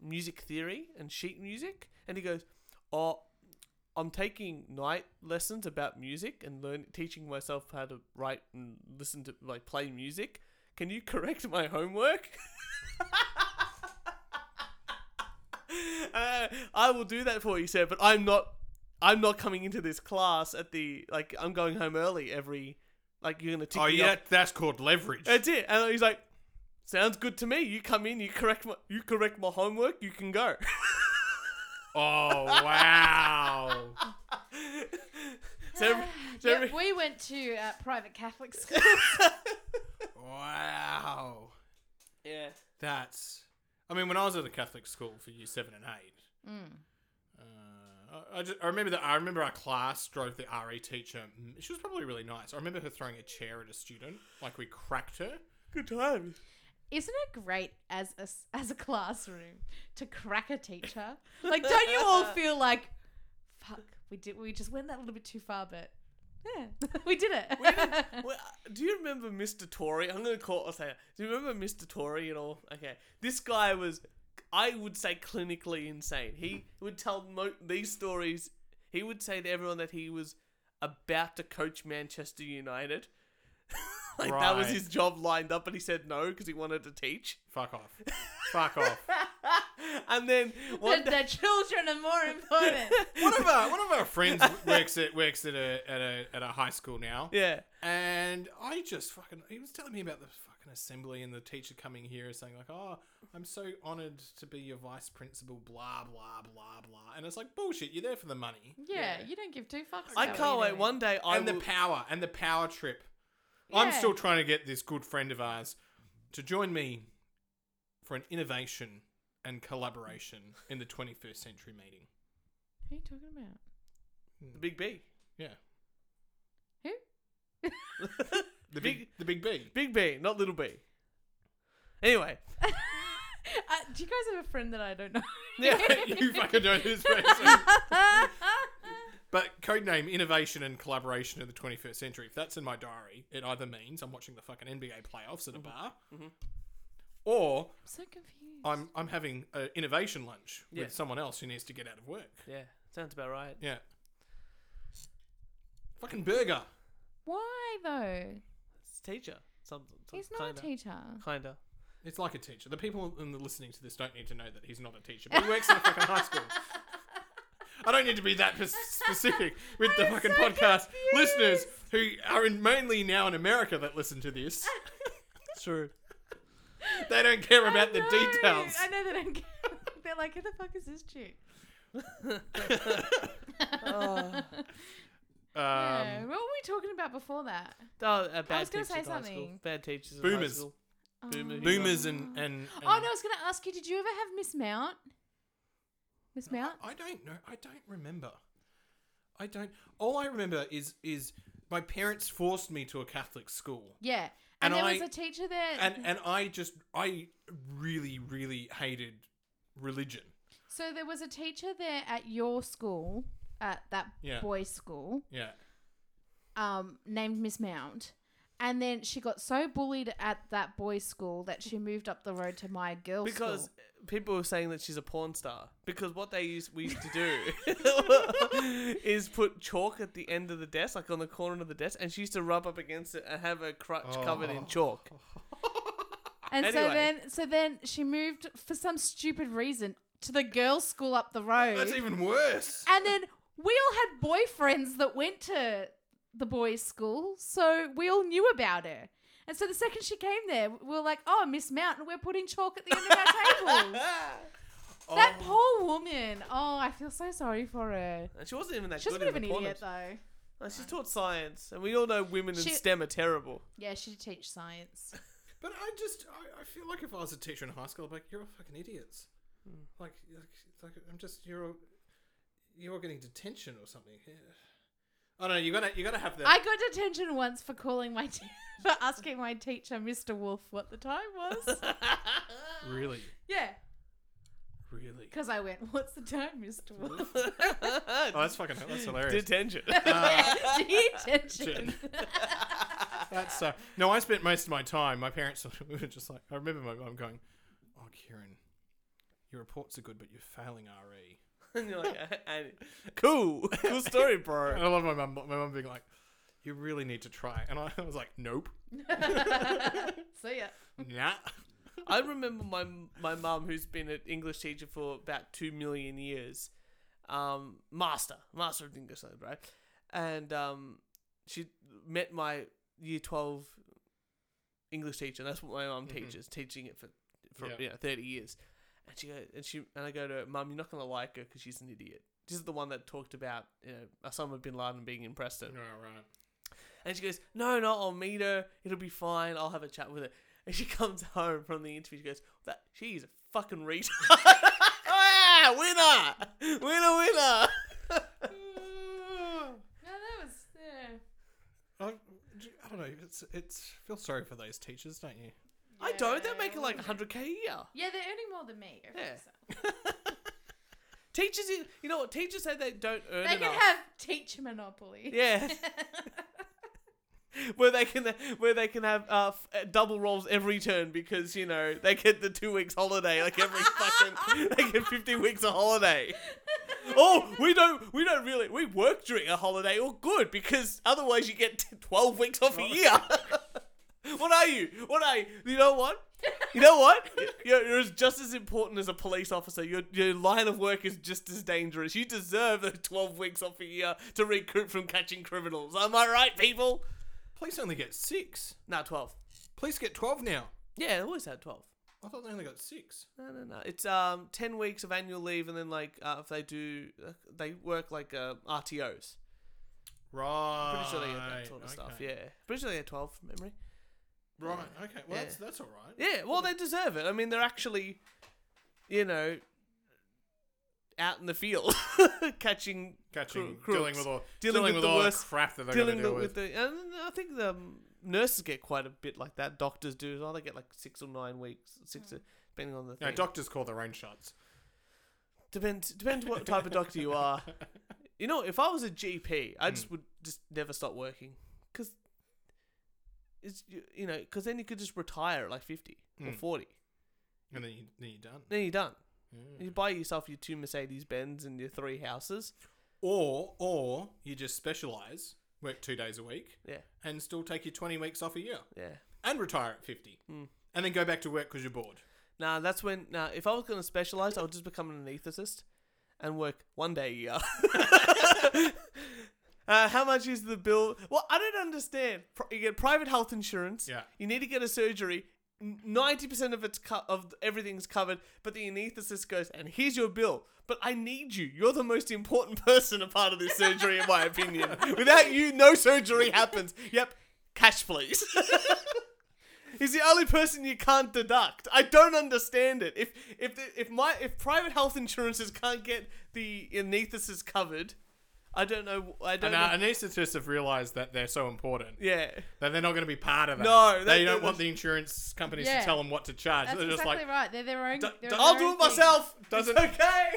[SPEAKER 2] music theory and sheet music. And he goes, "Oh, I'm taking night lessons about music and learn teaching myself how to write and listen to like play music. Can you correct my homework?" Uh, I will do that for you, sir. But I'm not. I'm not coming into this class at the like. I'm going home early every. Like you're gonna tick
[SPEAKER 1] Oh
[SPEAKER 2] me
[SPEAKER 1] yeah,
[SPEAKER 2] off
[SPEAKER 1] that's called leverage.
[SPEAKER 2] that's it. And he's like, "Sounds good to me. You come in, you correct my, you correct my homework. You can go."
[SPEAKER 1] Oh wow.
[SPEAKER 2] so, every- so
[SPEAKER 3] Yeah,
[SPEAKER 2] every-
[SPEAKER 3] we went to uh, private Catholic school.
[SPEAKER 1] wow.
[SPEAKER 2] Yeah.
[SPEAKER 1] That's I mean when I was at a Catholic school for year 7 and 8,
[SPEAKER 3] Mm.
[SPEAKER 1] Uh, I, I, just, I remember that. I remember our class drove the RE teacher. m- She was probably really nice. I remember her throwing a chair at a student. Like we cracked her.
[SPEAKER 2] Good time.
[SPEAKER 3] Isn't it great as a, s- as a classroom to crack a teacher? Like, don't you all feel like, fuck, we did, we just went that little bit too far, but yeah, we did it.
[SPEAKER 2] Well, uh, do you remember Mr. Tory? I'm gonna call. I'll say. it. Do you remember Mr. Tory at all? Okay, this guy was, I would say, clinically insane. He would tell mo- these stories. He would say to everyone that he was about to coach Manchester United. Like that was
[SPEAKER 1] Right.
[SPEAKER 2] his job lined up, and he said no because he wanted to teach.
[SPEAKER 1] Fuck off. Fuck off.
[SPEAKER 2] and then one
[SPEAKER 3] the,
[SPEAKER 2] day-
[SPEAKER 3] the children are more important.
[SPEAKER 1] one of our one of our friends works at works at a at a at a high school now.
[SPEAKER 2] Yeah.
[SPEAKER 1] And I just fucking he was telling me about the fucking assembly and the teacher coming here and saying like, "Oh, I'm so honored to be your vice principal." Blah blah blah blah. And it's like bullshit. You're there for the money.
[SPEAKER 3] Yeah, you don't give two fucks.
[SPEAKER 2] I
[SPEAKER 3] about what
[SPEAKER 2] can't
[SPEAKER 3] you
[SPEAKER 2] wait.
[SPEAKER 3] do.
[SPEAKER 2] One day I
[SPEAKER 1] and
[SPEAKER 2] will-
[SPEAKER 1] the power and the power trip. I'm
[SPEAKER 3] Yeah.
[SPEAKER 1] still trying to get this good friend of ours to join me for an innovation and collaboration in the 21st century meeting.
[SPEAKER 3] Who are you talking about?
[SPEAKER 2] the big B.
[SPEAKER 1] Yeah.
[SPEAKER 3] Who?
[SPEAKER 1] The big, the big B.
[SPEAKER 2] Big B, not little B. Anyway,
[SPEAKER 3] Uh, do you guys have a friend that I don't know?
[SPEAKER 1] Yeah, you fucking know this person. But codename innovation and collaboration in the 21st century. If that's in my diary, it either means I'm watching the fucking NBA playoffs at a bar, or
[SPEAKER 3] I'm so confused.
[SPEAKER 1] I'm I'm having an innovation lunch
[SPEAKER 2] Yeah.
[SPEAKER 1] with someone else who needs to get out of work.
[SPEAKER 2] yeah, sounds about right.
[SPEAKER 1] Yeah. Fucking burger.
[SPEAKER 3] Why though?
[SPEAKER 2] It's a teacher. Something.
[SPEAKER 3] He's not a teacher.
[SPEAKER 2] Kinda.
[SPEAKER 1] It's like a teacher. The people in the listening to this don't need to know that he's not a teacher, but he works in a fucking high school. I don't need to be that pers- specific with the fucking podcast listeners who are in, mainly now in America that listen to this.
[SPEAKER 2] True.
[SPEAKER 1] They don't care about the
[SPEAKER 3] No,
[SPEAKER 1] details.
[SPEAKER 3] I know they don't care. They're like, who the fuck is this chick? yeah.
[SPEAKER 1] Um,
[SPEAKER 3] What were we talking about before that?
[SPEAKER 2] Oh, a bad
[SPEAKER 3] was gonna
[SPEAKER 2] teachers
[SPEAKER 3] say
[SPEAKER 2] in high
[SPEAKER 3] something.
[SPEAKER 2] school. Bad teachers. in high
[SPEAKER 1] boomers.
[SPEAKER 2] school. Boomer-
[SPEAKER 1] Boomers and, and,
[SPEAKER 3] Oh no, I was going to ask you. Did you ever have Miss Mount? Miss Mount.
[SPEAKER 1] I don't know. I don't remember. I don't. All I remember is is my parents forced me to a Catholic school.
[SPEAKER 3] Yeah, and,
[SPEAKER 1] And
[SPEAKER 3] there
[SPEAKER 1] I-
[SPEAKER 3] was a teacher there.
[SPEAKER 1] and and I just I really really hated religion.
[SPEAKER 3] so there was a teacher there at your school, at that
[SPEAKER 1] Yeah.
[SPEAKER 3] boys' school,
[SPEAKER 1] Yeah.
[SPEAKER 3] um, named Miss Mount. And then she got so bullied at that boys' school that she moved up the road to my girls'
[SPEAKER 2] because
[SPEAKER 3] school.
[SPEAKER 2] people were saying that she's a porn star because what they used we used to do is put chalk at the end of the desk like on the corner of the desk and she used to rub up against it and have her crutch covered in
[SPEAKER 1] Oh.
[SPEAKER 2] chalk
[SPEAKER 3] And so
[SPEAKER 2] Anyway.
[SPEAKER 3] then, so then she moved for some stupid reason to the girls' school up the road.
[SPEAKER 1] That's even worse.
[SPEAKER 3] And then we all had boyfriends that went to the boys' school, so we all knew about her. And so the second she came there, we were like, "Oh, Miss Mountain, we're putting chalk at the end of our tables."
[SPEAKER 2] Oh.
[SPEAKER 3] That poor woman. Oh, I feel so sorry for her.
[SPEAKER 2] and she wasn't even that
[SPEAKER 3] She's a
[SPEAKER 2] good
[SPEAKER 3] bit of
[SPEAKER 2] in
[SPEAKER 3] an
[SPEAKER 2] the porn
[SPEAKER 3] idiot,
[SPEAKER 2] industry.
[SPEAKER 3] though.
[SPEAKER 2] Like, she taught science and we all know women in
[SPEAKER 3] She-
[SPEAKER 2] stem are terrible
[SPEAKER 3] Yeah, she did teach science.
[SPEAKER 1] But I just I, I feel like if I was a teacher in high school, I'd be like you're all fucking idiots. Like, like like I'm just you're all you're all getting detention or something. Yeah. I don't know. You gotta you gotta have the.
[SPEAKER 3] I got detention once for calling my te- for asking my teacher, Mr. Wolf, what the time was.
[SPEAKER 1] really
[SPEAKER 3] yeah,
[SPEAKER 1] really.
[SPEAKER 3] because I went, "What's the time, Mr. Wolf?"
[SPEAKER 1] Oh, that's fucking that's hilarious.
[SPEAKER 2] detention
[SPEAKER 3] detention.
[SPEAKER 1] That's so. No, I spent most of my time. My parents we were just like. I remember my mum going, "Oh, Kieran, your reports are good, but you're failing E." RE."
[SPEAKER 2] and you're like and, cool cool story bro
[SPEAKER 1] And I love my mum. My mum being like, "You really need to try," and I was like, "Nope,
[SPEAKER 3] See ya.
[SPEAKER 1] nah."
[SPEAKER 2] I remember my my mum, who's been an English teacher for about two million years, um, master, master of English, language, right? And um, she met my year twelve English teacher. And that's what my mum
[SPEAKER 10] Mhm.
[SPEAKER 2] teaches, teaching it for for
[SPEAKER 10] Yeah.
[SPEAKER 2] you know thirty years. And she go, and she and I go to her, mum, you're not gonna like her because she's an idiot. This is the one that talked about you know Osama bin Laden being in Preston.
[SPEAKER 1] All right.
[SPEAKER 2] And she goes, No, no, I'll meet her. It'll be fine. I'll have a chat with her. And she comes home from the interview. She goes, That she's a fucking retard. Ah, winner, winner, winner.
[SPEAKER 3] No, that was. Yeah.
[SPEAKER 1] I, I don't know. It's it's feel sorry for those teachers, don't you?
[SPEAKER 2] I don't. They're making like 100k a year.
[SPEAKER 3] Yeah, they're earning more than me. I
[SPEAKER 2] Yeah.
[SPEAKER 3] think so.
[SPEAKER 2] Teachers, in- you know what? Teachers say they don't earn
[SPEAKER 3] They can
[SPEAKER 2] enough.
[SPEAKER 3] have teacher monopoly.
[SPEAKER 2] Yeah. where they can where they can have uh, f- uh, double rolls every turn because you know they get the two weeks holiday like every fucking they get 50 weeks of holiday oh we don't we don't really we work during a holiday or good because otherwise you get 12 weeks off a year What are you? What are you? You know what? You know what? You're, you're as- just as important as a police officer. Your, your line of work is just as dangerous. You deserve those 12 weeks off a year to recoup from catching criminals. Am I right, people?
[SPEAKER 1] Police only get six.
[SPEAKER 2] No, 12.
[SPEAKER 1] Police get 12 now.
[SPEAKER 2] Yeah, they always had 12.
[SPEAKER 1] I thought they only got six.
[SPEAKER 2] No, no, no. It's um ten weeks of annual leave, and then like uh, if they do, they work like uh, RTOs.
[SPEAKER 1] Right.
[SPEAKER 2] Pretty sure they get that sort of stuff.
[SPEAKER 1] okay.
[SPEAKER 2] Yeah, pretty sure they get twelve from memory.
[SPEAKER 1] Right.
[SPEAKER 2] Yeah.
[SPEAKER 1] Okay. Well,
[SPEAKER 2] Yeah.
[SPEAKER 1] that's that's all right.
[SPEAKER 2] Yeah, well, they deserve it. I mean, they're actually, you know, out in the field catching,
[SPEAKER 1] Catching-
[SPEAKER 2] cro-
[SPEAKER 1] dealing
[SPEAKER 2] crooks,
[SPEAKER 1] with all- dealing with all the crap that they gotta
[SPEAKER 2] dealing
[SPEAKER 1] deal
[SPEAKER 2] with. the, and I think the um, nurses get quite a bit like that. Doctors do as well. They get like six or nine weeks, six
[SPEAKER 1] Hmm.
[SPEAKER 2] or, depending on the.
[SPEAKER 1] No,
[SPEAKER 2] thing.
[SPEAKER 1] doctors call their own shots.
[SPEAKER 2] Depends depends what type of doctor you are. You know, if I was a GP, I just would just never stop working because it's you- you know because then you could just retire at like fifty or
[SPEAKER 1] Mm.
[SPEAKER 2] forty.
[SPEAKER 1] And then, you, then you're done.
[SPEAKER 2] Then you're done.
[SPEAKER 1] Yeah.
[SPEAKER 2] You buy yourself your two Mercedes Benz and your three houses.
[SPEAKER 1] Or or you just specialize, work two days a week,
[SPEAKER 2] Yeah.
[SPEAKER 1] and still take your 20 weeks off a year.
[SPEAKER 2] Yeah.
[SPEAKER 1] And retire at 50.
[SPEAKER 2] Mm.
[SPEAKER 1] And then go back to work because you're bored.
[SPEAKER 2] Nah, that's when. Nah, if I was going to specialize, I would just become an anaesthetist and work one day a year. uh, how much is the bill? Well, I don't understand. Pri- You get private health insurance.
[SPEAKER 1] Yeah.
[SPEAKER 2] You need to get a surgery. Ninety percent of it's co- of everything's covered, but the anaesthetist goes, "And here's your bill." But I need you. You're the most important person a part of this surgery, in my opinion. Without you, no surgery happens. Yep. Cash, please. He's the only person you can't deduct. I don't understand it. If if the, if my if private health insurances can't get the anaesthetist covered, I don't know. I
[SPEAKER 1] And
[SPEAKER 2] don't. know.
[SPEAKER 1] our anesthetists have realised that they're so important.
[SPEAKER 2] Yeah.
[SPEAKER 1] That they're not going to be part of that.
[SPEAKER 2] No,
[SPEAKER 1] They,
[SPEAKER 2] they-
[SPEAKER 1] don't
[SPEAKER 2] they-
[SPEAKER 1] want the insurance companies
[SPEAKER 3] Yeah.
[SPEAKER 1] to tell them what to charge.
[SPEAKER 3] That's
[SPEAKER 1] they're just
[SPEAKER 3] exactly
[SPEAKER 1] like,
[SPEAKER 3] right. They're their own. they're their
[SPEAKER 2] I'll
[SPEAKER 3] own
[SPEAKER 2] do it
[SPEAKER 3] thing.
[SPEAKER 2] myself. It's
[SPEAKER 1] Doesn't-
[SPEAKER 2] okay.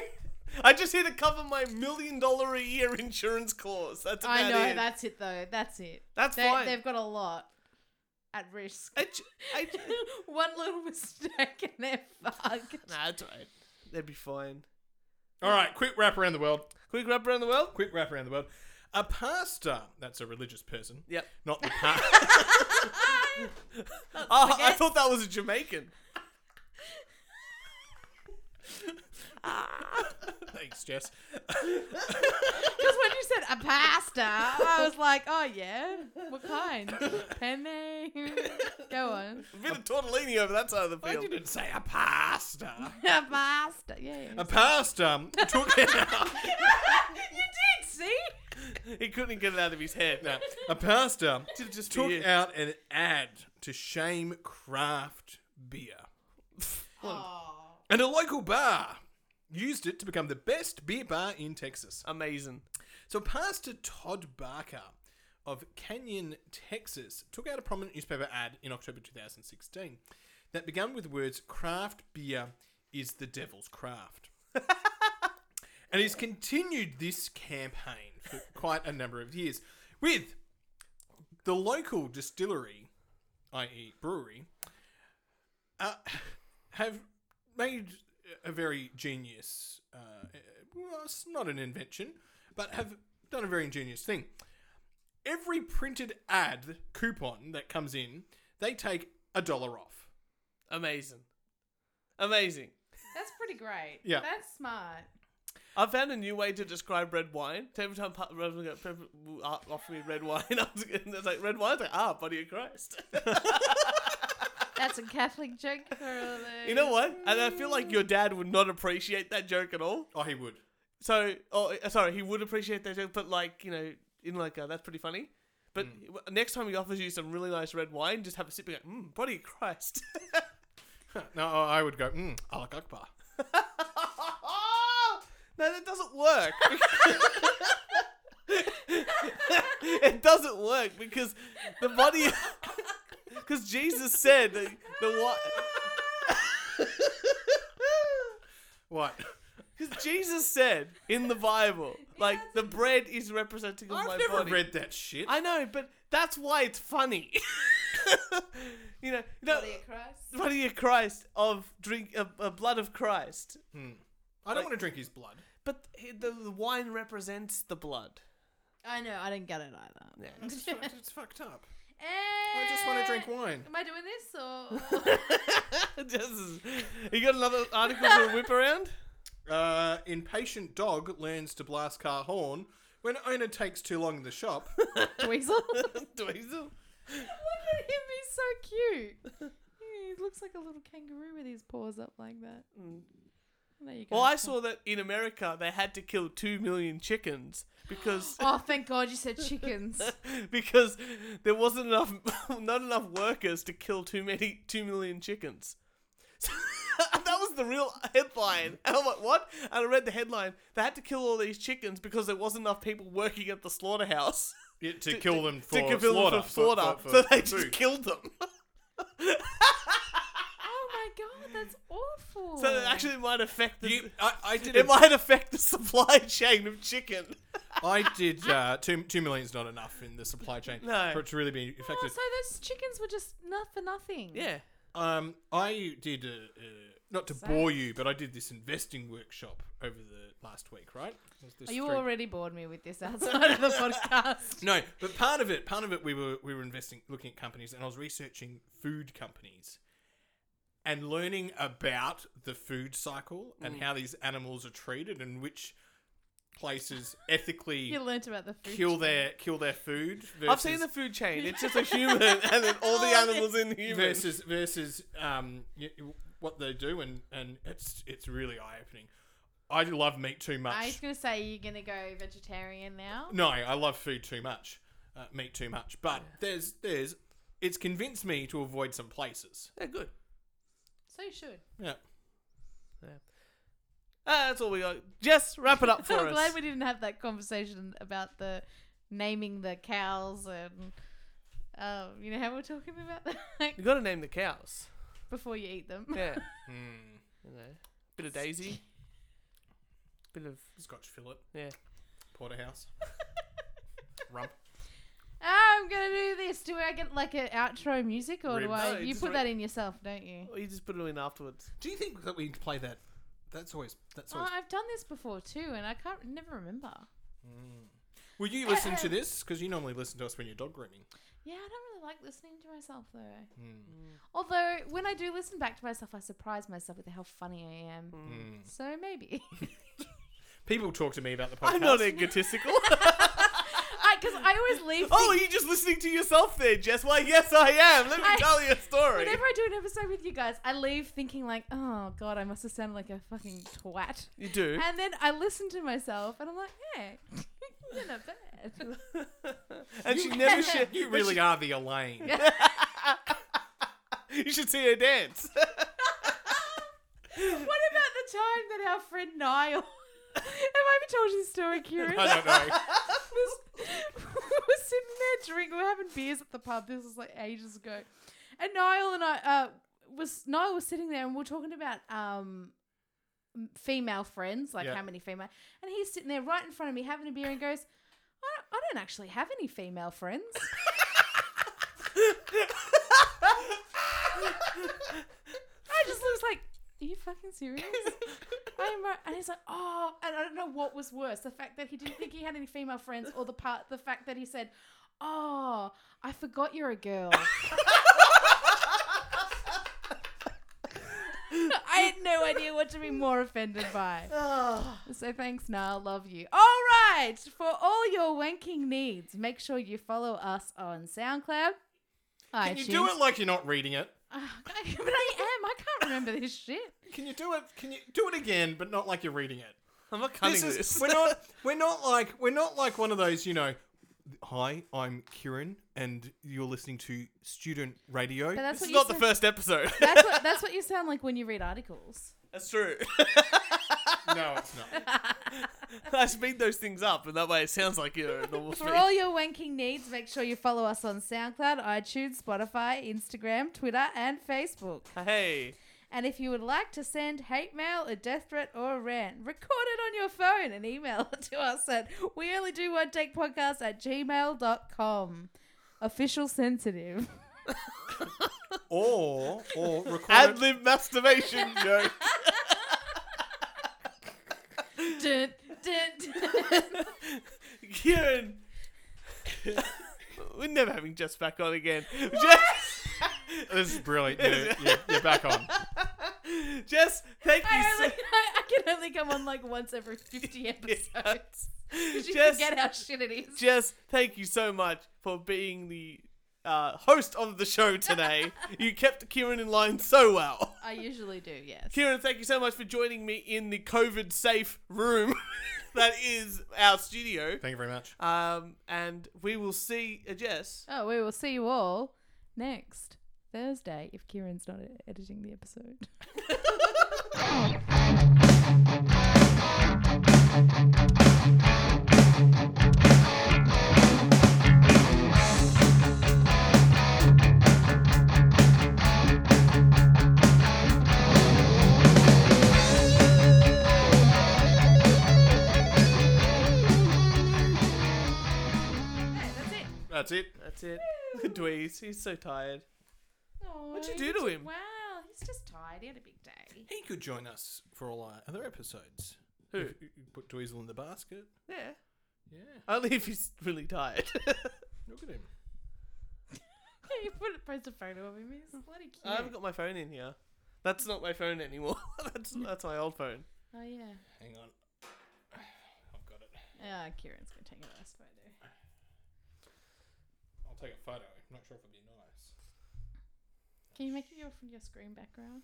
[SPEAKER 2] I just here to cover my million dollar a year insurance clause. That's about
[SPEAKER 3] I know
[SPEAKER 2] it.
[SPEAKER 3] that's it though. That's it.
[SPEAKER 2] That's
[SPEAKER 3] they,
[SPEAKER 2] fine.
[SPEAKER 3] They've got a lot at risk. One little mistake and they're fucked.
[SPEAKER 2] Nah, that's all right. They'd be fine.
[SPEAKER 1] All right, quick wrap around the world.
[SPEAKER 2] Quick wrap around the world.
[SPEAKER 1] Quick wrap around the world. A pastor. That's a religious person.
[SPEAKER 2] Yep.
[SPEAKER 1] Not the pastor.
[SPEAKER 2] Oh, I thought that was a Jamaican.
[SPEAKER 1] Thanks, Jess.
[SPEAKER 3] Because when you said a pasta, I was like, oh yeah, what kind? Penne. Go on.
[SPEAKER 2] A bit of tortellini over that side of the
[SPEAKER 1] Why
[SPEAKER 2] field.
[SPEAKER 1] you didn't say a pastor?
[SPEAKER 3] A pasta. Yeah.
[SPEAKER 1] A pastor took
[SPEAKER 3] you did see.
[SPEAKER 2] He couldn't get it out of his head.
[SPEAKER 1] No. A pastor
[SPEAKER 2] Should've just
[SPEAKER 1] took
[SPEAKER 2] been you.
[SPEAKER 1] out an ad to shame craft beer. And a local bar used it to become the best beer bar in Texas.
[SPEAKER 2] Amazing.
[SPEAKER 1] So Pastor Todd Barker of Canyon, Texas, took out a prominent newspaper ad in October 2016 that began with words craft beer is the devil's craft. and he's continued this campaign for quite a number of years with the local distillery, i.e., brewery, uh, have made a very genius, uh, well, it's not an invention, but have done a very ingenious thing. Every printed ad coupon that comes in, they take a dollar off.
[SPEAKER 2] Amazing. Amazing.
[SPEAKER 3] That's pretty great.
[SPEAKER 1] Yeah.
[SPEAKER 3] That's smart.
[SPEAKER 2] I found a new way to describe red wine. So Every time Pat Rosen got pepper, uh, offer me red wine, I was, I was like, red wine? I was like, ah, body of Christ.
[SPEAKER 3] That's a Catholic joke for all the-
[SPEAKER 2] you know what? And I feel like your dad would not appreciate that joke at all.
[SPEAKER 1] Oh, he would.
[SPEAKER 2] So, oh, uh, sorry, he would appreciate that joke, but like, you know, in like, uh, that's pretty funny. But w- next time he offers you some really nice red wine, just have a sip and go, mm, body of Christ.
[SPEAKER 1] No, I would go, mm, Allah Akbar.
[SPEAKER 2] no, that doesn't work. it doesn't work because the body, because Jesus said that the what?
[SPEAKER 1] What?
[SPEAKER 2] Because Jesus said in the Bible, like the bread is representing of
[SPEAKER 1] I've
[SPEAKER 2] my
[SPEAKER 1] never
[SPEAKER 2] body.
[SPEAKER 1] read that shit.
[SPEAKER 2] I know, but that's why it's funny. you know, you know,
[SPEAKER 3] Body of Christ.
[SPEAKER 2] body of Christ of drink, uh, uh, blood of Christ.
[SPEAKER 1] Hmm. I don't
[SPEAKER 2] Like-
[SPEAKER 1] want to drink his blood.
[SPEAKER 2] But he- the, the wine represents the blood.
[SPEAKER 3] I know. I didn't get it either.
[SPEAKER 2] Yeah.
[SPEAKER 1] Mm. It's, fucked, it's fucked up. I just want to drink wine.
[SPEAKER 3] Eh, Am I doing this or?
[SPEAKER 1] Just, you got another article to whip around? Uh, impatient dog learns to blast car horn when owner takes too long in the shop.
[SPEAKER 3] Dweezil?
[SPEAKER 1] Dweezil?
[SPEAKER 3] Look at him, he's so cute. Yeah, he looks like a little kangaroo with his paws up like that. There you go.
[SPEAKER 2] Mm. Well, I saw that in America they had to kill two million chickens because
[SPEAKER 3] Oh, thank God you said chickens.
[SPEAKER 2] because there wasn't enough not enough workers to kill too many two million chickens. that was the real headline. And I'm like, what? And I read the headline. They had to kill all these chickens because there wasn't enough people working at the slaughterhouse.
[SPEAKER 1] Yeah, to kill them for
[SPEAKER 2] to kill
[SPEAKER 1] slaughter,
[SPEAKER 2] them for slaughter.
[SPEAKER 1] for- for-
[SPEAKER 2] so they
[SPEAKER 1] for
[SPEAKER 2] just
[SPEAKER 1] food.
[SPEAKER 2] killed them.
[SPEAKER 3] oh my God, that's awful.
[SPEAKER 2] So it actually might affect the.
[SPEAKER 1] I, I did
[SPEAKER 2] it might affect the supply chain of chicken.
[SPEAKER 1] I did. Uh, two two million is not enough in the supply chain
[SPEAKER 2] No.
[SPEAKER 1] for it to really be
[SPEAKER 3] Oh,
[SPEAKER 1] effective.
[SPEAKER 3] so those chickens were just not for nothing.
[SPEAKER 2] Yeah.
[SPEAKER 1] Um, I did uh, uh, not to bore you, but I did this investing workshop over the last week. Right? There's this
[SPEAKER 3] Are you
[SPEAKER 1] three-
[SPEAKER 3] already bored me with this outside of the podcast?
[SPEAKER 1] No, but part of it, part of it, we were we were investing, looking at companies, and I was researching food companies and learning about the food cycle and
[SPEAKER 3] Mm.
[SPEAKER 1] how these animals are treated and which places ethically
[SPEAKER 3] You learnt about the food
[SPEAKER 1] kill
[SPEAKER 3] chain.
[SPEAKER 1] their kill their food.
[SPEAKER 2] I've seen the food chain. It's just a human and then all the animals in human.
[SPEAKER 1] Oh, versus versus um y- y- what they do and and it's it's really eye opening. I love meat too much.
[SPEAKER 3] I was going to say, you're going to go vegetarian now?
[SPEAKER 1] No, I love food too much, uh, meat too much. But there's there's it's convinced me to avoid some places.
[SPEAKER 2] They're good.
[SPEAKER 3] So you should.
[SPEAKER 1] Yeah.
[SPEAKER 2] Ah, that's all we got. Jess, wrap it up for
[SPEAKER 3] I'm
[SPEAKER 2] us.
[SPEAKER 3] glad we didn't have that conversation about the naming the cows and um, you know how we're talking about that
[SPEAKER 2] You got to name the cows.
[SPEAKER 3] before you eat them.
[SPEAKER 2] Yeah.
[SPEAKER 1] Hmm.
[SPEAKER 2] You know, bit of Daisy. Bit of
[SPEAKER 1] Scotch fillet.
[SPEAKER 2] Yeah.
[SPEAKER 1] Porterhouse. Rump.
[SPEAKER 3] Ah, I'm gonna do this. Do I get like an outro music or do
[SPEAKER 2] Ribs.
[SPEAKER 3] I?
[SPEAKER 2] No,
[SPEAKER 3] you
[SPEAKER 2] just
[SPEAKER 3] put
[SPEAKER 2] ri-
[SPEAKER 3] that in yourself, don't you?
[SPEAKER 2] Or you just put it in afterwards.
[SPEAKER 1] Do you think that we play that? That's always that's
[SPEAKER 3] Oh,
[SPEAKER 1] always.
[SPEAKER 3] I've done this before too, and I can't never remember.
[SPEAKER 1] Mm.
[SPEAKER 2] Uh,
[SPEAKER 1] Will you listen to this? Because you normally listen to us when you're dog grooming.
[SPEAKER 3] Yeah, I don't really like listening to myself though.
[SPEAKER 1] Mm.
[SPEAKER 3] Although when I do listen back to myself, I surprise myself with how funny I am.
[SPEAKER 1] Mm.
[SPEAKER 3] So maybe.
[SPEAKER 1] People talk to me about the podcast.
[SPEAKER 2] I'm not egotistical.
[SPEAKER 3] Because I, always leave.
[SPEAKER 2] oh, are you just listening to yourself there, Jess? Why, yes, I am. Let me
[SPEAKER 3] I-
[SPEAKER 2] tell you a story.
[SPEAKER 3] Whenever I do an episode with you guys, I leave thinking like, "Oh God, I must have sounded like a fucking twat."
[SPEAKER 2] You do.
[SPEAKER 3] And then I listen to myself, and I'm like, "Hey, you're not bad."
[SPEAKER 2] and she never shared.
[SPEAKER 1] You really are the Elaine.
[SPEAKER 2] you should see her dance.
[SPEAKER 3] what about the time that our friend Niall? Have I ever told you this story, Kieran?
[SPEAKER 1] I don't know.
[SPEAKER 3] was, was sitting there drinking, we were having beers at the pub. This was like ages ago, and Niall and I uh, was Niall was sitting there, and we were talking about um m- female friends, like
[SPEAKER 14] Yeah.
[SPEAKER 3] how many female, and he's sitting there right in front of me having a beer, and goes, "I don't, I don't actually have any female friends." I just looks like, are you fucking serious? I am, right. and he's like, oh, and I don't know what was worse, the fact that he didn't think he had any female friends, or the part, the fact that he said, oh, I forgot you're a girl. I had no idea what to be more offended by. so thanks, Niall. Love you. All right. For all your wanking needs, make sure you follow us on SoundCloud.
[SPEAKER 1] Can you do
[SPEAKER 3] iTunes. Ah,
[SPEAKER 1] it like you're not reading it?
[SPEAKER 3] but I am. I can't remember this shit.
[SPEAKER 1] Can you do it? Can you do it again, but not like you're reading it?
[SPEAKER 2] I'm not cutting
[SPEAKER 1] is,
[SPEAKER 2] this.
[SPEAKER 1] We're not. We're not like. We're not like one of those. You know. Hi, I'm Kieran, and you're listening to Student Radio.
[SPEAKER 3] But that's
[SPEAKER 1] this
[SPEAKER 3] what
[SPEAKER 1] is
[SPEAKER 3] you
[SPEAKER 1] not the
[SPEAKER 3] said-
[SPEAKER 1] first episode.
[SPEAKER 3] That's what, that's what you sound like when you read articles.
[SPEAKER 2] That's true.
[SPEAKER 1] no, it's not.
[SPEAKER 2] I speed those things up, and that way it sounds like you're at normal speed.
[SPEAKER 3] For all your wanking needs, make sure you follow us on SoundCloud, iTunes, Spotify, Instagram, Twitter, and Facebook.
[SPEAKER 2] Hey.
[SPEAKER 3] And if you would like to send hate mail, a death threat, or a rant, record it on your phone and email it to us at we only do one take podcast at gmail.com. Official sensitive.
[SPEAKER 1] Or or record
[SPEAKER 2] Ad lib masturbation joke.
[SPEAKER 3] Dun, dun, dun.
[SPEAKER 2] Kieran. We're never having Jess back on again. Jess,
[SPEAKER 1] This is brilliant. You're, you're, you're back on.
[SPEAKER 2] Jess, thank you.
[SPEAKER 3] I,
[SPEAKER 2] so-
[SPEAKER 3] only, I, I can only come on like once every 50 episodes. 'Cause you
[SPEAKER 2] Jess-
[SPEAKER 3] forget how shit it is.
[SPEAKER 2] Jess, thank you so much for being the uh, host of the show today. you kept Kieran in line so well.
[SPEAKER 3] I usually do, yes.
[SPEAKER 2] Kieran, thank you so much for joining me in the COVID safe room that is our studio.
[SPEAKER 1] Thank you very much.
[SPEAKER 2] Um, and we will see uh, Jess.
[SPEAKER 3] Oh, we will see you all next Thursday if Kieran's not e- editing the episode.
[SPEAKER 1] That's it.
[SPEAKER 2] That's it. Dweez, he's so tired.
[SPEAKER 1] What'd you do to him?
[SPEAKER 3] Wow, he's just tired. He had a big day.
[SPEAKER 1] He could join us for all our other episodes.
[SPEAKER 2] Who?
[SPEAKER 1] If you Put Dweezil in the basket.
[SPEAKER 2] Yeah.
[SPEAKER 1] Yeah.
[SPEAKER 2] Only if he's really tired.
[SPEAKER 1] Look at him.
[SPEAKER 3] you put post a photo of him. He's bloody cute.
[SPEAKER 2] I haven't got my phone in here. That's not my phone anymore. that's that's my old phone.
[SPEAKER 3] oh yeah.
[SPEAKER 1] Hang on.
[SPEAKER 3] Ah, Kieran's gonna take a nice photo.
[SPEAKER 1] I'll take a photo. I'm not sure if it'll be nice.
[SPEAKER 3] Can you make it your your screen background?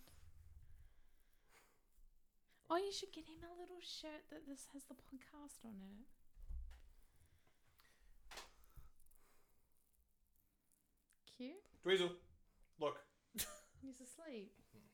[SPEAKER 3] Oh, you should get him a little shirt that this has the podcast on it. Cute.
[SPEAKER 1] Dweezil, look.
[SPEAKER 3] He's asleep.